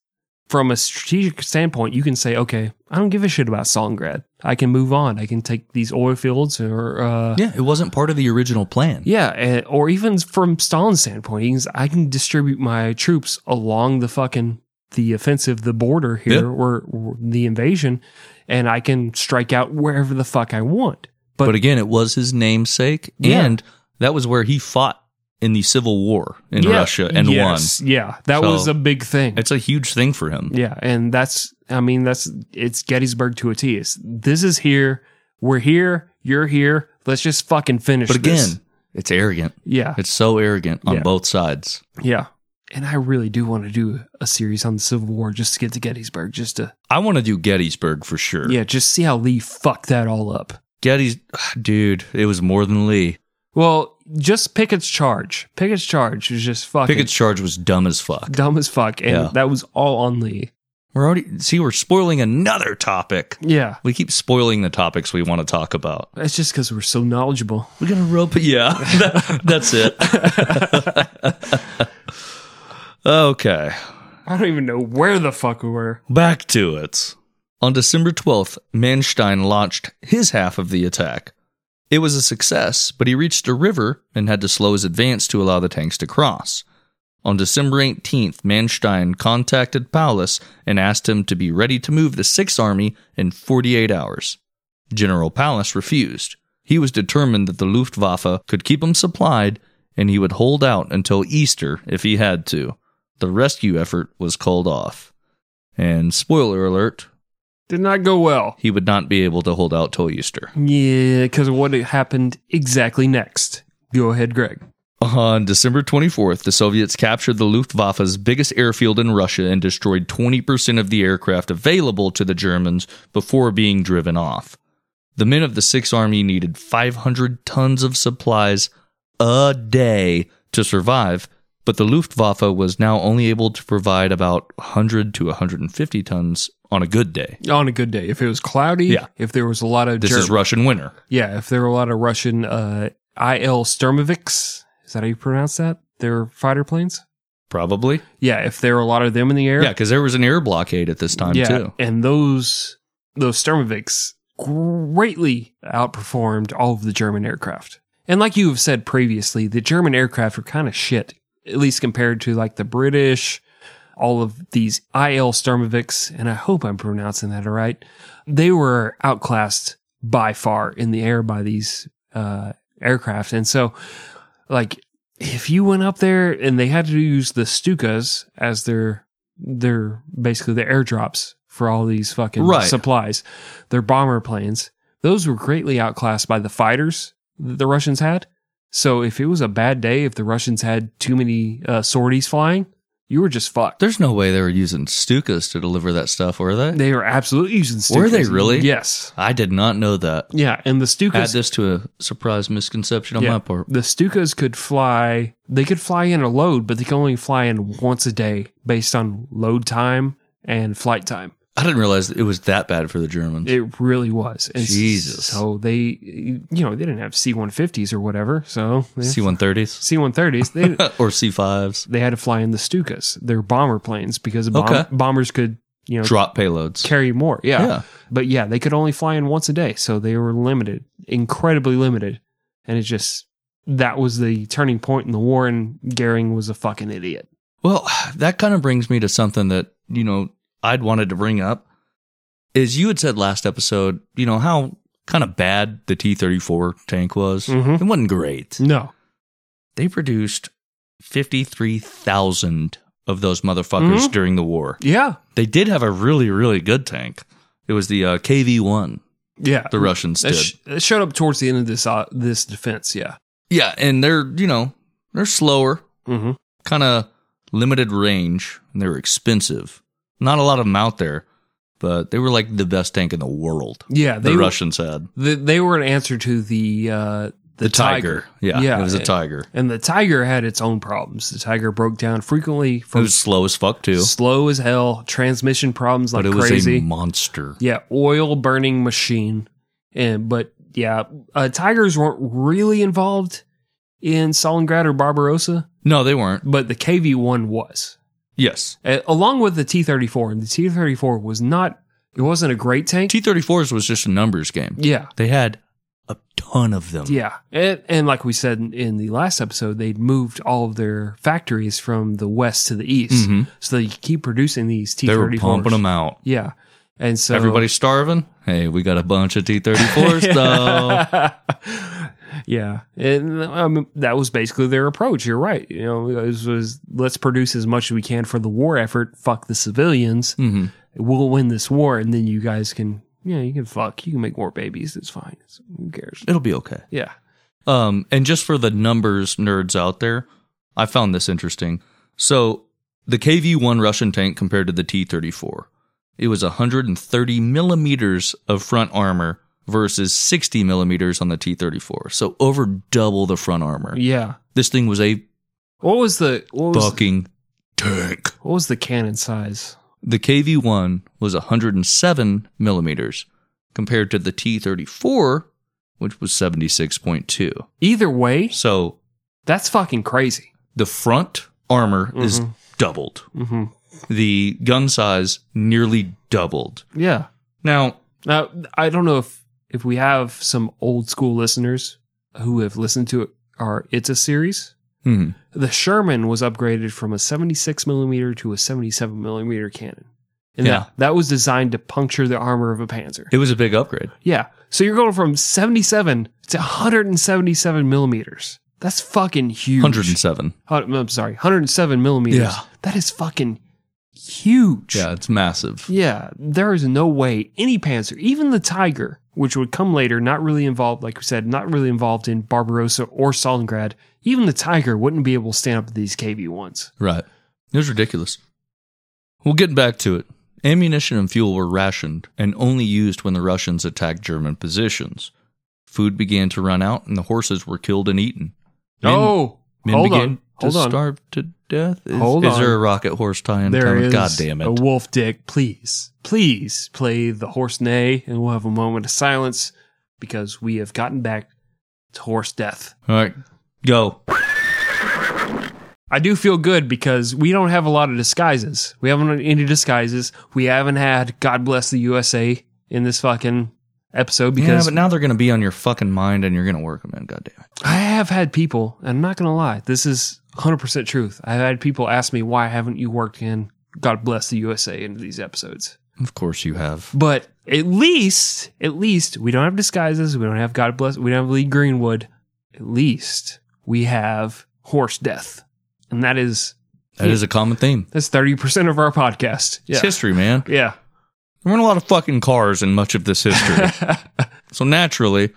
Speaker 1: from a strategic standpoint. You can say, okay, I don't give a shit about Stalingrad. I can move on. I can take these oil fields, or uh,
Speaker 2: Yeah, it wasn't part of the original plan.
Speaker 1: yeah, and, or even from Stalin's standpoint, he can s- I can distribute my troops along the fucking the offensive, the border here,
Speaker 2: Yeah.
Speaker 1: where, where the invasion, and I can strike out wherever the fuck I want.
Speaker 2: But,
Speaker 1: But-
Speaker 2: again, it was his namesake,
Speaker 1: Yeah.
Speaker 2: and that was where he fought in the Civil War in
Speaker 1: Yeah,
Speaker 2: Russia and
Speaker 1: yes, Yeah, that
Speaker 2: So-
Speaker 1: was a big thing.
Speaker 2: won. It's a huge thing for him.
Speaker 1: Yeah, and that's I mean that's it's Gettysburg to a T. It's, this is here. We're here. You're here. Let's just fucking finish.
Speaker 2: But again,
Speaker 1: this.
Speaker 2: it's arrogant.
Speaker 1: yeah,
Speaker 2: It's so arrogant on
Speaker 1: Yeah.
Speaker 2: both sides.
Speaker 1: yeah. And I really do want to do a series on the Civil War just to get to Gettysburg, just to
Speaker 2: I want to do Gettysburg for sure.
Speaker 1: yeah, just see how Lee fucked that all up.
Speaker 2: Gettys, ah, dude, it was more than Lee.
Speaker 1: Well, just Pickett's charge. Pickett's charge was just fucking
Speaker 2: Pickett's charge was dumb as fuck.
Speaker 1: dumb as fuck, and
Speaker 2: Yeah.
Speaker 1: that was all on Lee.
Speaker 2: We're already see we're spoiling another topic.
Speaker 1: Yeah,
Speaker 2: We keep spoiling the topics we want to talk about.
Speaker 1: it's just because we're so knowledgeable.
Speaker 2: We're gonna rope. Yeah, that- that's it. okay,
Speaker 1: I don't even know where the fuck we were.
Speaker 2: back to it. On December 12th, Manstein launched his half of the attack. It was a success, but he reached a river and had to slow his advance to allow the tanks to cross. On December 18th, Manstein contacted Paulus and asked him to be ready to move the Sixth Army in 48 hours. General Paulus refused. He was determined that the Luftwaffe could keep him supplied and he would hold out until Easter if he had to. The rescue effort was called off. And spoiler alert,
Speaker 1: Did not go well.
Speaker 2: he would not be able to hold out till Easter.
Speaker 1: Yeah, because of what happened exactly next. Go ahead, Greg.
Speaker 2: On December 24th, the Soviets captured the Luftwaffe's biggest airfield in Russia and destroyed 20% of the aircraft available to the Germans before being driven off. The men of the Sixth Army needed 500 tons of supplies a day to survive, but the Luftwaffe was now only able to provide about 100 to 150 tons on a good day.
Speaker 1: On a good day, if it was cloudy,
Speaker 2: Yeah.
Speaker 1: if there was a lot of
Speaker 2: This is
Speaker 1: German-
Speaker 2: Russian winter.
Speaker 1: yeah, if there were a lot of Russian uh, IL Sturmoviks, is that how you pronounce that? Their fighter planes.
Speaker 2: Probably.
Speaker 1: Yeah, if there were a lot of them in the air,
Speaker 2: Yeah, because there was an air blockade at this time
Speaker 1: yeah,
Speaker 2: too.
Speaker 1: and those those Sturmoviks greatly outperformed all of the German aircraft. And like you have said previously, the German aircraft were kind of shit, at least compared to like the British, all of these IL Sturmoviks, and I hope I'm pronouncing that right. They were outclassed by far in the air by these uh, aircraft, and so like if you went up there and they had to use the Stukas as their their basically the airdrops for all these fucking
Speaker 2: Right.
Speaker 1: supplies, their bomber planes, those were greatly outclassed by the fighters that the Russians had. So if it was a bad day, if the Russians had too many uh, sorties flying, you were just fucked.
Speaker 2: There's no way they were using Stukas to deliver that stuff, were they?
Speaker 1: They were absolutely using Stukas.
Speaker 2: Were they really?
Speaker 1: Yes.
Speaker 2: I did not know that.
Speaker 1: Yeah, and the
Speaker 2: Add
Speaker 1: Stukas
Speaker 2: this to a surprise misconception on
Speaker 1: Yeah.
Speaker 2: my part.
Speaker 1: The Stukas could fly, they could fly in a load, but they can only fly in once a day based on load time and flight time.
Speaker 2: I didn't realize it was that bad for the Germans.
Speaker 1: It really was. And
Speaker 2: Jesus.
Speaker 1: So they, you know, they didn't have C 150s or whatever. So
Speaker 2: C 130s
Speaker 1: C 130s, they,
Speaker 2: or C 5s.
Speaker 1: they had to fly in the Stukas, their bomber planes, because bomb,
Speaker 2: Okay.
Speaker 1: bombers could, you know,
Speaker 2: Drop payloads.
Speaker 1: carry more. Yeah.
Speaker 2: Yeah.
Speaker 1: But yeah, they could only fly in once a day. So they were limited, incredibly limited. And it just, that was the turning point in the war. And Goering was a fucking idiot.
Speaker 2: Well, that kind of brings me to something that, you know, I'd wanted to bring up is you had said last episode, you know, how kind of bad the T 34 tank was.
Speaker 1: Mhm.
Speaker 2: It wasn't great.
Speaker 1: No.
Speaker 2: They produced 53,000 of those motherfuckers
Speaker 1: Mhm.
Speaker 2: during the war.
Speaker 1: Yeah.
Speaker 2: They did have a really, really good tank. It was the uh, KV 1
Speaker 1: Yeah.
Speaker 2: the Russians
Speaker 1: That
Speaker 2: did.
Speaker 1: sh- it showed up towards the end of this, uh, this defense. Yeah.
Speaker 2: yeah. And they're, you know, they're slower,
Speaker 1: Mm-hmm.
Speaker 2: kind of limited range and they were expensive. Not a lot of them out there, but they were like the best tank in the world.
Speaker 1: Yeah. They,
Speaker 2: the
Speaker 1: were-
Speaker 2: Russians had
Speaker 1: they, they were an answer to the, uh, the, tiger.
Speaker 2: Yeah,
Speaker 1: Yeah.
Speaker 2: it was a tiger.
Speaker 1: And the tiger had its own problems. The tiger broke down frequently
Speaker 2: It
Speaker 1: from
Speaker 2: was slow as fuck too,
Speaker 1: slow as hell, transmission problems like
Speaker 2: but it was
Speaker 1: crazy.
Speaker 2: a monster.
Speaker 1: Yeah, oil burning machine. And but yeah, uh, tigers weren't really involved in Stalingrad or Barbarossa,
Speaker 2: No, they weren't.
Speaker 1: but the KV one was,
Speaker 2: Yes,
Speaker 1: Uh, along with the T thirty four. And the T thirty four was not. It wasn't a great tank.
Speaker 2: T thirty fours was just a numbers game.
Speaker 1: yeah,
Speaker 2: They had a ton of them.
Speaker 1: yeah, and, and like we said in, in the last episode, they'd moved all of their factories from the west to the east,
Speaker 2: Mhm.
Speaker 1: so they keep producing these T
Speaker 2: they were
Speaker 1: thirty fours.
Speaker 2: pumping them out.
Speaker 1: Yeah, and so
Speaker 2: Everybody's starving. Hey, we got a bunch of T thirty fours though.
Speaker 1: yeah, and um, that was basically their approach. You're right. You know, it was, was let's produce as much as we can for the war effort. Fuck the civilians.
Speaker 2: hmm
Speaker 1: We'll win this war, and then you guys can, yeah, you can fuck. You can make more babies. It's fine. It's, who cares?
Speaker 2: It'll be okay.
Speaker 1: Yeah.
Speaker 2: Um, and just for the numbers nerds out there, I found this interesting. So the KV 1 Russian tank compared to the T 34, it was 130 millimeters of front armor versus 60 millimeters on the T 34. So over double the front armor.
Speaker 1: Yeah.
Speaker 2: This thing was a
Speaker 1: What was the what was,
Speaker 2: fucking tank.
Speaker 1: what was the cannon size?
Speaker 2: The KV 1 was 107 millimeters compared to the T 34, which was 76.2.
Speaker 1: Either way,
Speaker 2: So
Speaker 1: that's fucking crazy.
Speaker 2: the front armor is
Speaker 1: Mhm.
Speaker 2: doubled.
Speaker 1: hmm
Speaker 2: The gun size nearly doubled.
Speaker 1: Yeah.
Speaker 2: Now,
Speaker 1: Now, I don't know if if we have some old school listeners who have listened to our It's a series.
Speaker 2: hmm,
Speaker 1: The Sherman was upgraded from a 76 millimeter to a 77 millimeter cannon. And
Speaker 2: Yeah.
Speaker 1: that, that was designed to puncture the armor of a Panzer.
Speaker 2: it was a big upgrade.
Speaker 1: Yeah. So you're going from 77 to 177 millimeters. That's fucking huge.
Speaker 2: 107.
Speaker 1: Hun- I'm sorry, 107 millimeters.
Speaker 2: Yeah.
Speaker 1: That is fucking huge.
Speaker 2: Yeah, it's massive.
Speaker 1: Yeah, there is no way any Panzer, even the Tiger, which would come later, not really involved, like we said, not really involved in Barbarossa or Stalingrad, even the Tiger wouldn't be able to stand up to these KV ones.
Speaker 2: Right. It was ridiculous. Well, getting back to it, ammunition and fuel were rationed and only used when the Russians attacked German positions. Food began to run out and the horses were killed and eaten. Men-
Speaker 1: oh,
Speaker 2: men
Speaker 1: hold
Speaker 2: began
Speaker 1: on,
Speaker 2: to
Speaker 1: hold on.
Speaker 2: starve to death. Is,
Speaker 1: Hold
Speaker 2: is there
Speaker 1: on.
Speaker 2: a rocket horse tie in
Speaker 1: there
Speaker 2: town?
Speaker 1: is
Speaker 2: God damn it.
Speaker 1: a wolf dick. Please, please play the horse neigh, and we'll have a moment of silence because we have gotten back to horse death.
Speaker 2: All right, go.
Speaker 1: I do feel good because we don't have a lot of disguises. We haven't had any disguises. We haven't had God bless the USA in this fucking episode
Speaker 2: Because
Speaker 1: because
Speaker 2: yeah, but now they're going to be on your fucking mind and you're going to work them in. God damn it.
Speaker 1: I have had people, and I'm not going to lie, this is 100% truth. I've had people ask me, why haven't you worked in God bless the USA into these episodes?
Speaker 2: Of course you have.
Speaker 1: But at least, at least we don't have disguises. We don't have God bless. We don't have Lee Greenwood. At least we have horse death, and that is
Speaker 2: That is a common theme.
Speaker 1: that's thirty percent of our podcast.
Speaker 4: It's
Speaker 1: Yeah,
Speaker 4: history, man.
Speaker 1: yeah.
Speaker 4: There weren't a lot of fucking cars in much of this history. so naturally,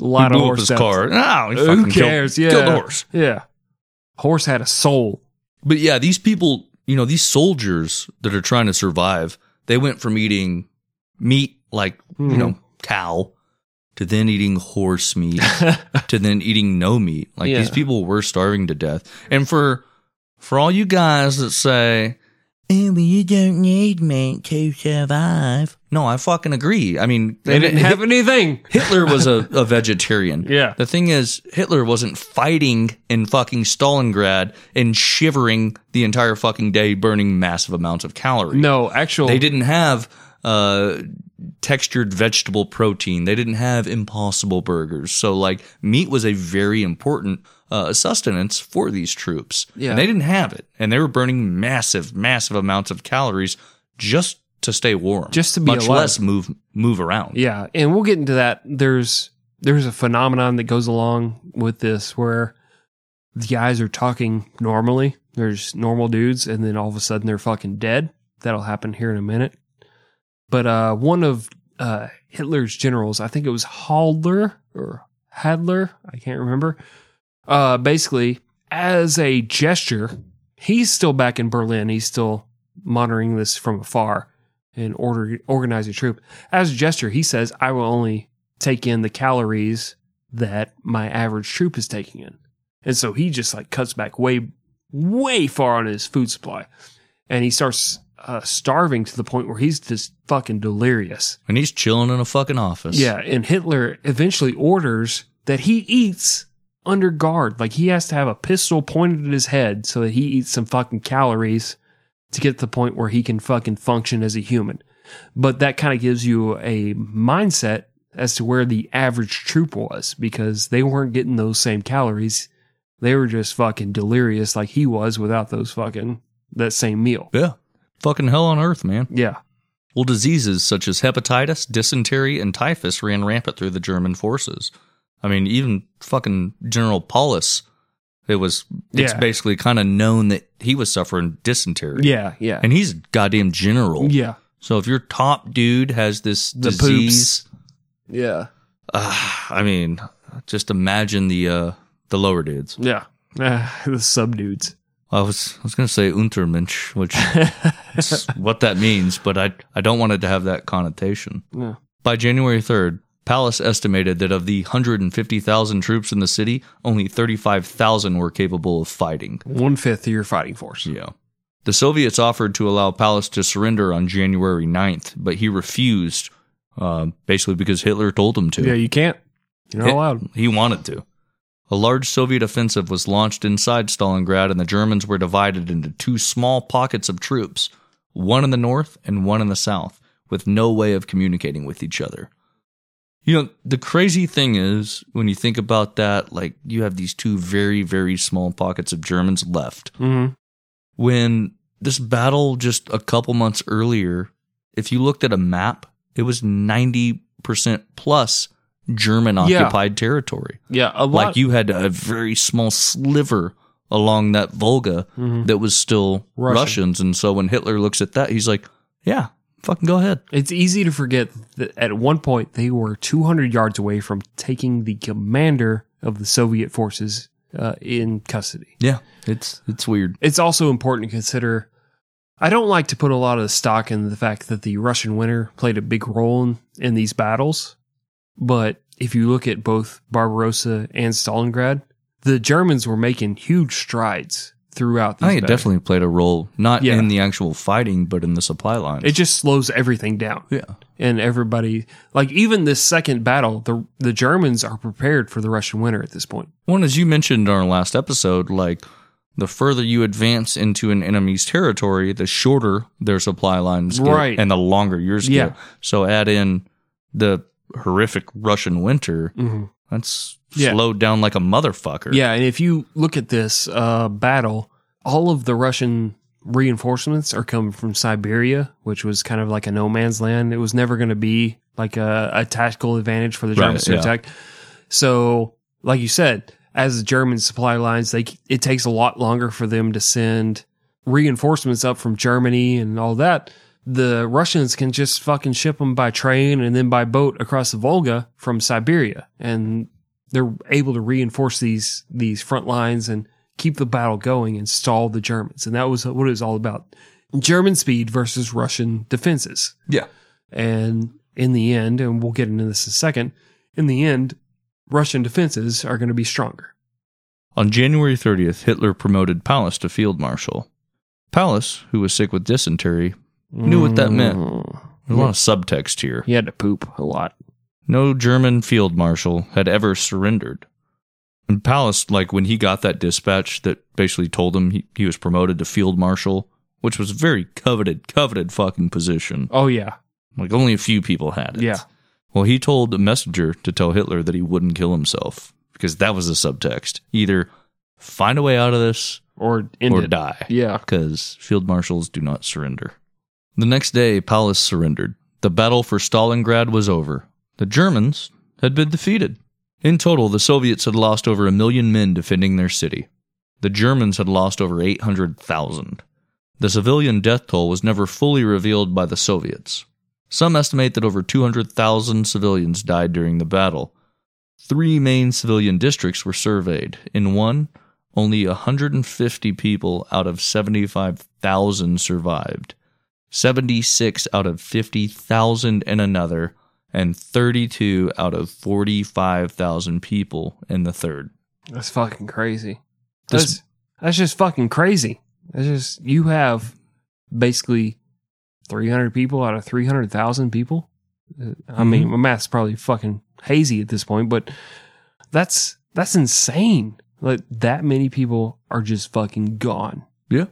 Speaker 1: A lot
Speaker 4: he
Speaker 1: of
Speaker 4: blew
Speaker 1: horse
Speaker 4: up his
Speaker 1: death.
Speaker 4: car. No, he
Speaker 1: Who
Speaker 4: fucking
Speaker 1: cares?
Speaker 4: Killed,
Speaker 1: Yeah.
Speaker 4: killed the horse.
Speaker 1: Yeah, horse had a soul.
Speaker 2: But yeah, these people, you know, these soldiers that are trying to survive, they went from eating meat like,
Speaker 1: Hmm.
Speaker 2: you know, cow to then eating horse meat to then eating no meat. Like
Speaker 1: Yeah.
Speaker 2: these people were starving to death. And for for all you guys that say, "Oh, well, you don't need meat to survive." No, I fucking agree. I mean,
Speaker 1: They didn't have anything.
Speaker 2: Hitler was a, a vegetarian.
Speaker 1: Yeah.
Speaker 2: The thing is, Hitler wasn't fighting in fucking Stalingrad and shivering the entire fucking day, burning massive amounts of calories.
Speaker 1: No, actual.
Speaker 2: They didn't have uh, textured vegetable protein. They didn't have impossible burgers. So, like, meat was a very important uh, sustenance for these troops.
Speaker 1: Yeah.
Speaker 2: And they didn't have it. And they were burning massive, massive amounts of calories just to stay warm.
Speaker 1: Just to be
Speaker 2: Much
Speaker 1: alive.
Speaker 2: less move, move around.
Speaker 1: Yeah, and we'll get into that. There's there's a phenomenon that goes along with this where the guys are talking normally. There's normal dudes, and then all of a sudden they're fucking dead. That'll happen here in a minute. But uh, one of uh, Hitler's generals, I think it was Halder or Hadler, I can't remember. Uh, basically, as a gesture, he's still back in Berlin. He's still monitoring this from afar and order organize a troop. As a gesture, he says, I will only take in the calories that my average troop is taking in. And so he just like cuts back way, way far on his food supply. And he starts uh, starving to the point where he's just fucking delirious.
Speaker 2: And he's chilling in a fucking office.
Speaker 1: Yeah. And Hitler eventually orders that he eats under guard. Like he has to have a pistol pointed at his head so that he eats some fucking calories to get to the point where he can fucking function as a human. But that kind of gives you a mindset as to where the average troop was because they weren't getting those same calories. They were just fucking delirious like he was without those fucking that same meal.
Speaker 2: Yeah. Fucking hell on earth, man.
Speaker 1: Yeah.
Speaker 2: Well, diseases such as hepatitis, dysentery, and typhus ran rampant through the German forces. I mean, even fucking General Paulus, it was it's
Speaker 1: Yeah.
Speaker 2: basically kind of known that he was suffering dysentery.
Speaker 1: Yeah. Yeah.
Speaker 2: And he's a goddamn general.
Speaker 1: yeah.
Speaker 2: So if your top dude has this
Speaker 1: The poops.
Speaker 2: disease,
Speaker 1: Yeah.
Speaker 2: ah, I mean, just imagine the uh the lower dudes.
Speaker 1: Yeah. the subdudes.
Speaker 2: I was I was gonna say Untermensch, which is what that means, but I I don't want it to have that connotation.
Speaker 1: Yeah.
Speaker 2: By January 3rd, Palace estimated that of the 150,000 troops in the city, only 35,000 were capable of fighting.
Speaker 1: One fifth of your fighting force.
Speaker 2: Yeah. The Soviets offered to allow Palace to surrender on January 9th, but he refused, uh, basically because Hitler told him to.
Speaker 1: Yeah, you can't. You're not
Speaker 2: Hit-
Speaker 1: allowed.
Speaker 2: He wanted to. A large Soviet offensive was launched inside Stalingrad, and the Germans were divided into two small pockets of troops, one in the north and one in the south, with no way of communicating with each other. You know, the crazy thing is, when you think about that, like you have these two very, very small pockets of Germans left.
Speaker 1: Mm-hmm.
Speaker 2: When this battle just a couple months earlier, if you looked at a map, it was 90% plus German
Speaker 1: Yeah.
Speaker 2: occupied territory
Speaker 1: Yeah, a lot.
Speaker 2: like you had a very small sliver along that Volga
Speaker 1: Mhm.
Speaker 2: that was still
Speaker 1: Russian.
Speaker 2: Russians. And so when Hitler looks at that, he's like, yeah, fucking go ahead.
Speaker 1: It's easy to forget that at one point they were 200 yards away from taking the commander of the Soviet forces uh, in custody.
Speaker 2: Yeah, it's it's weird.
Speaker 1: It's also important to consider. I don't like to put a lot of stock in the fact that the Russian winter played a big role in, in these battles, but if you look at both Barbarossa and Stalingrad, the Germans were making huge strides throughout. These
Speaker 2: I think it
Speaker 1: battles.
Speaker 2: definitely played a role, not
Speaker 1: Yeah.
Speaker 2: in the actual fighting, but in the supply line.
Speaker 1: It just slows everything down.
Speaker 2: yeah.
Speaker 1: and everybody like even this second battle the the Germans are prepared for the Russian winter at this point.
Speaker 2: One, as you mentioned in our last episode, like the further you advance into an enemy's territory, the shorter their supply lines get
Speaker 1: Right.
Speaker 2: and the longer yours
Speaker 1: Yeah.
Speaker 2: get. So add in the horrific Russian winter.
Speaker 1: Mm-hmm.
Speaker 2: That's
Speaker 1: Yeah.
Speaker 2: slowed down like a motherfucker.
Speaker 1: Yeah, and if you look at this uh, battle, all of the Russian reinforcements are coming from Siberia, which was kind of like a no man's land. It was never going to be like a, a tactical advantage for the
Speaker 2: Right,
Speaker 1: Germans
Speaker 2: yeah.
Speaker 1: to attack. So, like you said, as the German supply lines, they it takes a lot longer for them to send reinforcements up from Germany and all that. The Russians can just fucking ship them by train and then by boat across the Volga from Siberia, and they're able to reinforce these these front lines and keep the battle going and stall the Germans. And that was what it was all about: German speed versus Russian defenses.
Speaker 5: Yeah.
Speaker 1: And in the end, and we'll get into this in a second. In the end, Russian defenses are going to be stronger.
Speaker 2: On January 30th, Hitler promoted Pallas to field marshal. Pallas, who was sick with dysentery, knew what that meant.
Speaker 1: Mm. Mm-hmm.
Speaker 2: There's a lot of subtext here.
Speaker 1: He had to poop a lot.
Speaker 2: No German field marshal had ever surrendered. And Pallas, like when he got that dispatch that basically told him he, he was promoted to field marshal, which was a very coveted, coveted fucking position.
Speaker 1: Oh yeah,
Speaker 2: Like only a few people had it.
Speaker 1: yeah.
Speaker 2: Well, he told a messenger to tell Hitler that he wouldn't kill himself because that was the subtext. Either find a way out of this
Speaker 1: Or end
Speaker 2: or
Speaker 1: it.
Speaker 2: die.
Speaker 1: Yeah.
Speaker 2: Because field marshals do not surrender. The next day, Paulus surrendered. The battle for Stalingrad was over. The Germans had been defeated. In total, the Soviets had lost over a million men defending their city. The Germans had lost over 800,000. The civilian death toll was never fully revealed by the Soviets. Some estimate that over 200,000 civilians died during the battle. Three main civilian districts were surveyed. In one, only 150 people out of 75,000 survived, 76 out of 50,000 in another, and 32 out of 45,000 people in the third.
Speaker 1: That's fucking crazy.
Speaker 2: This-
Speaker 1: That's that's just fucking crazy. That's just you have basically three hundred people out of three hundred thousand people. Uh, I mean, my math's probably fucking hazy at this point, but that's that's insane. Like that many people are just fucking gone.
Speaker 2: Yeah.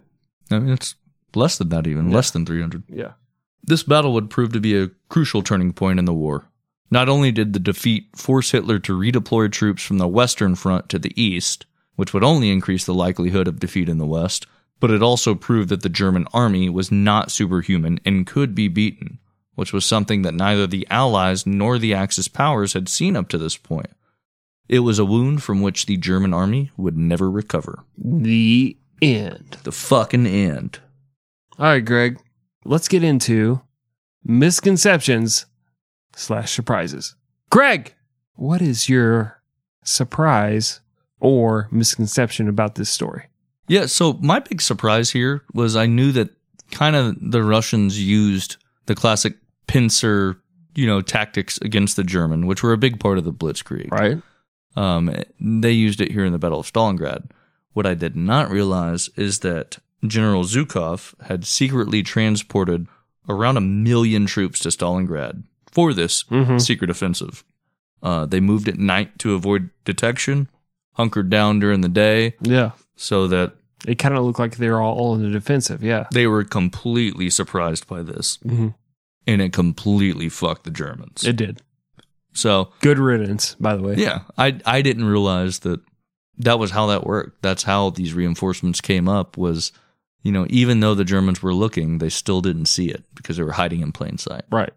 Speaker 2: I mean, it's less than that, even less than 300.
Speaker 1: Yeah.
Speaker 2: This battle would prove to be a crucial turning point in the war. Not only did the defeat force Hitler to redeploy troops from the Western Front to the East, which would only increase the likelihood of defeat in the West, but it also proved that the German army was not superhuman and could be beaten, which was something that neither the Allies nor the Axis powers had seen up to this point. It was a wound from which the German army would never recover.
Speaker 1: The end.
Speaker 2: The fucking end.
Speaker 1: All right, Greg. Let's get into misconceptions slash surprises. Greg, what is your surprise or misconception about this story?
Speaker 2: Yeah, so my big surprise here was I knew that kind of the Russians used the classic pincer, you know, tactics against the German, which were a big part of the Blitzkrieg.
Speaker 1: Right?
Speaker 2: Um, they used it here in the Battle of Stalingrad. What I did not realize is that General Zhukov had secretly transported around a million troops to Stalingrad for this secret offensive. Uh, they moved at night to avoid detection, hunkered down during the day
Speaker 1: Yeah.
Speaker 2: so that
Speaker 1: It kind of looked like they're all, all in the defensive. Yeah.
Speaker 2: they were completely surprised by this
Speaker 1: Mhm.
Speaker 2: and it completely fucked the germans
Speaker 1: It did.
Speaker 2: so
Speaker 1: Good riddance, by the way.
Speaker 2: yeah i i didn't realize that that was how that worked that's how these reinforcements came up was you know even though the germans were looking they still didn't see it because they were hiding in plain sight
Speaker 1: Right.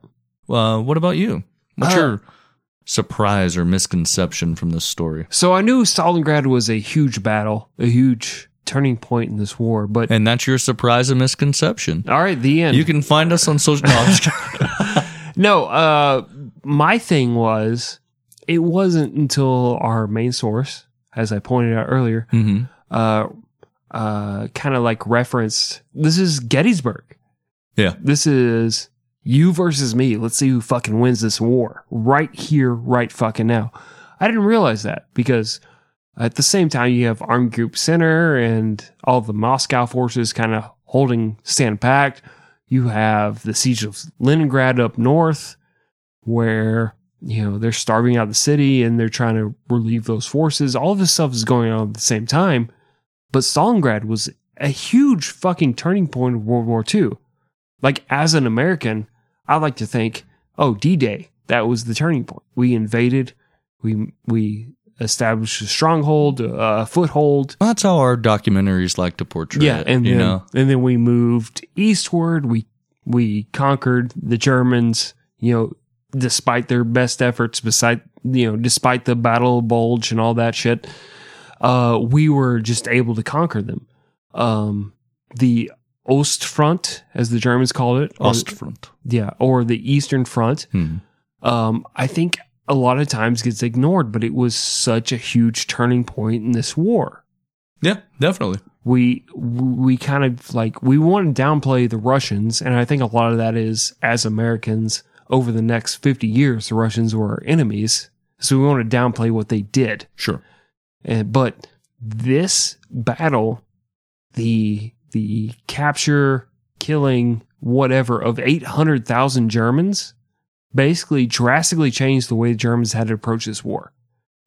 Speaker 2: uh, what about you what's
Speaker 1: Uh,
Speaker 2: your surprise or misconception from this story
Speaker 1: So I knew Stalingrad was a huge battle, a huge turning point in this war, but
Speaker 2: and that's your surprise and misconception
Speaker 1: all right, the end.
Speaker 2: you can find us on social Mm-hmm. no, I'm just kidding.
Speaker 1: No, uh, my thing was it wasn't until our main source, as I pointed out earlier,
Speaker 2: Mhm.
Speaker 1: uh, uh, kind of like referenced this is Gettysburg.
Speaker 2: Yeah.
Speaker 1: This is you versus me. Let's see who fucking wins this war right here, right fucking now. I didn't realize that because at the same time, you have Armed Group Center and all the Moscow forces kind of holding stand packed. You have the siege of Leningrad up north, where you know they're starving out the city and they're trying to relieve those forces. All of this stuff is going on at the same time. But Stalingrad was a huge fucking turning point of World War II. Like as an American, I like to think, oh, D-Day, that was the turning point. We invaded, we we established a stronghold, a foothold.
Speaker 2: that's how our documentaries like to portray
Speaker 1: Yeah,
Speaker 2: it
Speaker 1: and
Speaker 2: you
Speaker 1: then
Speaker 2: know
Speaker 1: and then we moved eastward. We we conquered the Germans. You know, despite their best efforts, beside you know, despite the Battle of Bulge and all that shit. uh, we were just able to conquer them. Um, the Ostfront, as the Germans called it, or-
Speaker 2: Ostfront.
Speaker 1: yeah, or the Eastern Front,
Speaker 2: Hmm.
Speaker 1: um, I think a lot of times gets ignored, but it was such a huge turning point in this war.
Speaker 2: Yeah, definitely.
Speaker 1: We we kind of like we want to downplay the Russians, and I think a lot of that is as Americans over the next fifty years, the Russians were our enemies, so we want to downplay what they did.
Speaker 2: Sure.
Speaker 1: And Eh, but this battle, the the capture, killing, whatever of eight hundred thousand Germans, basically drastically changed the way the Germans had to approach this war.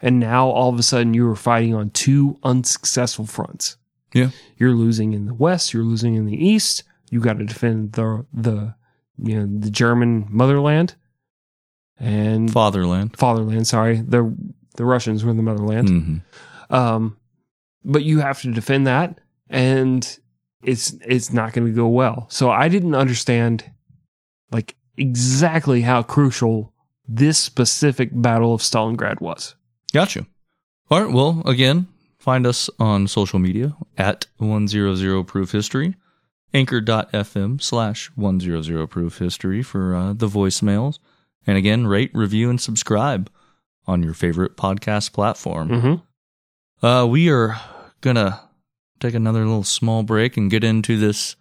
Speaker 1: And now all of a sudden you were fighting on two unsuccessful fronts.
Speaker 2: Yeah.
Speaker 1: You're losing in the west, you're losing in the east, you gotta defend the the you know, the German motherland and
Speaker 2: Fatherland.
Speaker 1: fatherland, sorry. The the Russians were the motherland.
Speaker 2: Mhm.
Speaker 1: Um, but you have to defend that, and it's it's not going to go well. So I didn't understand like exactly how crucial this specific battle of Stalingrad was.
Speaker 2: Gotcha. All right. Well, again, find us on social media at 100 Proof History, anchor.fm slash 100 Proof History for uh, the voicemails. And again, rate, review, and subscribe on your favorite podcast platform.
Speaker 1: Mm-hmm.
Speaker 2: Uh, we are going to take another little small break and get into this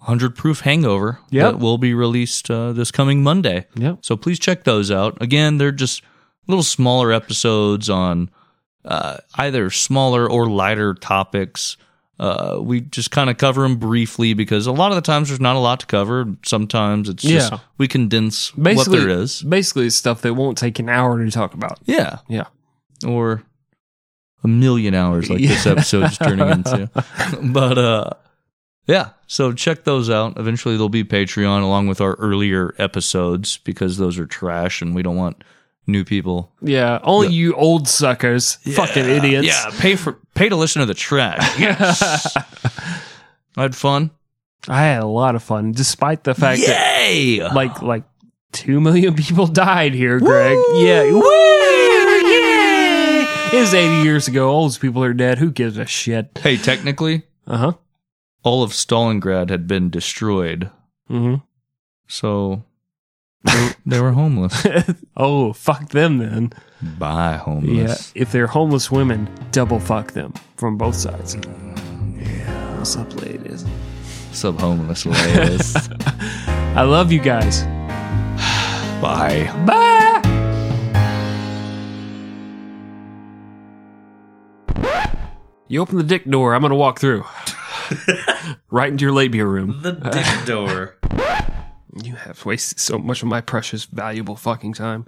Speaker 2: 100 Proof Hangover
Speaker 1: Yep.
Speaker 2: that will be released uh, this coming Monday.
Speaker 1: Yep.
Speaker 2: So please check those out. Again, they're just little smaller episodes on uh, either smaller or lighter topics. Uh, we just kind of cover them briefly because a lot of the times there's not a lot to cover. Sometimes it's just
Speaker 1: Yeah.
Speaker 2: we condense
Speaker 1: Basically,
Speaker 2: what there is.
Speaker 1: basically it's stuff that won't take an hour to talk about.
Speaker 2: Yeah.
Speaker 1: Yeah.
Speaker 2: Or a million hours like this
Speaker 1: Yeah.
Speaker 2: episode is turning into. but uh yeah, so check those out. Eventually there'll be Patreon along with our earlier episodes because those are trash and we don't want new people.
Speaker 1: Yeah, all you old suckers, fucking idiots.
Speaker 2: Yeah, pay for pay to listen to the trash. Yes. I had fun.
Speaker 1: I had a lot of fun, despite the fact that
Speaker 2: Yay!
Speaker 1: like like two million people died here, Greg. Yeah, woo! Yay! It was eighty years ago. All those people are dead. Who gives a shit?
Speaker 2: hey, technically,
Speaker 1: Uh huh.
Speaker 2: all of Stalingrad had been destroyed.
Speaker 1: Mm-hmm.
Speaker 2: So they, they were homeless.
Speaker 1: oh, fuck them then.
Speaker 2: Bye, homeless.
Speaker 1: Yeah, if they're homeless women, double fuck them from both sides. Yeah. What's up, ladies?
Speaker 2: sub homeless layers.
Speaker 1: I love you guys.
Speaker 2: Bye.
Speaker 1: Bye. You open the dick door. I'm gonna walk through. right into your labia room.
Speaker 2: The dick door.
Speaker 1: You have wasted so much of my precious, valuable fucking time.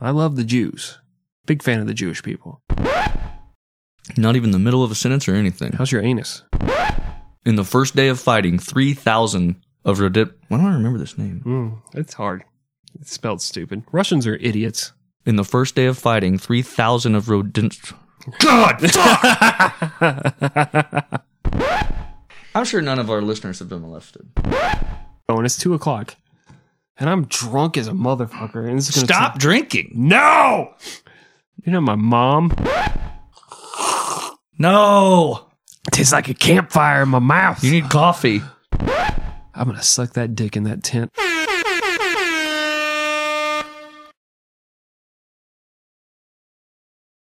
Speaker 1: I love the Jews. Big fan of the Jewish people.
Speaker 2: Not even the middle of a sentence or anything.
Speaker 1: How's your anus?
Speaker 2: In the first day of fighting, 3,000 of Rodip. Why don't I remember this name?
Speaker 1: Mm, it's hard. It's spelled stupid. Russians are idiots.
Speaker 2: In the first day of fighting, 3,000 of Rodip. I'm sure none of our listeners have been molested.
Speaker 1: oh, and it's two o'clock, and I'm drunk as a motherfucker. And this is gonna
Speaker 2: Stop
Speaker 1: ta-
Speaker 2: drinking.
Speaker 1: no. You know my mom
Speaker 2: No.
Speaker 1: tastes like a campfire in my mouth.
Speaker 2: You need coffee.
Speaker 1: I'm gonna suck that dick in that tent.